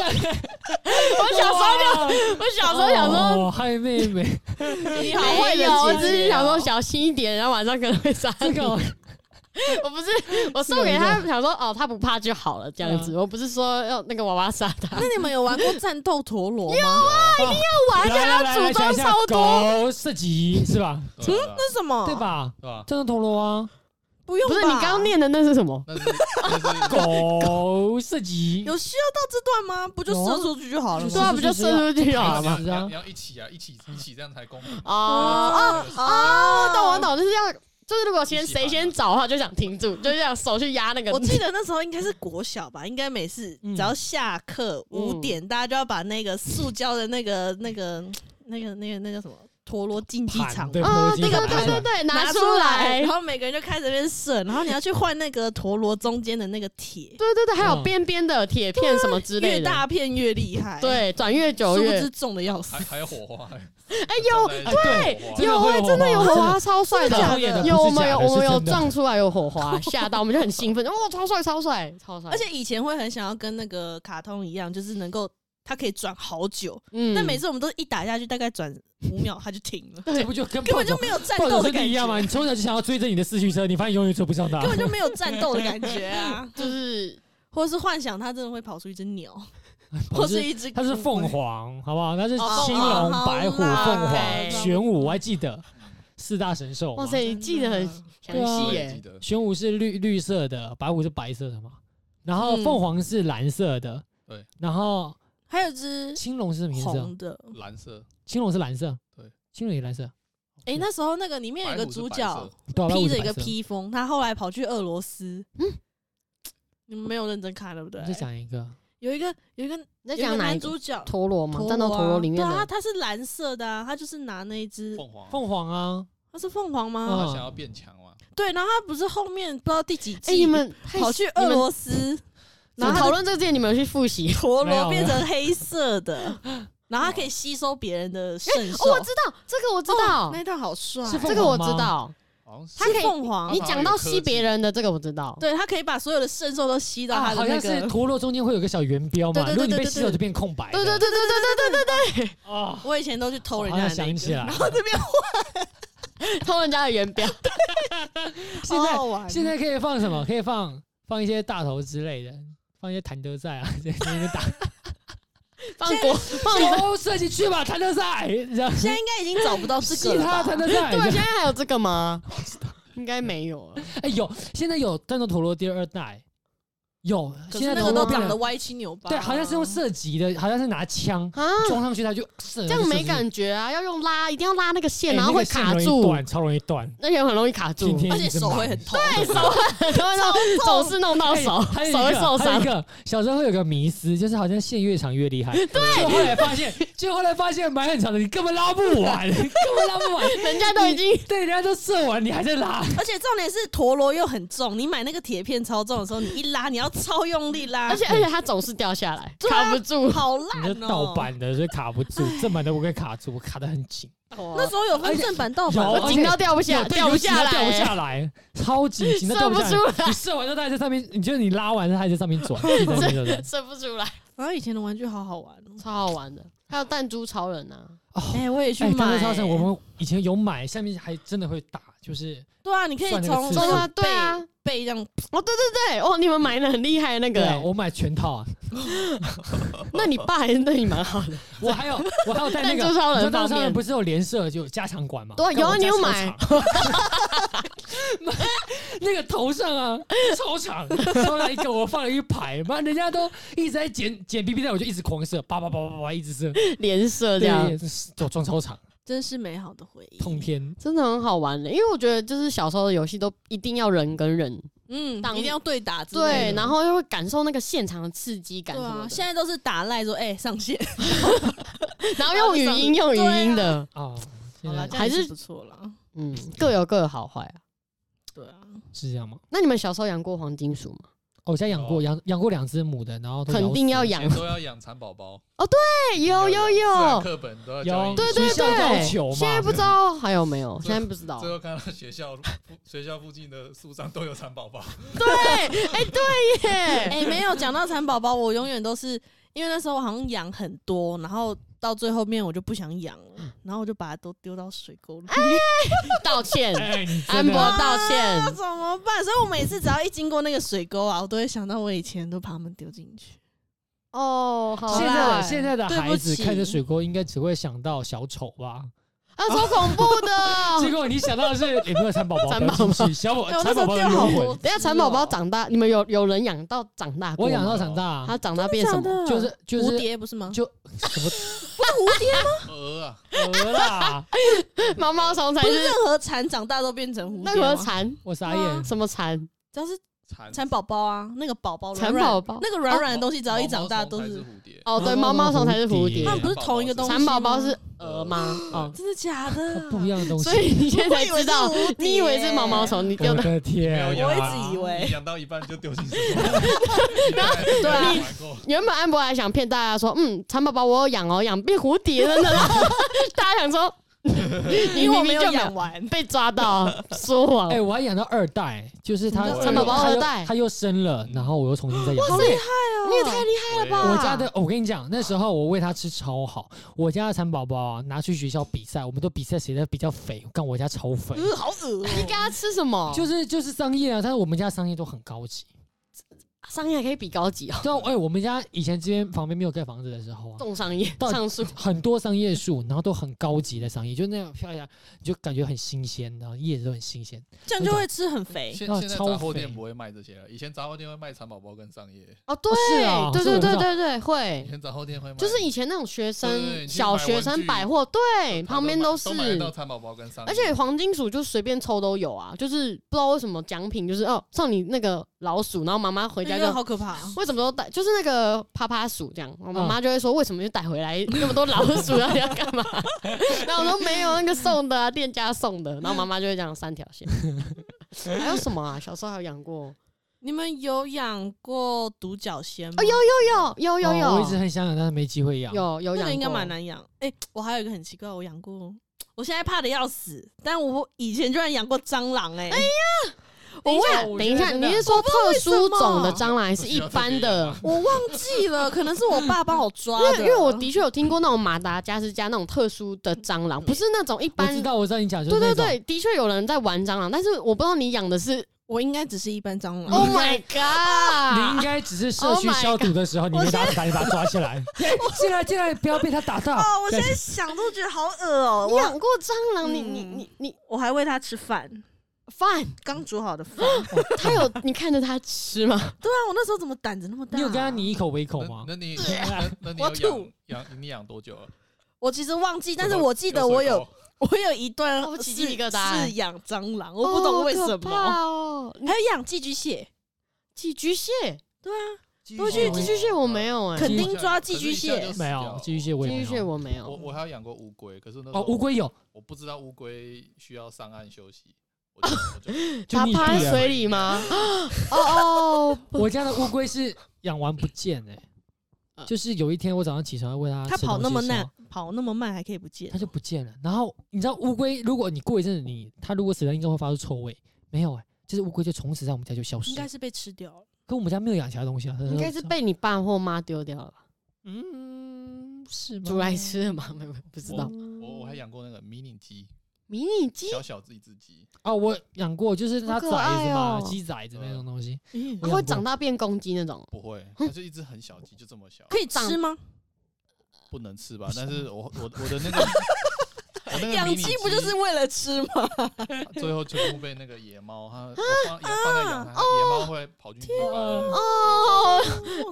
[SPEAKER 3] 我小时候
[SPEAKER 1] 候
[SPEAKER 3] 就，我小时候想说。
[SPEAKER 1] 哦，害妹妹，
[SPEAKER 4] 你
[SPEAKER 3] 好会的，我只是想说小心一点，然后晚上可能会杀
[SPEAKER 1] 这
[SPEAKER 3] 你。
[SPEAKER 1] 个
[SPEAKER 3] 我不是，我送给
[SPEAKER 1] 这
[SPEAKER 3] 她，想说哦，她不怕就好了，这样子。
[SPEAKER 1] 嗯
[SPEAKER 3] 我不是说要那个娃娃杀她
[SPEAKER 4] 那，你们有玩过战斗陀螺吗？
[SPEAKER 3] 玩
[SPEAKER 1] 来来来来
[SPEAKER 3] 组装
[SPEAKER 1] 想一下
[SPEAKER 3] 超多
[SPEAKER 1] 狗射击是吧？
[SPEAKER 4] 嗯
[SPEAKER 2] 对啊
[SPEAKER 4] 那什么？
[SPEAKER 1] 对？吧？
[SPEAKER 2] 对吧？
[SPEAKER 1] 战斗陀螺啊，
[SPEAKER 4] 不用
[SPEAKER 3] 不
[SPEAKER 4] 吧，
[SPEAKER 3] 是你刚刚念的那是什么？
[SPEAKER 2] 那是 那是
[SPEAKER 1] 狗射击，
[SPEAKER 4] 有需要到这段吗？不就
[SPEAKER 1] 有啊
[SPEAKER 4] 射出去就好
[SPEAKER 1] 就
[SPEAKER 4] 了吗？
[SPEAKER 1] 是
[SPEAKER 3] 对啊，不就射出去就好了吗？
[SPEAKER 1] 是
[SPEAKER 2] 你要
[SPEAKER 1] 啊
[SPEAKER 2] 你要一起啊，一起一起这样才公平。
[SPEAKER 3] 哦哦
[SPEAKER 4] 哦
[SPEAKER 3] 哦，懂我
[SPEAKER 4] 哦！
[SPEAKER 3] 懂，就是要就是如果先
[SPEAKER 2] 一起吧
[SPEAKER 3] 谁先找的话，就想停住，就是想手去压那个。
[SPEAKER 4] 我记得那时候应该是国小吧，应该每次
[SPEAKER 1] 嗯
[SPEAKER 4] 只要下课五
[SPEAKER 3] 嗯
[SPEAKER 4] 点，大家就要把那个塑胶的那个、那个、那个、那个、那个什么陀螺竞技场
[SPEAKER 1] 盘对
[SPEAKER 3] 啊，
[SPEAKER 1] 对
[SPEAKER 3] 对对对对
[SPEAKER 1] 对
[SPEAKER 3] 对，
[SPEAKER 4] 拿
[SPEAKER 3] 拿出
[SPEAKER 4] 来，
[SPEAKER 3] 来
[SPEAKER 4] 然。后每个人就开始在那边射，然后你要去换那个陀螺中间的那个铁，
[SPEAKER 3] 对对对，还有
[SPEAKER 1] 嗯
[SPEAKER 3] 边边的铁片什么之类
[SPEAKER 4] 越
[SPEAKER 3] 的，
[SPEAKER 4] 大片越厉害。，
[SPEAKER 3] 对，转越久
[SPEAKER 4] 殊不
[SPEAKER 3] 越
[SPEAKER 4] 知。重的要死
[SPEAKER 2] 还。还有火花，
[SPEAKER 4] 哦
[SPEAKER 2] 哎，
[SPEAKER 3] 哎，有
[SPEAKER 2] 对
[SPEAKER 1] 真的
[SPEAKER 3] 有
[SPEAKER 1] 会
[SPEAKER 3] 哎，
[SPEAKER 1] 有
[SPEAKER 3] 真的
[SPEAKER 1] 火
[SPEAKER 3] 有
[SPEAKER 1] 花
[SPEAKER 3] 火
[SPEAKER 1] 真的
[SPEAKER 3] 花，超帅
[SPEAKER 1] 真的
[SPEAKER 3] 的
[SPEAKER 1] 演的。不是
[SPEAKER 3] 有我们
[SPEAKER 1] 假的
[SPEAKER 3] 有我们
[SPEAKER 1] 是
[SPEAKER 3] 有
[SPEAKER 1] 真的
[SPEAKER 3] 撞出来有火花，吓到我们就很兴奋，哦，超帅超帅超帅。
[SPEAKER 4] 而且以前会很想要跟那个卡通一样，就是能够它可以转好久，
[SPEAKER 3] 嗯！
[SPEAKER 4] 但每次我们都一打下去，大概转五秒它就停了，
[SPEAKER 1] 这不就跟
[SPEAKER 4] 根
[SPEAKER 1] 暴
[SPEAKER 4] 本
[SPEAKER 1] 走
[SPEAKER 4] 就没有战
[SPEAKER 1] 暴
[SPEAKER 4] 斗
[SPEAKER 1] 走
[SPEAKER 4] 的
[SPEAKER 1] 兄
[SPEAKER 4] 感
[SPEAKER 1] 弟一样吗？
[SPEAKER 4] 觉，
[SPEAKER 1] 你从小就想要追着你的四驱车，你发现永远追不上 它
[SPEAKER 4] 根。本就没有战斗的感觉啊
[SPEAKER 3] 就是
[SPEAKER 4] 或者是幻想它真的会跑出一只鸟，
[SPEAKER 1] 我
[SPEAKER 4] 或是一只
[SPEAKER 1] 它是
[SPEAKER 4] 乌龟
[SPEAKER 1] 凤，凰，好不好？它是
[SPEAKER 3] 哦
[SPEAKER 1] 青
[SPEAKER 4] 凤
[SPEAKER 1] 龙、
[SPEAKER 4] 凰
[SPEAKER 1] 白虎、
[SPEAKER 4] 好啦
[SPEAKER 1] 凤凰、
[SPEAKER 3] OK
[SPEAKER 1] 玄武，我还记得四大神兽嘛。
[SPEAKER 3] 哇塞，你记得很详
[SPEAKER 1] 对啊
[SPEAKER 3] 细
[SPEAKER 2] 我也记
[SPEAKER 3] 耶。
[SPEAKER 2] 得，
[SPEAKER 1] 玄武是绿绿色的，白虎是白色的嘛，然后
[SPEAKER 4] 嗯
[SPEAKER 1] 凤凰是蓝色的，
[SPEAKER 2] 对，
[SPEAKER 1] 然后
[SPEAKER 4] 还有一只
[SPEAKER 1] 青龙是什么颜色
[SPEAKER 4] 红？的。
[SPEAKER 2] 蓝色，
[SPEAKER 1] 青龙是蓝色，
[SPEAKER 2] 对，
[SPEAKER 1] 青龙也蓝色，
[SPEAKER 4] 哎、那时候那个里面有一
[SPEAKER 2] 白
[SPEAKER 4] 个
[SPEAKER 2] 虎是
[SPEAKER 4] 主
[SPEAKER 2] 白
[SPEAKER 4] 角
[SPEAKER 2] 色
[SPEAKER 1] 对啊，白
[SPEAKER 4] 披
[SPEAKER 1] 虎
[SPEAKER 4] 着
[SPEAKER 1] 是
[SPEAKER 4] 一
[SPEAKER 1] 白
[SPEAKER 4] 个
[SPEAKER 1] 色。
[SPEAKER 4] 披风，他后来跑去俄罗斯。嗯，你们没有认真看对不对
[SPEAKER 1] 我？再讲一个，
[SPEAKER 4] 有一个有一个
[SPEAKER 3] 你在
[SPEAKER 4] 有一个
[SPEAKER 3] 讲哪一个？
[SPEAKER 4] 男主角
[SPEAKER 3] 陀螺吗？战斗陀螺里面
[SPEAKER 4] 对啊，
[SPEAKER 3] 的。
[SPEAKER 4] 它是蓝色的啊，它就是拿那一只，
[SPEAKER 2] 凤凰，
[SPEAKER 1] 凤凰啊，
[SPEAKER 4] 它是凤凰吗？
[SPEAKER 1] 嗯
[SPEAKER 2] 他想要变强嘛，
[SPEAKER 4] 对，然后它不是后面不知道第几季，
[SPEAKER 3] 哎，你们太
[SPEAKER 4] 跑去俄罗斯，
[SPEAKER 3] 你们
[SPEAKER 4] 然后
[SPEAKER 3] 讨
[SPEAKER 4] 它的
[SPEAKER 3] 论这件，你们有去复习？
[SPEAKER 4] 陀
[SPEAKER 1] 没有
[SPEAKER 4] 螺变成黑 色的，然后它可以吸收别人的圣兽。
[SPEAKER 3] 哦，我知道这个，我知道
[SPEAKER 4] 哦那一段好帅，
[SPEAKER 1] 是凤
[SPEAKER 3] 这个我
[SPEAKER 1] 凰
[SPEAKER 3] 知
[SPEAKER 1] 吗
[SPEAKER 3] 道。
[SPEAKER 2] 好像是
[SPEAKER 3] 它可以
[SPEAKER 4] 凤凰
[SPEAKER 3] 你，讲到吸别人的这个我知道，
[SPEAKER 4] 对，它可以把所有的圣兽都吸到
[SPEAKER 1] 啊，
[SPEAKER 4] 它的
[SPEAKER 1] 好
[SPEAKER 4] 那
[SPEAKER 1] 像是
[SPEAKER 4] 个。
[SPEAKER 1] 陀螺中间会有个小圆标嘛，
[SPEAKER 4] 对对对
[SPEAKER 1] 如果你被
[SPEAKER 4] 对对
[SPEAKER 1] 吸走就变空白的。
[SPEAKER 3] 对对对对对对对
[SPEAKER 1] 啊，
[SPEAKER 4] 我以前都去偷人
[SPEAKER 1] 好
[SPEAKER 4] 家
[SPEAKER 1] 像
[SPEAKER 4] 的
[SPEAKER 1] 想
[SPEAKER 4] 那
[SPEAKER 1] 起
[SPEAKER 4] 个，
[SPEAKER 1] 来了，
[SPEAKER 3] 对，偷人家的原 标，
[SPEAKER 1] 现
[SPEAKER 4] 好
[SPEAKER 1] 在
[SPEAKER 4] 好玩
[SPEAKER 1] 现在可以放什么？可以放放一些大头之类的，放一些谭德赛啊，在那边 打。
[SPEAKER 3] 放国放国，
[SPEAKER 1] 哦，射进去吧，谭德赛，这样
[SPEAKER 4] 现在应该已经找不
[SPEAKER 3] 哦
[SPEAKER 4] 到这个
[SPEAKER 1] 吸
[SPEAKER 4] 了
[SPEAKER 1] 他
[SPEAKER 4] 吧
[SPEAKER 1] 谭？德赛。
[SPEAKER 3] 对，
[SPEAKER 1] 这
[SPEAKER 3] 现
[SPEAKER 1] 样
[SPEAKER 3] 在还有这 个吗？应该没有了。
[SPEAKER 1] 哎，有现在有战斗陀螺第二代，有啊
[SPEAKER 4] 可
[SPEAKER 1] 现在
[SPEAKER 4] 是那
[SPEAKER 1] 陀
[SPEAKER 4] 个
[SPEAKER 1] 螺
[SPEAKER 4] 都
[SPEAKER 1] 变
[SPEAKER 4] 长
[SPEAKER 1] 得
[SPEAKER 4] 得歪七扭八啊，
[SPEAKER 1] 对，好像是用射击的，好像是拿枪
[SPEAKER 3] 啊，
[SPEAKER 1] 装上去，它就射。
[SPEAKER 3] 这
[SPEAKER 1] 它就
[SPEAKER 3] 样
[SPEAKER 1] 射
[SPEAKER 3] 没
[SPEAKER 1] 出去
[SPEAKER 3] 感觉啊，要用拉，一定要拉那个线，
[SPEAKER 1] 哎
[SPEAKER 3] 然后
[SPEAKER 1] 那
[SPEAKER 3] 会
[SPEAKER 1] 个线
[SPEAKER 3] 卡
[SPEAKER 1] 容易
[SPEAKER 3] 住，
[SPEAKER 1] 断，超容易断。
[SPEAKER 3] 那也很容易卡住，
[SPEAKER 1] 天天
[SPEAKER 4] 而且
[SPEAKER 1] 一直
[SPEAKER 4] 手
[SPEAKER 1] 忙
[SPEAKER 4] 会很痛。
[SPEAKER 3] 对手会手会弄总是弄到手，
[SPEAKER 1] 还哎有一
[SPEAKER 3] 手
[SPEAKER 1] 个，
[SPEAKER 3] 会受
[SPEAKER 1] 还有
[SPEAKER 3] 伤
[SPEAKER 1] 一。个小时候会有个迷思，就是好像线越长越厉害。对，就后来发现，就后来发现买很长的你根本拉不 完，根本拉不完。
[SPEAKER 3] 人家都已经
[SPEAKER 1] 对，人家都射完，你还在拉。
[SPEAKER 4] 而且重点是陀螺又很重，你买那个铁片超重的时候，你一拉你要超用力拉，
[SPEAKER 3] 而且而且他总是掉下来，
[SPEAKER 1] 啊
[SPEAKER 3] 卡不住。
[SPEAKER 4] 好
[SPEAKER 1] 你
[SPEAKER 4] 烂
[SPEAKER 1] 就
[SPEAKER 4] 哦、
[SPEAKER 1] 盗版的，所以卡不住；正版的我给卡住，我卡的很紧，
[SPEAKER 4] 那时候有分正版盗版
[SPEAKER 1] 哎有
[SPEAKER 4] 吗，
[SPEAKER 1] 而且
[SPEAKER 3] 紧到掉不下，
[SPEAKER 1] 哦有对
[SPEAKER 3] 掉不
[SPEAKER 1] 尤其它
[SPEAKER 3] 下来，
[SPEAKER 1] 掉不下来，超级紧，它
[SPEAKER 3] 射
[SPEAKER 1] 掉
[SPEAKER 3] 不
[SPEAKER 1] 下
[SPEAKER 3] 出
[SPEAKER 1] 来。
[SPEAKER 3] 来
[SPEAKER 1] 你，射完之后，它还在上面，你就是你拉完，它还在上面 转，一直在上面转。
[SPEAKER 3] 射不出来，
[SPEAKER 4] 然后以前的玩具好好玩哦、
[SPEAKER 3] 超好玩的。还有弹珠超人啊，
[SPEAKER 1] 哦
[SPEAKER 4] 哎、我也去
[SPEAKER 1] 哎，
[SPEAKER 4] 买、
[SPEAKER 1] 弹珠超人，我们以前有买，下面还真的会打，就是
[SPEAKER 4] 对啊，你可以
[SPEAKER 1] 算那个
[SPEAKER 4] 从
[SPEAKER 1] 次
[SPEAKER 3] 对
[SPEAKER 1] 数
[SPEAKER 3] 啊，对啊，
[SPEAKER 4] 背这样，
[SPEAKER 3] 哦，对对对，哦，你们买的很厉害那
[SPEAKER 1] 对
[SPEAKER 3] 个、
[SPEAKER 1] 啊，
[SPEAKER 3] 欸，
[SPEAKER 1] 我买全套啊，
[SPEAKER 3] 那你爸还是对你蛮好的。
[SPEAKER 1] 我还有 我还有 带那个，
[SPEAKER 3] 但周超人
[SPEAKER 1] 你知道
[SPEAKER 3] 方
[SPEAKER 1] 周超人
[SPEAKER 3] 面
[SPEAKER 1] 不是有联社就有加强馆吗？
[SPEAKER 3] 对有
[SPEAKER 1] 干
[SPEAKER 3] 啊
[SPEAKER 1] 我家
[SPEAKER 3] 你有
[SPEAKER 1] 超
[SPEAKER 3] 买
[SPEAKER 1] 长，买 那个头上啊超长，抽了一个我放了一排，妈人家都一直在捡捡 BB 弹，我就一直狂射，叭叭叭叭叭一直射，
[SPEAKER 3] 连射这样，
[SPEAKER 1] 对，走装超长，
[SPEAKER 4] 真是美好的回忆。
[SPEAKER 1] 通天。
[SPEAKER 3] 真的很好玩的、因为我觉得就是小时候的游戏都一定要人跟人，
[SPEAKER 4] 嗯，
[SPEAKER 3] 当
[SPEAKER 4] 一定要对打之类
[SPEAKER 3] 对，
[SPEAKER 4] 的
[SPEAKER 3] 然后又会感受那个现场的刺激感
[SPEAKER 4] 对
[SPEAKER 3] 什么
[SPEAKER 4] 啊，
[SPEAKER 3] 的，
[SPEAKER 4] 现在都是打赖说哎、上线，
[SPEAKER 3] 然后用语音用语音的，
[SPEAKER 1] 啊，现
[SPEAKER 4] 好
[SPEAKER 1] 在
[SPEAKER 4] 啦这样
[SPEAKER 3] 还
[SPEAKER 4] 也
[SPEAKER 3] 是
[SPEAKER 4] 不错了。
[SPEAKER 3] 嗯，各有各的好坏啊。
[SPEAKER 4] 对 啊，
[SPEAKER 1] 是这样吗？
[SPEAKER 3] 那你们小时候养过黄金鼠吗？
[SPEAKER 1] 哦，我家养过养养过两只母的，然后都咬
[SPEAKER 3] 肯定
[SPEAKER 1] 死
[SPEAKER 3] 要
[SPEAKER 1] 了
[SPEAKER 3] 养
[SPEAKER 2] 以前，都要养蚕宝宝，
[SPEAKER 3] 对，哎有有
[SPEAKER 2] 自然
[SPEAKER 3] 有，
[SPEAKER 2] 课本都要教
[SPEAKER 1] 有，
[SPEAKER 2] 英
[SPEAKER 3] 对
[SPEAKER 2] 语
[SPEAKER 3] 对
[SPEAKER 1] 啊学校都有
[SPEAKER 3] 对
[SPEAKER 1] 球嘛啊
[SPEAKER 3] 现在不知道还有没有，
[SPEAKER 2] 这
[SPEAKER 3] 现在不知道
[SPEAKER 2] 最。后看到学校附学校附近的树上都有蚕宝宝，
[SPEAKER 3] 对，哎， 对耶，
[SPEAKER 4] 哎、没有讲到蚕宝宝，我永远都是因为那时候我好像养很多，然后到最后面我就不想养了，
[SPEAKER 1] 嗯
[SPEAKER 4] 然后我就把它都丢到水沟里。
[SPEAKER 3] 道歉，
[SPEAKER 1] 哎，你
[SPEAKER 3] 安
[SPEAKER 1] 真
[SPEAKER 3] 博
[SPEAKER 1] 的
[SPEAKER 3] 道歉
[SPEAKER 4] 那。怎么办？所以我每次只要一经过那个水沟啊，我都会想到我以前都把它们丢进去。
[SPEAKER 3] 哦，好啦
[SPEAKER 1] 现在现在的
[SPEAKER 4] 对不
[SPEAKER 1] 孩子
[SPEAKER 4] 起
[SPEAKER 1] 看着水沟，应该只会想到小丑吧？
[SPEAKER 3] 啊，超恐怖的
[SPEAKER 1] 结。果你想到的是，有没有蚕宝宝？
[SPEAKER 3] 哦蚕
[SPEAKER 1] 不要
[SPEAKER 3] 宝宝
[SPEAKER 1] 进去小宝
[SPEAKER 4] 哎我那
[SPEAKER 1] 蚕
[SPEAKER 4] 时
[SPEAKER 1] 宝宝的
[SPEAKER 4] 候掉好
[SPEAKER 1] 灵
[SPEAKER 4] 多
[SPEAKER 1] 魂。
[SPEAKER 3] 等一下蚕宝宝长大，你们有有人养到长大过
[SPEAKER 1] 我
[SPEAKER 3] 吗
[SPEAKER 1] 养到长大
[SPEAKER 3] 它
[SPEAKER 1] 啊，
[SPEAKER 3] 长大变什
[SPEAKER 4] 真
[SPEAKER 3] 么？
[SPEAKER 4] 的
[SPEAKER 1] 就是就
[SPEAKER 4] 蝴
[SPEAKER 1] 是
[SPEAKER 4] 蝶不是吗？
[SPEAKER 1] 就什么
[SPEAKER 2] 鹅啊，
[SPEAKER 1] 鹅啦，
[SPEAKER 3] 毛毛虫才
[SPEAKER 4] 不是
[SPEAKER 3] 是
[SPEAKER 4] 任何蚕长大都变成蝴
[SPEAKER 3] 那
[SPEAKER 4] 蝶吗
[SPEAKER 3] 个？蚕，
[SPEAKER 1] 我傻 眼。
[SPEAKER 3] 什么蚕？
[SPEAKER 4] 只要是
[SPEAKER 2] 蚕
[SPEAKER 4] 蚕宝宝啊，那个宝宝软
[SPEAKER 3] 蚕
[SPEAKER 4] 软
[SPEAKER 3] 宝宝
[SPEAKER 4] 那个软软的东西，只要一长大都
[SPEAKER 2] 毛毛
[SPEAKER 4] 是
[SPEAKER 2] 虫才。蝴蝶，
[SPEAKER 3] 哦，对，
[SPEAKER 1] 哦
[SPEAKER 3] 毛毛虫才是蝴
[SPEAKER 1] 蝴
[SPEAKER 3] 蝶
[SPEAKER 1] 蝶。
[SPEAKER 4] 他们不是同一个东西吗。
[SPEAKER 3] 蚕宝宝是鹅吗？哦，
[SPEAKER 4] 真的假 的？
[SPEAKER 1] 不一样的东西
[SPEAKER 3] 所，以你现在才知道
[SPEAKER 4] 我以为是蝴，蝶
[SPEAKER 3] 你以为是毛毛虫，你
[SPEAKER 1] 我
[SPEAKER 3] 丢到
[SPEAKER 1] 的天啊！
[SPEAKER 2] 没有
[SPEAKER 4] 我一直以为
[SPEAKER 2] 你养到一半就丢进水沟，对
[SPEAKER 3] 啊
[SPEAKER 2] 玩过，
[SPEAKER 3] 原本安博还想骗大家说，嗯，蚕宝宝我有养哦，养变蝴蝶了呢。然后大家想说，你
[SPEAKER 4] 因为我
[SPEAKER 3] 明
[SPEAKER 4] 没
[SPEAKER 3] 明
[SPEAKER 4] 有
[SPEAKER 3] 就没
[SPEAKER 4] 养
[SPEAKER 3] 有
[SPEAKER 4] 完。
[SPEAKER 3] 被抓到，说谎
[SPEAKER 1] 哎，。我还养到二代，就是它
[SPEAKER 4] 你
[SPEAKER 2] 知道
[SPEAKER 1] 它
[SPEAKER 2] 蚕宝
[SPEAKER 3] 宝
[SPEAKER 1] 它又
[SPEAKER 3] 二代
[SPEAKER 1] 它又生了，然后我又重新再养。
[SPEAKER 3] 好厉害哦！你也太厉害了吧！
[SPEAKER 1] 我家的，哦我跟你讲，那时候我喂它吃超好。我家的蚕宝宝啊，拿去学校比赛，我们都比赛谁的比较肥。我看我家超肥，
[SPEAKER 4] 嗯，好恶哦！
[SPEAKER 3] 你给它吃什么？
[SPEAKER 1] 就是是就是桑叶啊，但是我们家桑叶都很高级。
[SPEAKER 3] 商业可以比高级哦，
[SPEAKER 1] 对啊，哎、我们家以前这边旁边没有盖房子的时候啊，
[SPEAKER 3] 种商业
[SPEAKER 1] 到底
[SPEAKER 3] 上树。
[SPEAKER 1] 很多桑叶树，然后都很高级的桑叶，就那样漂亮，你就感觉很新鲜，然后叶子都很新鲜。
[SPEAKER 4] 这样就会吃很肥。
[SPEAKER 2] 现
[SPEAKER 1] 啊
[SPEAKER 2] 现在
[SPEAKER 1] 超
[SPEAKER 2] 杂货
[SPEAKER 1] 肥
[SPEAKER 2] 店不会卖这些了，以前杂货店会卖蚕宝宝跟桑叶，
[SPEAKER 3] 哦，对
[SPEAKER 1] 是啊
[SPEAKER 3] 对
[SPEAKER 1] 这
[SPEAKER 3] 对
[SPEAKER 1] 我不知
[SPEAKER 3] 对
[SPEAKER 1] 道
[SPEAKER 3] 对对，
[SPEAKER 2] 以
[SPEAKER 3] 会。
[SPEAKER 2] 前杂货店会卖，
[SPEAKER 3] 就是以前那种学
[SPEAKER 2] 对对对
[SPEAKER 3] 生、
[SPEAKER 2] 你去
[SPEAKER 3] 小学
[SPEAKER 2] 买玩
[SPEAKER 3] 生
[SPEAKER 2] 具
[SPEAKER 3] 百货，对，旁边
[SPEAKER 2] 都
[SPEAKER 3] 是
[SPEAKER 2] 买，买得到蚕宝宝跟桑叶，
[SPEAKER 3] 而且黄金鼠就随便抽都有啊，就是不知道为什么奖品就是哦送你那个老鼠，然后妈妈回家
[SPEAKER 4] 那
[SPEAKER 3] 就
[SPEAKER 4] 个好可怕、哦
[SPEAKER 3] 为什么都带，就是那个趴趴鼠这样，我妈妈就会说为什么就带回来那么多老鼠，然后你要 干嘛？然后我说没有那个送的啊，店家送的，然后妈妈就会讲三条 线。还有什么啊？小时候还有养过，
[SPEAKER 4] 你们有养过独角仙吗？
[SPEAKER 3] 哦有有有有有
[SPEAKER 1] 哦我
[SPEAKER 3] 有
[SPEAKER 1] 一直很想养，但是没机会养。
[SPEAKER 3] 有有
[SPEAKER 4] 那
[SPEAKER 3] 养
[SPEAKER 4] 个应该
[SPEAKER 3] 过
[SPEAKER 4] 蛮难养。哎、我还有一个很奇怪，我养过，我现在怕的要死，但我以前居然养过蟑螂、哎、
[SPEAKER 3] 我问，
[SPEAKER 1] 我
[SPEAKER 3] 等
[SPEAKER 1] 觉
[SPEAKER 3] 一
[SPEAKER 1] 得
[SPEAKER 3] 下，
[SPEAKER 1] 真
[SPEAKER 3] 你
[SPEAKER 1] 的
[SPEAKER 3] 是说特殊种的
[SPEAKER 4] 为
[SPEAKER 3] 蟑螂还是一般的？
[SPEAKER 4] 我忘记了，可能是我爸帮我抓
[SPEAKER 3] 因为
[SPEAKER 4] 的，
[SPEAKER 3] 因为我的确有听过那种马达加斯加那种特殊的蟑螂，不是那种一
[SPEAKER 1] 我
[SPEAKER 3] 般
[SPEAKER 1] 知。道，我知道你讲就是
[SPEAKER 3] 对
[SPEAKER 1] 那
[SPEAKER 3] 对
[SPEAKER 1] 种。
[SPEAKER 3] 对，的确有人在玩蟑螂，但是我不知道你养的是。
[SPEAKER 4] 我应该只是一般蟑螂。
[SPEAKER 3] Oh my
[SPEAKER 1] 你应
[SPEAKER 3] god！
[SPEAKER 1] 该只是社区
[SPEAKER 3] 啊 Oh my
[SPEAKER 1] 消毒的时候，你没打死它，你把它抓起来， 哎进来进来，不要被它打到。
[SPEAKER 4] 哦，我现在想都觉得好恶哦、
[SPEAKER 3] 你养过蟑螂？你
[SPEAKER 4] 嗯
[SPEAKER 3] 你你你
[SPEAKER 4] 我我还喂它吃饭，
[SPEAKER 3] 饭，
[SPEAKER 4] 刚煮好的饭。
[SPEAKER 3] 它 有你看着它吃吗？
[SPEAKER 4] 对啊，我那时候怎么胆子那么大、啊
[SPEAKER 1] 你有跟它你一口我一口吗哎
[SPEAKER 2] 那？那你
[SPEAKER 1] 对
[SPEAKER 2] 那那你
[SPEAKER 4] 我
[SPEAKER 2] 有
[SPEAKER 4] 吐
[SPEAKER 2] 养养你养多久了？
[SPEAKER 4] 我其实忘记，但是我记得我
[SPEAKER 2] 水
[SPEAKER 4] 有
[SPEAKER 2] 沟
[SPEAKER 4] 我有一段
[SPEAKER 3] 哦
[SPEAKER 4] 是
[SPEAKER 3] 鸡皮疙瘩
[SPEAKER 4] 是养蟑螂，我不懂
[SPEAKER 3] 哦
[SPEAKER 4] 为什
[SPEAKER 3] 可
[SPEAKER 4] 么。
[SPEAKER 3] 怕哦，
[SPEAKER 4] 还有养寄居蟹，
[SPEAKER 3] 寄居蟹，
[SPEAKER 1] 哦
[SPEAKER 4] 对啊，
[SPEAKER 3] 我去寄居蟹我没有哎，
[SPEAKER 4] 肯
[SPEAKER 1] 寄
[SPEAKER 4] 定抓寄居
[SPEAKER 2] 可是一下
[SPEAKER 4] 蟹
[SPEAKER 2] 就。
[SPEAKER 1] 没有，寄居蟹我
[SPEAKER 3] 寄
[SPEAKER 1] 也没
[SPEAKER 3] 居
[SPEAKER 1] 有。
[SPEAKER 3] 蟹我没有
[SPEAKER 2] 我。我还有养过乌龟，可是那时
[SPEAKER 1] 哦
[SPEAKER 2] 候，
[SPEAKER 1] 乌龟有，
[SPEAKER 2] 我不知道乌龟需要上岸休息，我就我就
[SPEAKER 1] 就
[SPEAKER 3] 它
[SPEAKER 1] 你
[SPEAKER 3] 趴
[SPEAKER 1] 闭了
[SPEAKER 3] 在水里吗？哦哦，
[SPEAKER 1] 我家的乌龟是养完不见哎、
[SPEAKER 3] 呃
[SPEAKER 1] 就是有一天我早上起床要喂它，
[SPEAKER 4] 它跑那么慢，，跑那么慢还可以不见
[SPEAKER 1] 它，就不见了。然后你知道乌龟，如果你过一阵子你它如果死了，应该会发出臭味，没有哎、就是乌龟就从此在我们家就消
[SPEAKER 4] 应
[SPEAKER 1] 失
[SPEAKER 4] 该
[SPEAKER 1] 了。
[SPEAKER 4] 是被吃掉了。
[SPEAKER 1] 可我们家没有养其他东西啊，它
[SPEAKER 3] 应该是被你爸或妈丢掉了吧，
[SPEAKER 1] 嗯是吗？
[SPEAKER 3] 煮来吃的吗？没有，没有不知道。
[SPEAKER 2] 我我还养过那个迷你鸡，
[SPEAKER 3] 迷你鸡，
[SPEAKER 2] 小小只一只鸡，
[SPEAKER 1] 哦，我养过，就是它
[SPEAKER 3] 好
[SPEAKER 1] 崽
[SPEAKER 3] 可爱
[SPEAKER 1] 子嘛，
[SPEAKER 3] 哦
[SPEAKER 1] 鸡崽子那种东西，
[SPEAKER 4] 嗯
[SPEAKER 1] 我
[SPEAKER 3] 它
[SPEAKER 1] 养过
[SPEAKER 3] 会长大变公鸡那种。
[SPEAKER 2] 不会，它就一只很小鸡，就这么小，
[SPEAKER 4] 可以吃吗？
[SPEAKER 2] 不能吃吧？但是我我我的那个我那个迷你
[SPEAKER 4] 为了吃 吗？
[SPEAKER 2] 最后全部被那个野猫，它我
[SPEAKER 4] 啊
[SPEAKER 2] 放也放在阳台，它野猫会跑进去把它。
[SPEAKER 3] 哦，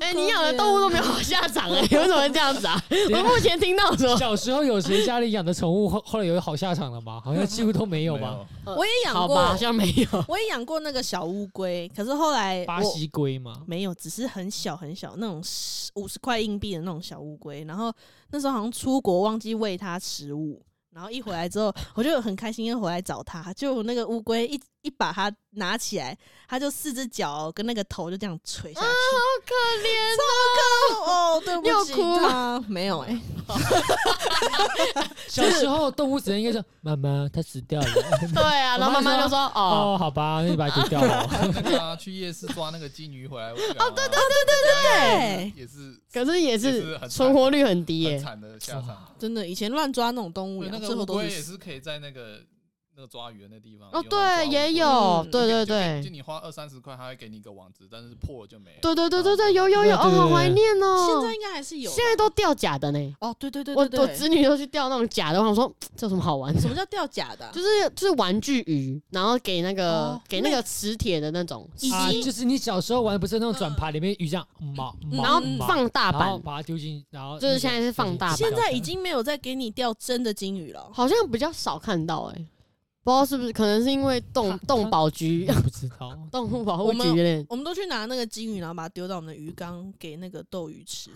[SPEAKER 3] 哎、
[SPEAKER 4] 哎
[SPEAKER 3] 你养的动物都没有好下场哎、为什么会这样子啊？我目前听到说，
[SPEAKER 1] 小时候有谁家里养的宠物后后来有好下场了吗？好像几乎都没有吧。？
[SPEAKER 4] 我也养
[SPEAKER 3] 好
[SPEAKER 4] 过
[SPEAKER 3] 吧，，好像没有。
[SPEAKER 4] 我也养过那个小乌龟，可是后来
[SPEAKER 1] 巴
[SPEAKER 4] 我
[SPEAKER 1] 西龟嘛，
[SPEAKER 4] 没有，只是很小很小那种五十块硬币的那种小乌龟。然后那时候好像出国忘记喂它食物，然后一回来之后我就很开心，又回来找它。就那个乌龟一一把它拿起来，它就四只脚跟那个头就这样垂下去，
[SPEAKER 3] 可怜，
[SPEAKER 4] 好可哦，对不起
[SPEAKER 3] 又哭
[SPEAKER 4] 它，没有哎、
[SPEAKER 1] 小时候动物只能应该说妈妈它死掉了，
[SPEAKER 3] 对啊，然后妈妈就说， 哦，
[SPEAKER 1] 哦，好吧，那就把它丢掉 了。
[SPEAKER 2] 那个啊去夜市抓那个金鱼回来。哦，对对对对对，也是
[SPEAKER 3] 可是也
[SPEAKER 2] 也
[SPEAKER 3] 是
[SPEAKER 2] 是很惨
[SPEAKER 3] 存活率很低耶、
[SPEAKER 2] 很惨的下场。
[SPEAKER 4] 真的以前乱抓那种动物
[SPEAKER 2] 对，那
[SPEAKER 4] 养，
[SPEAKER 2] 个
[SPEAKER 4] 最后
[SPEAKER 2] 乌
[SPEAKER 4] 都
[SPEAKER 2] 龟也
[SPEAKER 4] 死。
[SPEAKER 2] 是可以在那个那个抓鱼的那地方。
[SPEAKER 3] 哦，
[SPEAKER 2] 有
[SPEAKER 3] 对，
[SPEAKER 2] 那种抓乌龟
[SPEAKER 3] 也有，
[SPEAKER 4] 嗯
[SPEAKER 2] 就
[SPEAKER 3] 对对
[SPEAKER 2] 给就给
[SPEAKER 3] 对，
[SPEAKER 2] 就你花二三十块，他会给你一个网子，但是破了就没了。
[SPEAKER 3] 对对对对对，有有
[SPEAKER 1] 对对
[SPEAKER 3] 有，哦，
[SPEAKER 1] 对
[SPEAKER 3] 好怀念
[SPEAKER 4] 现
[SPEAKER 3] 哦。
[SPEAKER 4] 在应该还是有吧，
[SPEAKER 3] 现在都掉假的呢，
[SPEAKER 4] 哦，对对对
[SPEAKER 3] 我
[SPEAKER 4] 对对，
[SPEAKER 3] 我侄女都去钓那种假的，我想说嘖这有什么好玩的
[SPEAKER 4] 什？么叫掉假的啊、
[SPEAKER 3] 就是就是玩具鱼，然后给那个、
[SPEAKER 4] 哦
[SPEAKER 3] 给那个磁铁的那种，
[SPEAKER 4] 以
[SPEAKER 1] 啊，
[SPEAKER 4] 及
[SPEAKER 1] 就是你小时候玩不是那种转盘里面鱼这样，嗯毛，毛
[SPEAKER 3] 嗯然后
[SPEAKER 1] 毛
[SPEAKER 3] 放大
[SPEAKER 1] 然后
[SPEAKER 3] 版，
[SPEAKER 1] 把它丢进，然后
[SPEAKER 3] 就
[SPEAKER 1] 那
[SPEAKER 3] 是
[SPEAKER 1] 个
[SPEAKER 3] 现在是放大版
[SPEAKER 1] 就是
[SPEAKER 4] 现在已经没有再给你钓真的金鱼了。
[SPEAKER 3] 好像比较少看到哎、不知道是不是，可能是因为动
[SPEAKER 1] 它它
[SPEAKER 3] 动保局、
[SPEAKER 1] 不知道，
[SPEAKER 3] 动物保护
[SPEAKER 4] 我们
[SPEAKER 3] 局嘞。
[SPEAKER 4] 我们都去拿那个金鱼，然后把它丢到我们的鱼缸给那个斗鱼 吃。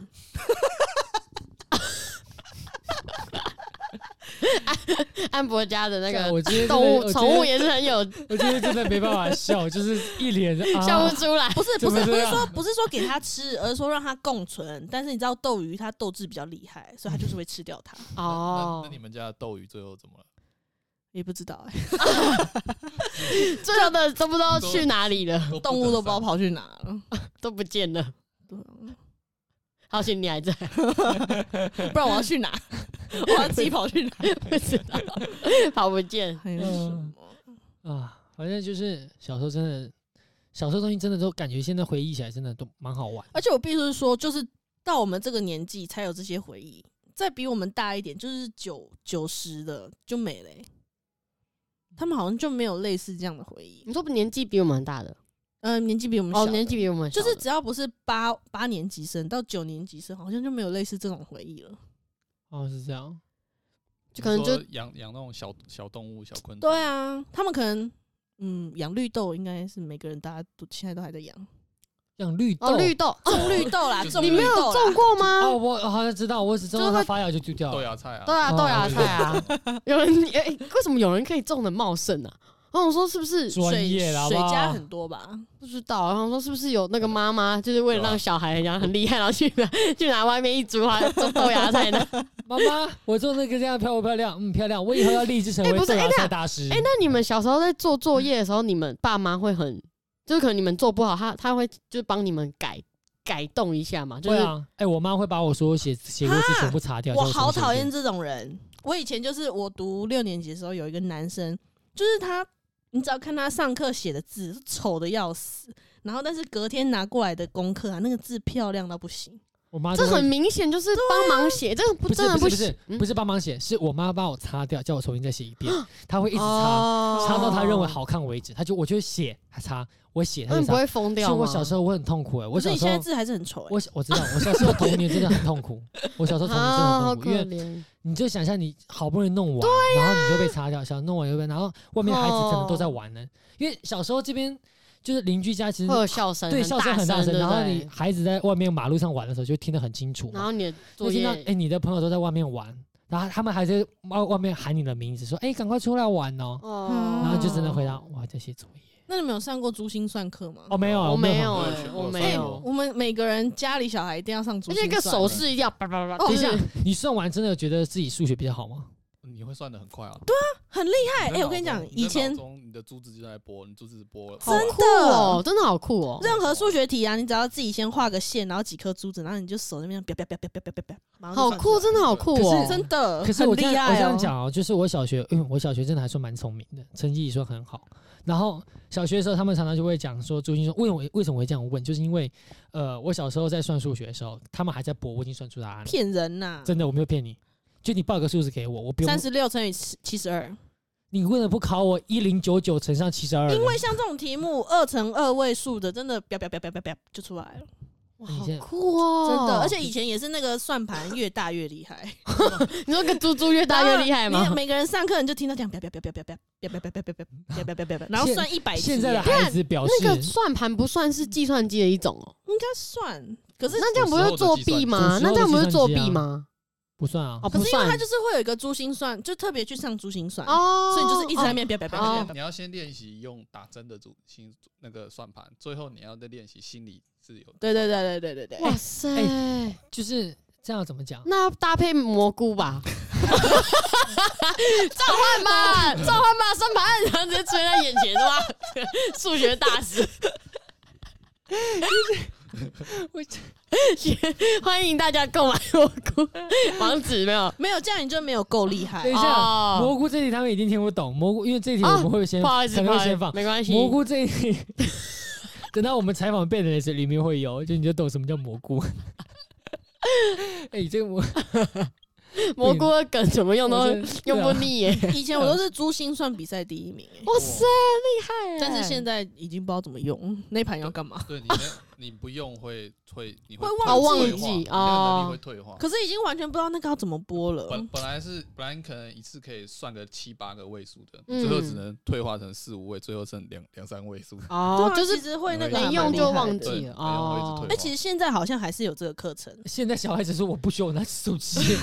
[SPEAKER 3] 安博家的那
[SPEAKER 1] 干
[SPEAKER 3] 个
[SPEAKER 1] 我今天真的
[SPEAKER 3] 动物
[SPEAKER 1] 我今天哦
[SPEAKER 3] 宠物也是很有
[SPEAKER 1] 我今天真的没办法 笑，就是一脸啊
[SPEAKER 3] 笑不出来，
[SPEAKER 4] 不是
[SPEAKER 1] 怎
[SPEAKER 4] 不
[SPEAKER 1] 么
[SPEAKER 4] 是不
[SPEAKER 1] 这
[SPEAKER 4] 是
[SPEAKER 1] 样
[SPEAKER 4] 说不是说给它吃，而是说让它共存。但是你知道斗鱼它斗志比较厉害，所以它就是会吃掉它。
[SPEAKER 2] 那。
[SPEAKER 3] 哦
[SPEAKER 2] 那那，你们家的斗鱼最后怎么了？
[SPEAKER 4] 也不知道哎、
[SPEAKER 3] 最后的都不知道去哪里了，
[SPEAKER 2] 都
[SPEAKER 4] 动物
[SPEAKER 2] 得
[SPEAKER 4] 都不知道
[SPEAKER 2] 上
[SPEAKER 4] 跑去哪 了。
[SPEAKER 3] 都不见了。
[SPEAKER 4] 对啊
[SPEAKER 3] 好险你还在，
[SPEAKER 4] 不然我要去哪？ 我要自己跑去哪？
[SPEAKER 3] 不知道跑不 见。
[SPEAKER 4] 还有什么？
[SPEAKER 1] 啊，反正就是小时候真的，小时候东西真的都感觉现在回忆起来真的都蛮好玩。
[SPEAKER 4] 而且我必须说，就是到我们这个年纪才有这些回忆。再比我们大一点，就是九九十的就没了欸、他们好像就没有类似这样的回忆。
[SPEAKER 3] 你说不年纪比我们大的
[SPEAKER 4] 嗯、年纪比我们小
[SPEAKER 3] 哦，
[SPEAKER 4] 的
[SPEAKER 3] 年纪比我们小
[SPEAKER 4] 就
[SPEAKER 3] 的
[SPEAKER 4] 是只要不是八八年级生到九年级生，好像就没有类似这种回忆了。
[SPEAKER 1] 哦，是这样，
[SPEAKER 3] 就可能就
[SPEAKER 2] 你说养养那种小小动物、小昆虫。
[SPEAKER 4] 对啊，他们可能嗯养绿豆，应该是每个人大家都现在都还在养
[SPEAKER 1] 像绿豆
[SPEAKER 3] 哦，绿豆
[SPEAKER 2] 啊
[SPEAKER 3] 哦，
[SPEAKER 4] 种绿豆啦，
[SPEAKER 2] 就是
[SPEAKER 4] 种
[SPEAKER 2] 你
[SPEAKER 4] 绿
[SPEAKER 3] 你没有
[SPEAKER 4] 豆
[SPEAKER 3] 种
[SPEAKER 4] 啦。
[SPEAKER 3] 过
[SPEAKER 1] 哦，
[SPEAKER 3] 吗？
[SPEAKER 1] 我我好像知道，我只知道
[SPEAKER 3] 就是
[SPEAKER 1] 它
[SPEAKER 3] 会
[SPEAKER 1] 发芽就丢掉
[SPEAKER 2] 豆
[SPEAKER 1] 了。
[SPEAKER 2] 芽菜啊，
[SPEAKER 3] 豆芽
[SPEAKER 1] 哦
[SPEAKER 3] 豆芽
[SPEAKER 1] 对
[SPEAKER 3] 菜啊，有人哎，为什么有人可以种的茂盛啊？然后我说是不是
[SPEAKER 1] 专
[SPEAKER 4] 水
[SPEAKER 1] 业啦，好
[SPEAKER 4] 水
[SPEAKER 1] 不好
[SPEAKER 4] 家很多吧？
[SPEAKER 3] 不知道？然后我说是不是有那个妈妈，就是为了
[SPEAKER 2] 对
[SPEAKER 3] 让
[SPEAKER 2] 啊
[SPEAKER 3] 小孩然后很厉害，然后去拿 去拿外面一株花种豆芽菜呢？
[SPEAKER 1] 妈妈，我做那个这样漂不漂亮？嗯，漂亮。我以后要立志成
[SPEAKER 3] 哎
[SPEAKER 1] 为
[SPEAKER 3] 不是
[SPEAKER 1] 豆
[SPEAKER 3] 哎
[SPEAKER 1] 芽
[SPEAKER 3] 那
[SPEAKER 1] 菜大师。
[SPEAKER 3] 哎、那你们小时候在做作业的时候，你们爸妈会很，就是可能你们做不好，他他会就是帮你们改改动一下嘛，就
[SPEAKER 1] 对
[SPEAKER 3] 是、
[SPEAKER 1] 啊，哎，我妈会把我所有写写过的字全部擦掉。
[SPEAKER 4] 我
[SPEAKER 1] 叫重
[SPEAKER 4] 好
[SPEAKER 1] 写一
[SPEAKER 4] 讨
[SPEAKER 1] 遍
[SPEAKER 4] 厌这种人。我以前就是我读六年级的时候，有一个男生，就是他，你只要看他上课写的字丑的要死，然后但是隔天拿过来的功课啊，那个字漂亮到不行。
[SPEAKER 1] 我妈
[SPEAKER 3] 这
[SPEAKER 1] 就会
[SPEAKER 3] 很明显就是帮忙写，这个不
[SPEAKER 1] 啊不是
[SPEAKER 3] 真的
[SPEAKER 1] 不是不
[SPEAKER 3] 行嗯
[SPEAKER 1] 是，不是帮忙写，是我妈帮我擦掉，叫我重新再写一遍。她会一直擦，
[SPEAKER 3] 哦
[SPEAKER 1] 擦到她认为，好看为止。她就我就写，她擦，我写，她
[SPEAKER 3] 那
[SPEAKER 1] 就
[SPEAKER 3] 你不
[SPEAKER 1] 擦。
[SPEAKER 3] 会疯掉
[SPEAKER 1] 所
[SPEAKER 3] 吗？
[SPEAKER 1] 以我小时候我很痛苦哎，我
[SPEAKER 4] 可是
[SPEAKER 1] 小
[SPEAKER 4] 你
[SPEAKER 1] 时
[SPEAKER 4] 现在
[SPEAKER 1] 候
[SPEAKER 4] 字还是很丑、欸。
[SPEAKER 1] 我我知道，我小时候童年真的很痛苦。我小时候童年真的
[SPEAKER 3] 啊，好
[SPEAKER 1] 很痛苦，
[SPEAKER 3] 可
[SPEAKER 1] 因为
[SPEAKER 3] 怜，
[SPEAKER 1] 你就想象你好不容易弄完，然后你就被擦掉，想弄完又被，然后外面的孩子可能都在玩呢。因为小时候这边就是邻居家，其实
[SPEAKER 3] 会有笑声，
[SPEAKER 1] 对笑声很大
[SPEAKER 3] 声，
[SPEAKER 1] 声，
[SPEAKER 3] 对
[SPEAKER 1] 然
[SPEAKER 3] 不
[SPEAKER 1] 后
[SPEAKER 3] 对
[SPEAKER 1] 你孩子在外面马路上玩的时候就听得很清楚
[SPEAKER 3] 然
[SPEAKER 1] 嘛，
[SPEAKER 3] 后你的
[SPEAKER 1] 就
[SPEAKER 3] 作
[SPEAKER 1] 听
[SPEAKER 3] 业
[SPEAKER 1] 到哎、你的朋友都在外面玩，然后他们还在外外面喊你的名字，说哎赶、快出来玩哦，
[SPEAKER 3] 哦
[SPEAKER 1] 然后就真的回答
[SPEAKER 4] 哦
[SPEAKER 1] 我还在写作业。
[SPEAKER 4] 那你们有上过珠心算课吗？
[SPEAKER 1] 哦没有啊，
[SPEAKER 3] 我没有
[SPEAKER 1] 有，
[SPEAKER 3] 哎、
[SPEAKER 2] 我
[SPEAKER 3] 我
[SPEAKER 2] 有
[SPEAKER 3] 没
[SPEAKER 2] 哎
[SPEAKER 3] 有，
[SPEAKER 4] 我们每个人家里小孩一定要上珠
[SPEAKER 3] 而
[SPEAKER 4] 心
[SPEAKER 3] 且一
[SPEAKER 4] 算。
[SPEAKER 3] 个手势一定要叭叭叭，
[SPEAKER 1] 等一
[SPEAKER 3] 就
[SPEAKER 1] 下
[SPEAKER 3] 是，
[SPEAKER 1] 你算完真的有觉得自己数学比较好吗？
[SPEAKER 2] 你会算的很快啊？对啊，
[SPEAKER 4] 很厉害。哎、
[SPEAKER 2] 的
[SPEAKER 4] 我跟你
[SPEAKER 2] 脑
[SPEAKER 4] 讲，
[SPEAKER 2] 中
[SPEAKER 4] 以前
[SPEAKER 2] 你的脑中你的珠子就在播，你珠子播了，
[SPEAKER 3] 好
[SPEAKER 4] 真
[SPEAKER 3] 酷
[SPEAKER 4] 的
[SPEAKER 3] 哦，真的好酷哦。
[SPEAKER 4] 任何数学题啊，你只要自己先画个线，然后几颗珠子，然后你就手那边啪啪啪啪啪啪啪啪，马上就
[SPEAKER 3] 好
[SPEAKER 4] 算
[SPEAKER 3] 酷，
[SPEAKER 4] 出来
[SPEAKER 3] 真的好酷
[SPEAKER 1] 可
[SPEAKER 3] 哦！
[SPEAKER 1] 是
[SPEAKER 4] 真的，
[SPEAKER 1] 可是我
[SPEAKER 4] 很
[SPEAKER 1] 这
[SPEAKER 4] 厉
[SPEAKER 1] 样、
[SPEAKER 4] 害、
[SPEAKER 1] 我这样，讲哦，就是我小学，嗯，我小学真的还算蛮聪明的，成绩也算很好。然后小学的时候，他们常常就会讲说，朱心说，为什么为什么会这样问？就是因为，呃，我小时候在算数学的时候，他们还在搏，我已经算出答案了。
[SPEAKER 4] 骗人呐、
[SPEAKER 1] 真的，我没有骗你，就你报个数字给我，我不用
[SPEAKER 4] 三。十六乘以七十二，
[SPEAKER 1] 你为了不考我一零九九乘上七十二，
[SPEAKER 4] 因为像这种题目二乘二位数的，真的啪啪啪啪啪啪就出来了，
[SPEAKER 3] 哇，
[SPEAKER 1] 你
[SPEAKER 3] 好
[SPEAKER 1] 现在
[SPEAKER 3] 酷哦！
[SPEAKER 4] 真的。而且以前也是那个算盘越大越厉害，
[SPEAKER 3] 你说跟猪猪越大越厉害
[SPEAKER 4] 然后
[SPEAKER 3] 吗
[SPEAKER 4] 你？每个人上课你就听到这样啪啪啪啪啪啪啪啪啪啪啪啪啪啪啪啪啪，然后算一百题，
[SPEAKER 1] 现在的
[SPEAKER 4] 应
[SPEAKER 1] 孩子表示
[SPEAKER 3] 那个算盘不算是计算机的一种哦，
[SPEAKER 4] 该算，可是
[SPEAKER 3] 那这样不是作弊吗？
[SPEAKER 1] 古时
[SPEAKER 3] 那
[SPEAKER 1] 候的计算机啊
[SPEAKER 3] 这样不是作弊吗？
[SPEAKER 1] 不算啊
[SPEAKER 3] 哦，，
[SPEAKER 4] 可
[SPEAKER 3] 不
[SPEAKER 4] 是因为
[SPEAKER 3] 算
[SPEAKER 4] 他就是会有一个珠心算，就特别去上珠心算，
[SPEAKER 3] 哦，
[SPEAKER 4] 所以你就是一直在那边啪啪啪啪
[SPEAKER 3] 哦
[SPEAKER 4] 啪。
[SPEAKER 2] 你要先练习用打针的主心那个算盘，最后你要再练习心理自由。
[SPEAKER 4] 对对对对对对
[SPEAKER 3] 哇
[SPEAKER 4] 对，
[SPEAKER 3] 塞，
[SPEAKER 1] 就是这样怎么讲？
[SPEAKER 3] 那要搭配蘑菇吧。 召唤 吧，召唤吧，算盘，然后直接追在眼前，是吧？ 数学 大师，
[SPEAKER 1] 我
[SPEAKER 3] 欢迎大家购买蘑菇网址没有？
[SPEAKER 4] 没有这样你就没有够厉害
[SPEAKER 1] 等一。下
[SPEAKER 3] 哦
[SPEAKER 1] 蘑菇这题他们一定听不懂，蘑菇因为这题我们会先
[SPEAKER 3] 不好意思，
[SPEAKER 1] 可
[SPEAKER 3] 不
[SPEAKER 1] 能
[SPEAKER 3] 好
[SPEAKER 1] 会
[SPEAKER 3] 意
[SPEAKER 1] 先
[SPEAKER 3] 思
[SPEAKER 1] 放，
[SPEAKER 3] 没关系。
[SPEAKER 1] 蘑菇这一 题。等到我们采访贝的时候，里面会有，就你就懂什么叫蘑菇。 哎，这个蘑
[SPEAKER 3] 蘑菇的梗怎么用都用
[SPEAKER 1] 啊
[SPEAKER 3] 不，腻耶！
[SPEAKER 4] 以前我都是珠心算比赛第一名，哎
[SPEAKER 3] 哇塞，厉害耶！
[SPEAKER 4] 但是现在已经不知道怎么用那盘要干嘛。
[SPEAKER 2] 对你没，你不用会退，你会
[SPEAKER 4] 会
[SPEAKER 2] 退
[SPEAKER 4] 忘
[SPEAKER 2] 化
[SPEAKER 4] 记
[SPEAKER 2] 你的能力
[SPEAKER 3] 哦嗯
[SPEAKER 2] 会退化。
[SPEAKER 4] 可是已经完全不知道那个要怎么播了。
[SPEAKER 2] 本本来是本来你可能一次可以算个七八个位数的，
[SPEAKER 3] 嗯
[SPEAKER 2] 最后只能退化成四五位，最后剩两两三位数。
[SPEAKER 4] 对
[SPEAKER 3] 哦
[SPEAKER 4] 啊，
[SPEAKER 3] 就是
[SPEAKER 4] 其实会那个
[SPEAKER 2] 没
[SPEAKER 4] 还
[SPEAKER 3] 没
[SPEAKER 4] 蛮
[SPEAKER 3] 用
[SPEAKER 4] 厉
[SPEAKER 3] 就
[SPEAKER 4] 害
[SPEAKER 3] 忘
[SPEAKER 4] 的
[SPEAKER 3] 记
[SPEAKER 2] 对
[SPEAKER 3] 了
[SPEAKER 2] 没用会一直
[SPEAKER 3] 哦
[SPEAKER 4] 哎、
[SPEAKER 2] 退
[SPEAKER 4] 其实现在好像还是有这个课程，
[SPEAKER 1] 现在小孩子说我不需要我拿手 机，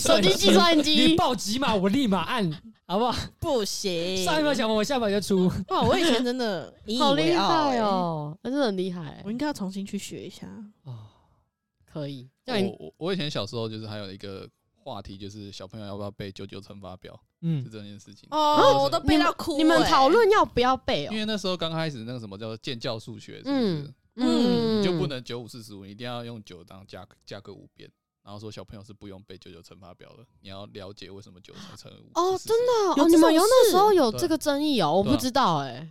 [SPEAKER 3] 手机计算
[SPEAKER 1] 你
[SPEAKER 3] 机，
[SPEAKER 1] 报几码我立马按，好不好？
[SPEAKER 4] 不
[SPEAKER 3] 哎
[SPEAKER 4] 行
[SPEAKER 1] 上一秒讲完，我下一秒就出。
[SPEAKER 4] 哇，哦我以前真的引以
[SPEAKER 3] 好
[SPEAKER 4] 为
[SPEAKER 3] 厉
[SPEAKER 4] 傲、
[SPEAKER 3] 害
[SPEAKER 4] 欸！
[SPEAKER 3] 哦，真的很厉害
[SPEAKER 4] 我，应该要重新去学一下。
[SPEAKER 1] 哦
[SPEAKER 3] 可以叫你
[SPEAKER 2] 我我我以前小时候就是还有一个话题，就是小朋友要不要背九九乘法表，是
[SPEAKER 1] 嗯，
[SPEAKER 2] 这件事情。
[SPEAKER 4] 哦，我都
[SPEAKER 3] 你
[SPEAKER 4] 背到
[SPEAKER 3] 们
[SPEAKER 4] 哭、
[SPEAKER 3] 啊
[SPEAKER 4] 欸
[SPEAKER 3] 你们讨，论要不要背哦
[SPEAKER 2] 因？为那时候刚开始那个什么叫做建教数学，是不
[SPEAKER 3] 嗯
[SPEAKER 2] 是？
[SPEAKER 3] 嗯，
[SPEAKER 2] 你就不能九五四十五，你一定要用九当加加个五边。然后说小朋友是不用背九九乘法表的，你要了解为什么九才乘五。
[SPEAKER 3] 哦，
[SPEAKER 2] 44
[SPEAKER 3] 真的
[SPEAKER 4] 有
[SPEAKER 3] 哦，你
[SPEAKER 4] 这
[SPEAKER 3] 们
[SPEAKER 4] 种
[SPEAKER 3] 有那
[SPEAKER 4] 事
[SPEAKER 3] 时候有
[SPEAKER 2] 对
[SPEAKER 3] 这个争议哦，我
[SPEAKER 2] 对啊
[SPEAKER 3] 不知道哎。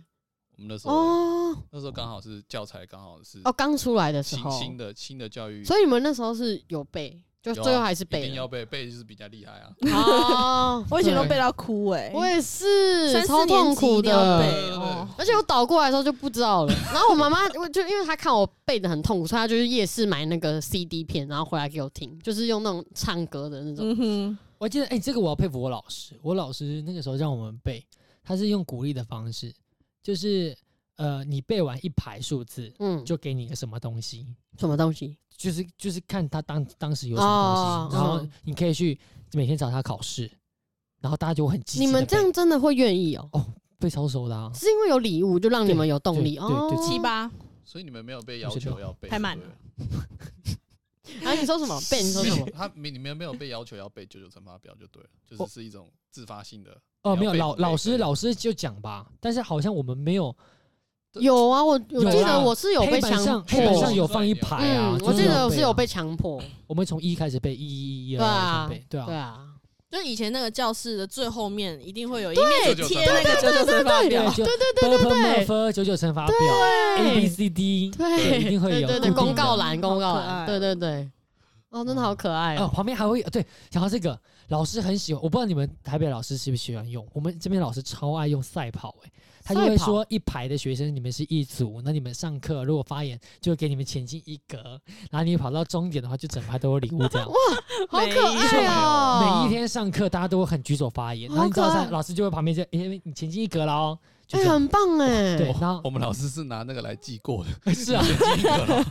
[SPEAKER 2] 我们那时候、
[SPEAKER 3] 哦
[SPEAKER 2] 那时候刚好是教材刚好是
[SPEAKER 3] 哦，刚出来的时
[SPEAKER 2] 新
[SPEAKER 3] 候，
[SPEAKER 2] 新的新的教育，
[SPEAKER 3] 所以你们那时候是有背，就
[SPEAKER 2] 有啊
[SPEAKER 3] 最后还是
[SPEAKER 2] 一
[SPEAKER 3] 背
[SPEAKER 2] 定
[SPEAKER 3] 了
[SPEAKER 2] 要背，背就是比较厉害啊。
[SPEAKER 3] 哦
[SPEAKER 4] ，我以前都
[SPEAKER 3] 对
[SPEAKER 4] 背到哭哎、
[SPEAKER 3] 我也是，
[SPEAKER 4] 三
[SPEAKER 3] 超
[SPEAKER 4] 四年
[SPEAKER 3] 痛
[SPEAKER 4] 级
[SPEAKER 3] 苦
[SPEAKER 4] 一定要
[SPEAKER 3] 的。
[SPEAKER 4] 背哦。
[SPEAKER 3] 而且我倒过来的时候就不知道了，然后我妈妈我就因为她看我背的很痛苦，所以她就是夜市买那个 CD 片，然后回来给我听，就是用那种唱歌的那种。
[SPEAKER 4] 嗯哼，
[SPEAKER 1] 我记得，哎，这个我要佩服我老师，我老师那个时候让我们背，他是用鼓励的方式，就是呃，你背完一排数字，
[SPEAKER 3] 嗯，
[SPEAKER 1] 就
[SPEAKER 3] 就
[SPEAKER 1] 给你一个什么东西，
[SPEAKER 3] 什么东西？
[SPEAKER 1] 就是就是看他当当时有什么东
[SPEAKER 3] 哦
[SPEAKER 1] 西，然后
[SPEAKER 3] 嗯
[SPEAKER 1] 你可以去每天找他考试，然后大家就会很积极。
[SPEAKER 3] 你们这样真的会愿意哦、
[SPEAKER 1] 被抄手的、啊，
[SPEAKER 3] 是因为有礼物就让你们有动力
[SPEAKER 1] 对对
[SPEAKER 3] 哦
[SPEAKER 1] 对。
[SPEAKER 4] 七，八，
[SPEAKER 2] 所以你们没有被要
[SPEAKER 1] 不是
[SPEAKER 2] 求
[SPEAKER 1] 吧
[SPEAKER 2] 要背，
[SPEAKER 4] 太慢
[SPEAKER 2] 对
[SPEAKER 4] 了
[SPEAKER 3] 然啊后你说什么？被你说
[SPEAKER 2] 没有
[SPEAKER 3] 什么？
[SPEAKER 2] 他你你们没有被要求要背九九乘法表就对了，就
[SPEAKER 1] 我
[SPEAKER 2] 是是一种自发性的。
[SPEAKER 1] 哦，
[SPEAKER 2] 你
[SPEAKER 1] 没有
[SPEAKER 2] 要背
[SPEAKER 1] 老
[SPEAKER 2] 背
[SPEAKER 1] 老
[SPEAKER 2] 可
[SPEAKER 1] 师
[SPEAKER 2] 以
[SPEAKER 1] 老师就讲吧，但是好像我们没有
[SPEAKER 3] 有啊，我我
[SPEAKER 1] 有啊
[SPEAKER 3] 记得我是有
[SPEAKER 1] 黑
[SPEAKER 3] 被
[SPEAKER 1] 板
[SPEAKER 3] 强
[SPEAKER 1] 上
[SPEAKER 3] 迫
[SPEAKER 1] 黑板上有放一排啊
[SPEAKER 3] 嗯，，
[SPEAKER 1] 就是
[SPEAKER 3] 我记
[SPEAKER 1] 有
[SPEAKER 3] 得我是
[SPEAKER 1] 背
[SPEAKER 3] 有
[SPEAKER 1] 啊，
[SPEAKER 3] 被强迫，
[SPEAKER 1] 我们从一开始背一一一一
[SPEAKER 3] 对啊
[SPEAKER 1] 二背，对
[SPEAKER 3] 对
[SPEAKER 1] 啊，
[SPEAKER 3] 啊。
[SPEAKER 4] 就以前那个教室的最后面一定会有一
[SPEAKER 3] 哎
[SPEAKER 4] 面
[SPEAKER 2] 对
[SPEAKER 4] 贴那个九九乘法表，
[SPEAKER 1] 对
[SPEAKER 3] 对
[SPEAKER 1] 对对对对，九九乘法表 A B C D，对哎
[SPEAKER 3] 对，
[SPEAKER 1] 一定会有
[SPEAKER 3] 对
[SPEAKER 1] 固定
[SPEAKER 3] 对对，
[SPEAKER 1] 的
[SPEAKER 3] 公告栏，公告
[SPEAKER 4] 好可爱哦
[SPEAKER 3] 栏，对对对。哦，真的好可爱
[SPEAKER 1] 哦，
[SPEAKER 3] 哦！
[SPEAKER 1] 旁边还会有对，讲到这个，老师很喜欢，我不知道你们台北老师喜不喜欢用，我们这边老师超爱用赛跑、欸，他就会
[SPEAKER 3] 赛跑
[SPEAKER 1] 说一排的学生你们是一组，那你们上课如果发言就会给你们前进一格，然后你跑到终点的话就整排都有礼物 这样。
[SPEAKER 3] 好可爱哦！
[SPEAKER 1] 每一天上课大家都很举手发言，然后你知道
[SPEAKER 3] 好可爱
[SPEAKER 1] 在老师就会旁边就，哎、你前进一格了哦，就
[SPEAKER 3] 哎，
[SPEAKER 1] 这样。
[SPEAKER 3] 很棒哎！
[SPEAKER 1] 对，然后
[SPEAKER 2] 我们老师是拿那个来记过 的，
[SPEAKER 1] 是啊，
[SPEAKER 2] 记一 个了，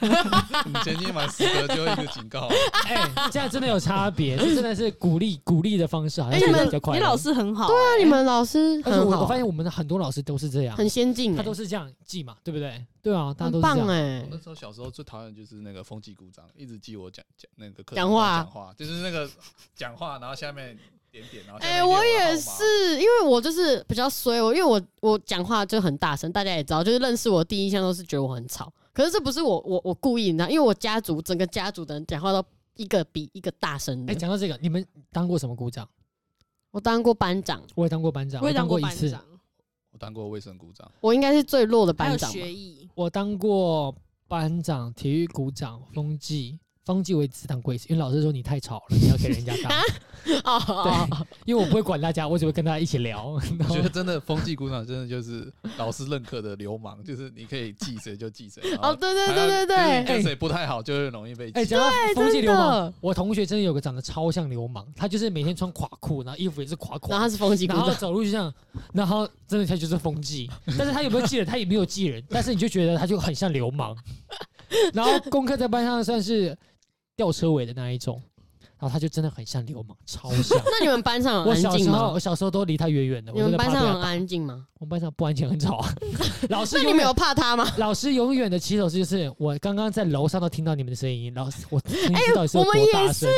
[SPEAKER 2] 你前进满十个就一个警告。
[SPEAKER 1] 哎、这样真的有差 别，这真的是鼓励鼓励的方式，好像
[SPEAKER 3] 哎你
[SPEAKER 1] 比
[SPEAKER 3] 们
[SPEAKER 1] 较快
[SPEAKER 4] 你
[SPEAKER 1] 乐。
[SPEAKER 4] 老师很好、
[SPEAKER 3] 对啊，
[SPEAKER 4] 哎
[SPEAKER 3] 你们老师
[SPEAKER 1] 而且
[SPEAKER 3] 很
[SPEAKER 1] 我我
[SPEAKER 3] 好
[SPEAKER 1] 发，现我们的很多老师都是这样，
[SPEAKER 3] 很先进
[SPEAKER 1] 他
[SPEAKER 3] 哎，
[SPEAKER 1] 都是这样记嘛，对不对？对啊，大家都是这
[SPEAKER 3] 很棒
[SPEAKER 1] 样。
[SPEAKER 2] 我
[SPEAKER 3] 哎
[SPEAKER 2] 那！时候小时候最讨厌的就是那个风纪股长一直记我讲讲那个课
[SPEAKER 3] 讲话
[SPEAKER 2] 讲话，就是那个讲话，然后下面点点，然后下面
[SPEAKER 3] 哎、
[SPEAKER 2] 一列
[SPEAKER 3] 我
[SPEAKER 2] 的号
[SPEAKER 3] 也
[SPEAKER 2] 码
[SPEAKER 3] 是，因为我就是比较衰，我因为我我讲话就很大声，大家也知道，就是认识我第一印象都是觉得我很吵。可是这不是我我我故意，你知道，因为我家族整个家族的人讲话都一个比一个大声的。
[SPEAKER 1] 哎，讲到这个，你们当过什么股长？
[SPEAKER 3] 我当过班长，
[SPEAKER 1] 我也当过班长，
[SPEAKER 4] 我也
[SPEAKER 1] 当
[SPEAKER 4] 过
[SPEAKER 1] 一
[SPEAKER 4] 班
[SPEAKER 1] 次，
[SPEAKER 4] 长，
[SPEAKER 2] 我当过卫生股长，
[SPEAKER 3] 我应该是最弱的
[SPEAKER 4] 还
[SPEAKER 3] 班
[SPEAKER 4] 有
[SPEAKER 3] 长吧。
[SPEAKER 4] 学艺，
[SPEAKER 1] 我当过班长、体育股长、风纪。风纪我也只当过一次，因为老师说你太吵了，你要给人家当。
[SPEAKER 3] 哦哦，哦
[SPEAKER 1] 因为我不会管大家，我只会跟大家一起聊。然
[SPEAKER 2] 我
[SPEAKER 1] 后
[SPEAKER 2] 觉得真的风纪股长真的就是老师认可的流氓，就是你可以记谁就记谁。然后
[SPEAKER 3] 哦，对对
[SPEAKER 2] 还要
[SPEAKER 3] 对对哎
[SPEAKER 2] 就是你
[SPEAKER 3] 对，
[SPEAKER 2] 跟谁不太好，就会容易被
[SPEAKER 1] 哎，
[SPEAKER 2] 记。
[SPEAKER 1] 讲到风纪流氓
[SPEAKER 3] 真的，
[SPEAKER 1] 我同学真的有个长得超像流氓，他就是每天穿垮裤，然后衣服也是垮垮
[SPEAKER 3] 然后他是风纪股
[SPEAKER 1] 然后
[SPEAKER 3] 长，
[SPEAKER 1] 走路就这样，然后真的他就是风纪，但是他有没有记人，他也没有记人，但是你就觉得他就很像流 氓。然后功课在班上算是吊车尾的那一种，然后他就真的很像流氓，超
[SPEAKER 3] 。
[SPEAKER 1] 像
[SPEAKER 3] 那你们班 上有
[SPEAKER 1] 我
[SPEAKER 3] 安
[SPEAKER 1] 小
[SPEAKER 3] 静
[SPEAKER 1] 时候，
[SPEAKER 3] 吗？
[SPEAKER 1] 我小时候都离他远远的。我
[SPEAKER 3] 你
[SPEAKER 1] 真
[SPEAKER 3] 们
[SPEAKER 1] 的
[SPEAKER 3] 班
[SPEAKER 1] 怕
[SPEAKER 3] 上
[SPEAKER 1] 被他
[SPEAKER 3] 很
[SPEAKER 1] 打
[SPEAKER 3] 安静吗？
[SPEAKER 1] 我们班上不安全，很吵啊。 老师永
[SPEAKER 3] 那你
[SPEAKER 1] 远
[SPEAKER 3] 们有怕他吗？
[SPEAKER 1] 老师永远的起手式就是我刚刚在楼上都听到你们的声音，老师我声音到底是有
[SPEAKER 3] 哎我们
[SPEAKER 1] 多大
[SPEAKER 3] 也是
[SPEAKER 1] 声？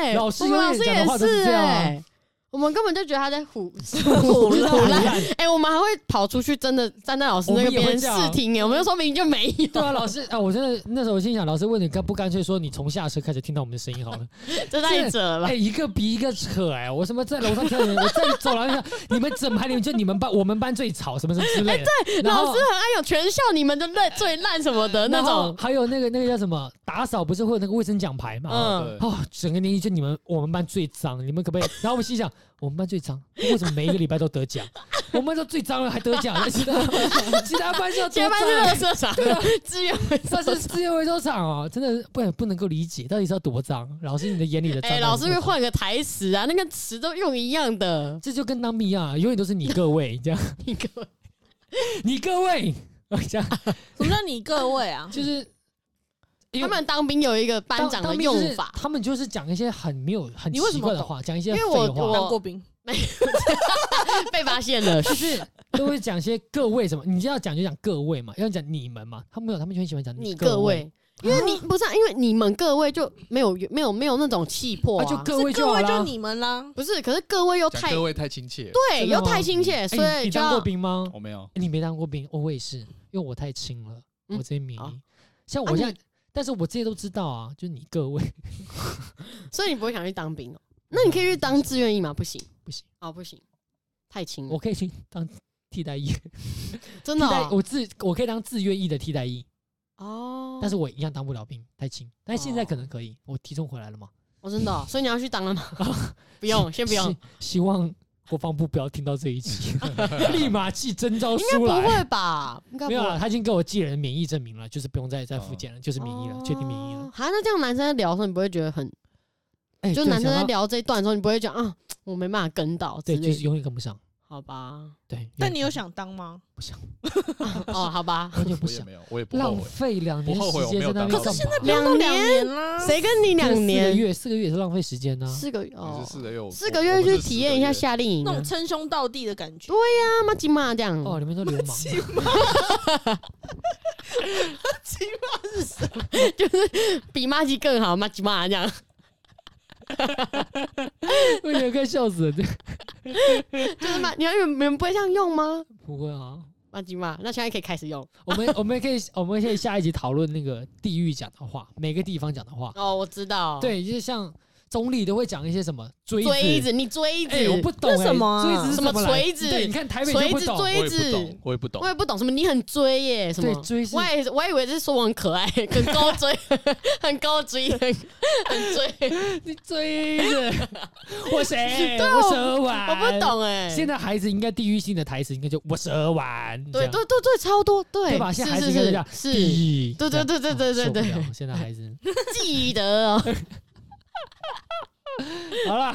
[SPEAKER 3] 哎，
[SPEAKER 1] 老师
[SPEAKER 3] 我们
[SPEAKER 1] 永
[SPEAKER 3] 老
[SPEAKER 1] 远
[SPEAKER 3] 师
[SPEAKER 1] 讲的
[SPEAKER 3] 也
[SPEAKER 1] 话都是这样啊
[SPEAKER 3] 哎，我们根本就觉得他在 唬唬烂。哎、我们还会跑出去，真的站在老师那
[SPEAKER 1] 我
[SPEAKER 3] 个
[SPEAKER 1] 们也会
[SPEAKER 3] 边
[SPEAKER 1] 这
[SPEAKER 3] 试
[SPEAKER 1] 样
[SPEAKER 3] 听哎，我们就说明明就没有，
[SPEAKER 1] 对啊，老师啊，我真的那时候我心想，老师问你干不干脆说你从下车开始听到我们的声音好 了？
[SPEAKER 3] 这太扯了
[SPEAKER 1] 哎、
[SPEAKER 3] 吧。
[SPEAKER 1] 一个比一个扯哎、我什么在楼上听到你们，我在走廊上，你们怎么还你们就你们班我们班最吵什么什么之类的？对
[SPEAKER 3] 哎老师很爱有全校你们的烂最烂什么的那种，
[SPEAKER 1] 还有那个那个叫什么打扫，不是会有那个卫生奖牌嘛？
[SPEAKER 2] 对
[SPEAKER 3] 嗯，
[SPEAKER 1] 哦，整个年级就你们我们班最脏，你们可不可以？然后我心想，我们班最脏，为什么每一个礼拜都得奖？我们班都最脏了还得奖， 其他其他班是要
[SPEAKER 3] 全
[SPEAKER 1] 多
[SPEAKER 3] 班是垃
[SPEAKER 1] 脏？
[SPEAKER 3] 圾场，资源回收
[SPEAKER 1] 算
[SPEAKER 3] 场
[SPEAKER 1] 是。资源回收厂哦，真的不不能够理解，到底是要多脏？老师你的眼里的脏
[SPEAKER 3] 哎、
[SPEAKER 1] 到底
[SPEAKER 3] 老
[SPEAKER 1] 是
[SPEAKER 3] 师
[SPEAKER 1] 多
[SPEAKER 3] 会
[SPEAKER 1] 脏，
[SPEAKER 3] 换个台词啊，那个词都用一样的。
[SPEAKER 1] 这就跟当兵一样啊，永远都是你各位这样，
[SPEAKER 3] 你给我
[SPEAKER 1] 你各位这 样，
[SPEAKER 4] 什么叫你各位 啊？
[SPEAKER 1] 就是因为
[SPEAKER 3] 他们当兵有一个
[SPEAKER 1] 当
[SPEAKER 3] 班长的
[SPEAKER 1] 当兵就是
[SPEAKER 3] 用法，
[SPEAKER 1] 他们就是讲一些很没有很
[SPEAKER 4] 你为什
[SPEAKER 1] 奇
[SPEAKER 4] 么
[SPEAKER 1] 怪的
[SPEAKER 4] 懂
[SPEAKER 1] 话，讲一些
[SPEAKER 3] 因
[SPEAKER 1] 废
[SPEAKER 3] 为我
[SPEAKER 1] 话。
[SPEAKER 3] 我
[SPEAKER 4] 当过兵，
[SPEAKER 3] 被发现了。
[SPEAKER 1] 就是都会讲些各位什么，你就要讲就讲各位嘛，要讲你们嘛，他们没有，他们就很喜欢讲
[SPEAKER 3] 你
[SPEAKER 1] 各
[SPEAKER 3] 各，位，因为你不是、啊，因为你们各位就没有没有没有那种气魄
[SPEAKER 1] 啊
[SPEAKER 3] 啊，
[SPEAKER 1] 就各位
[SPEAKER 4] 是各
[SPEAKER 1] 好
[SPEAKER 4] 位就
[SPEAKER 1] 了。
[SPEAKER 4] 你们啦。
[SPEAKER 3] 不是，可是各位又
[SPEAKER 2] 讲
[SPEAKER 3] 太
[SPEAKER 2] 各位太亲切，
[SPEAKER 3] 对，
[SPEAKER 1] 真的
[SPEAKER 3] 又
[SPEAKER 1] 吗
[SPEAKER 3] 太亲切，所
[SPEAKER 1] 哎你
[SPEAKER 3] 以
[SPEAKER 1] 你
[SPEAKER 3] 就
[SPEAKER 1] 当
[SPEAKER 3] 要
[SPEAKER 1] 过兵吗？
[SPEAKER 2] 我没有。
[SPEAKER 1] 你没当过兵，哦我也是，因为我太轻了，我
[SPEAKER 3] 嗯
[SPEAKER 1] 这些名
[SPEAKER 3] 好
[SPEAKER 1] 义。像
[SPEAKER 3] 啊
[SPEAKER 1] 我现在，但是我这些都知道啊，就是你各位
[SPEAKER 3] 所以你不会想去当兵哦、那你可以去当志愿役吗？不行，
[SPEAKER 1] 不行，
[SPEAKER 3] 哦，不行，太轻了
[SPEAKER 1] 我，可以去当替代役，
[SPEAKER 3] 嗯真
[SPEAKER 1] 替
[SPEAKER 3] 的
[SPEAKER 1] 代
[SPEAKER 3] 哦。
[SPEAKER 1] 我自我可以当自愿役的替代役，
[SPEAKER 3] 哦
[SPEAKER 1] 但是我一样当不了兵，太轻。但现在可能可以，我体重回来了嘛。
[SPEAKER 3] 我真 的哦、所以你要去当了吗？不用，先不用
[SPEAKER 1] 希，，希望国防部不要听到这一 集，立马寄征召
[SPEAKER 3] 应该
[SPEAKER 1] 书
[SPEAKER 3] 不
[SPEAKER 1] 来。
[SPEAKER 3] 会吧？应该不
[SPEAKER 1] 没有了，
[SPEAKER 3] 会。哦
[SPEAKER 1] 他已经给我寄人免疫证明了，就是不用再再复健了，就是免疫了，确定免疫了
[SPEAKER 3] 哦。。好，那这样男生在聊的时候，你不会觉得很，
[SPEAKER 1] 哎，
[SPEAKER 3] 就
[SPEAKER 1] 对
[SPEAKER 3] 男生在，
[SPEAKER 1] 想到
[SPEAKER 3] 聊这一段的时候，你不会讲啊，我没办法跟到之
[SPEAKER 1] 对，就
[SPEAKER 3] 类
[SPEAKER 1] 是
[SPEAKER 3] 的，
[SPEAKER 1] 永远跟不上。
[SPEAKER 3] 好吧？
[SPEAKER 1] 对，
[SPEAKER 4] 但你有
[SPEAKER 1] 永远
[SPEAKER 4] 想当吗？
[SPEAKER 3] 哦，好 吧。
[SPEAKER 1] 跟不上，完全不
[SPEAKER 2] 我也
[SPEAKER 1] 想，
[SPEAKER 2] 没有，我也不后
[SPEAKER 1] 浪
[SPEAKER 2] 悔。
[SPEAKER 1] 费两年
[SPEAKER 2] 不后悔
[SPEAKER 1] 时间在那边
[SPEAKER 2] 我没有
[SPEAKER 1] 干嘛？
[SPEAKER 2] 当可是现在
[SPEAKER 3] 两
[SPEAKER 4] 当
[SPEAKER 3] 年
[SPEAKER 4] 年啦，
[SPEAKER 3] 谁跟你两
[SPEAKER 1] 四个
[SPEAKER 3] 年？
[SPEAKER 1] 月，四个月也是浪费时间啊呢。
[SPEAKER 3] 四个月哦
[SPEAKER 2] 你是，四个月，我
[SPEAKER 3] 四个月去体验一下
[SPEAKER 2] 下。
[SPEAKER 3] 夏令营
[SPEAKER 4] 那
[SPEAKER 3] 啊，
[SPEAKER 4] 种称兄道弟的感觉？
[SPEAKER 3] 那么金嘛这样。
[SPEAKER 1] 哦哦，你们都流氓，
[SPEAKER 3] 就是比妈吉更好，妈吉妈这样，
[SPEAKER 1] 我有快笑死了。对
[SPEAKER 3] 就是妈，你看你们你们不会这样用吗？
[SPEAKER 1] 不会啊，
[SPEAKER 3] 妈吉妈，那现在可以开始用
[SPEAKER 1] 我们我们可以我们可以下一集讨论那个地域讲的话，每个地方讲的话。
[SPEAKER 3] 哦，我知道，，
[SPEAKER 1] 对，就是像中立都会讲一些什么锥
[SPEAKER 3] 锥
[SPEAKER 1] 子，
[SPEAKER 3] 子，你锥子，
[SPEAKER 1] 哎，我不懂
[SPEAKER 4] 那什么
[SPEAKER 1] 哎
[SPEAKER 4] 啊
[SPEAKER 1] 锥子是
[SPEAKER 3] 什么
[SPEAKER 1] 来
[SPEAKER 3] 锤子
[SPEAKER 1] 对，你看台北就
[SPEAKER 3] 锤
[SPEAKER 1] 不
[SPEAKER 3] 子
[SPEAKER 1] 懂。
[SPEAKER 2] 我也
[SPEAKER 3] 锥
[SPEAKER 2] 不
[SPEAKER 3] 子
[SPEAKER 2] 懂，，我也不懂
[SPEAKER 3] 我。也不懂什么，你很追耶，什
[SPEAKER 1] 对，
[SPEAKER 3] 么？
[SPEAKER 1] 锥是
[SPEAKER 3] 我也我还以为是说我很可爱， 很高追，很高追，很很追，
[SPEAKER 1] 你追 着我谁？
[SPEAKER 3] 对
[SPEAKER 1] 我
[SPEAKER 3] 我
[SPEAKER 1] 蛇丸，
[SPEAKER 3] 我不。懂哎。
[SPEAKER 1] 现在孩子应该地域性的台词应该就我蛇丸，
[SPEAKER 3] 对
[SPEAKER 1] 这样
[SPEAKER 3] 对对对，超多对，
[SPEAKER 1] 对吧？现在孩
[SPEAKER 3] 是
[SPEAKER 1] 子应
[SPEAKER 3] 是
[SPEAKER 1] 该就这样，
[SPEAKER 3] 是是，
[SPEAKER 1] 地
[SPEAKER 3] 对对对对对
[SPEAKER 1] 这样
[SPEAKER 3] 对对
[SPEAKER 1] 哦受不了现在孩 子
[SPEAKER 3] 记得哦，
[SPEAKER 1] 好了，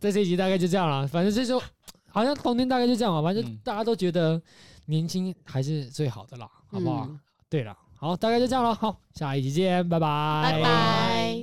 [SPEAKER 1] 在这一集大概就这样了。反正这就好像童年大概就这样吧，反正
[SPEAKER 2] 嗯
[SPEAKER 1] 大家都觉得年轻还是最好的啦，好不好
[SPEAKER 3] 嗯？
[SPEAKER 1] 对了，好，大概就这样了。好，下一集见，拜拜，
[SPEAKER 3] 拜拜。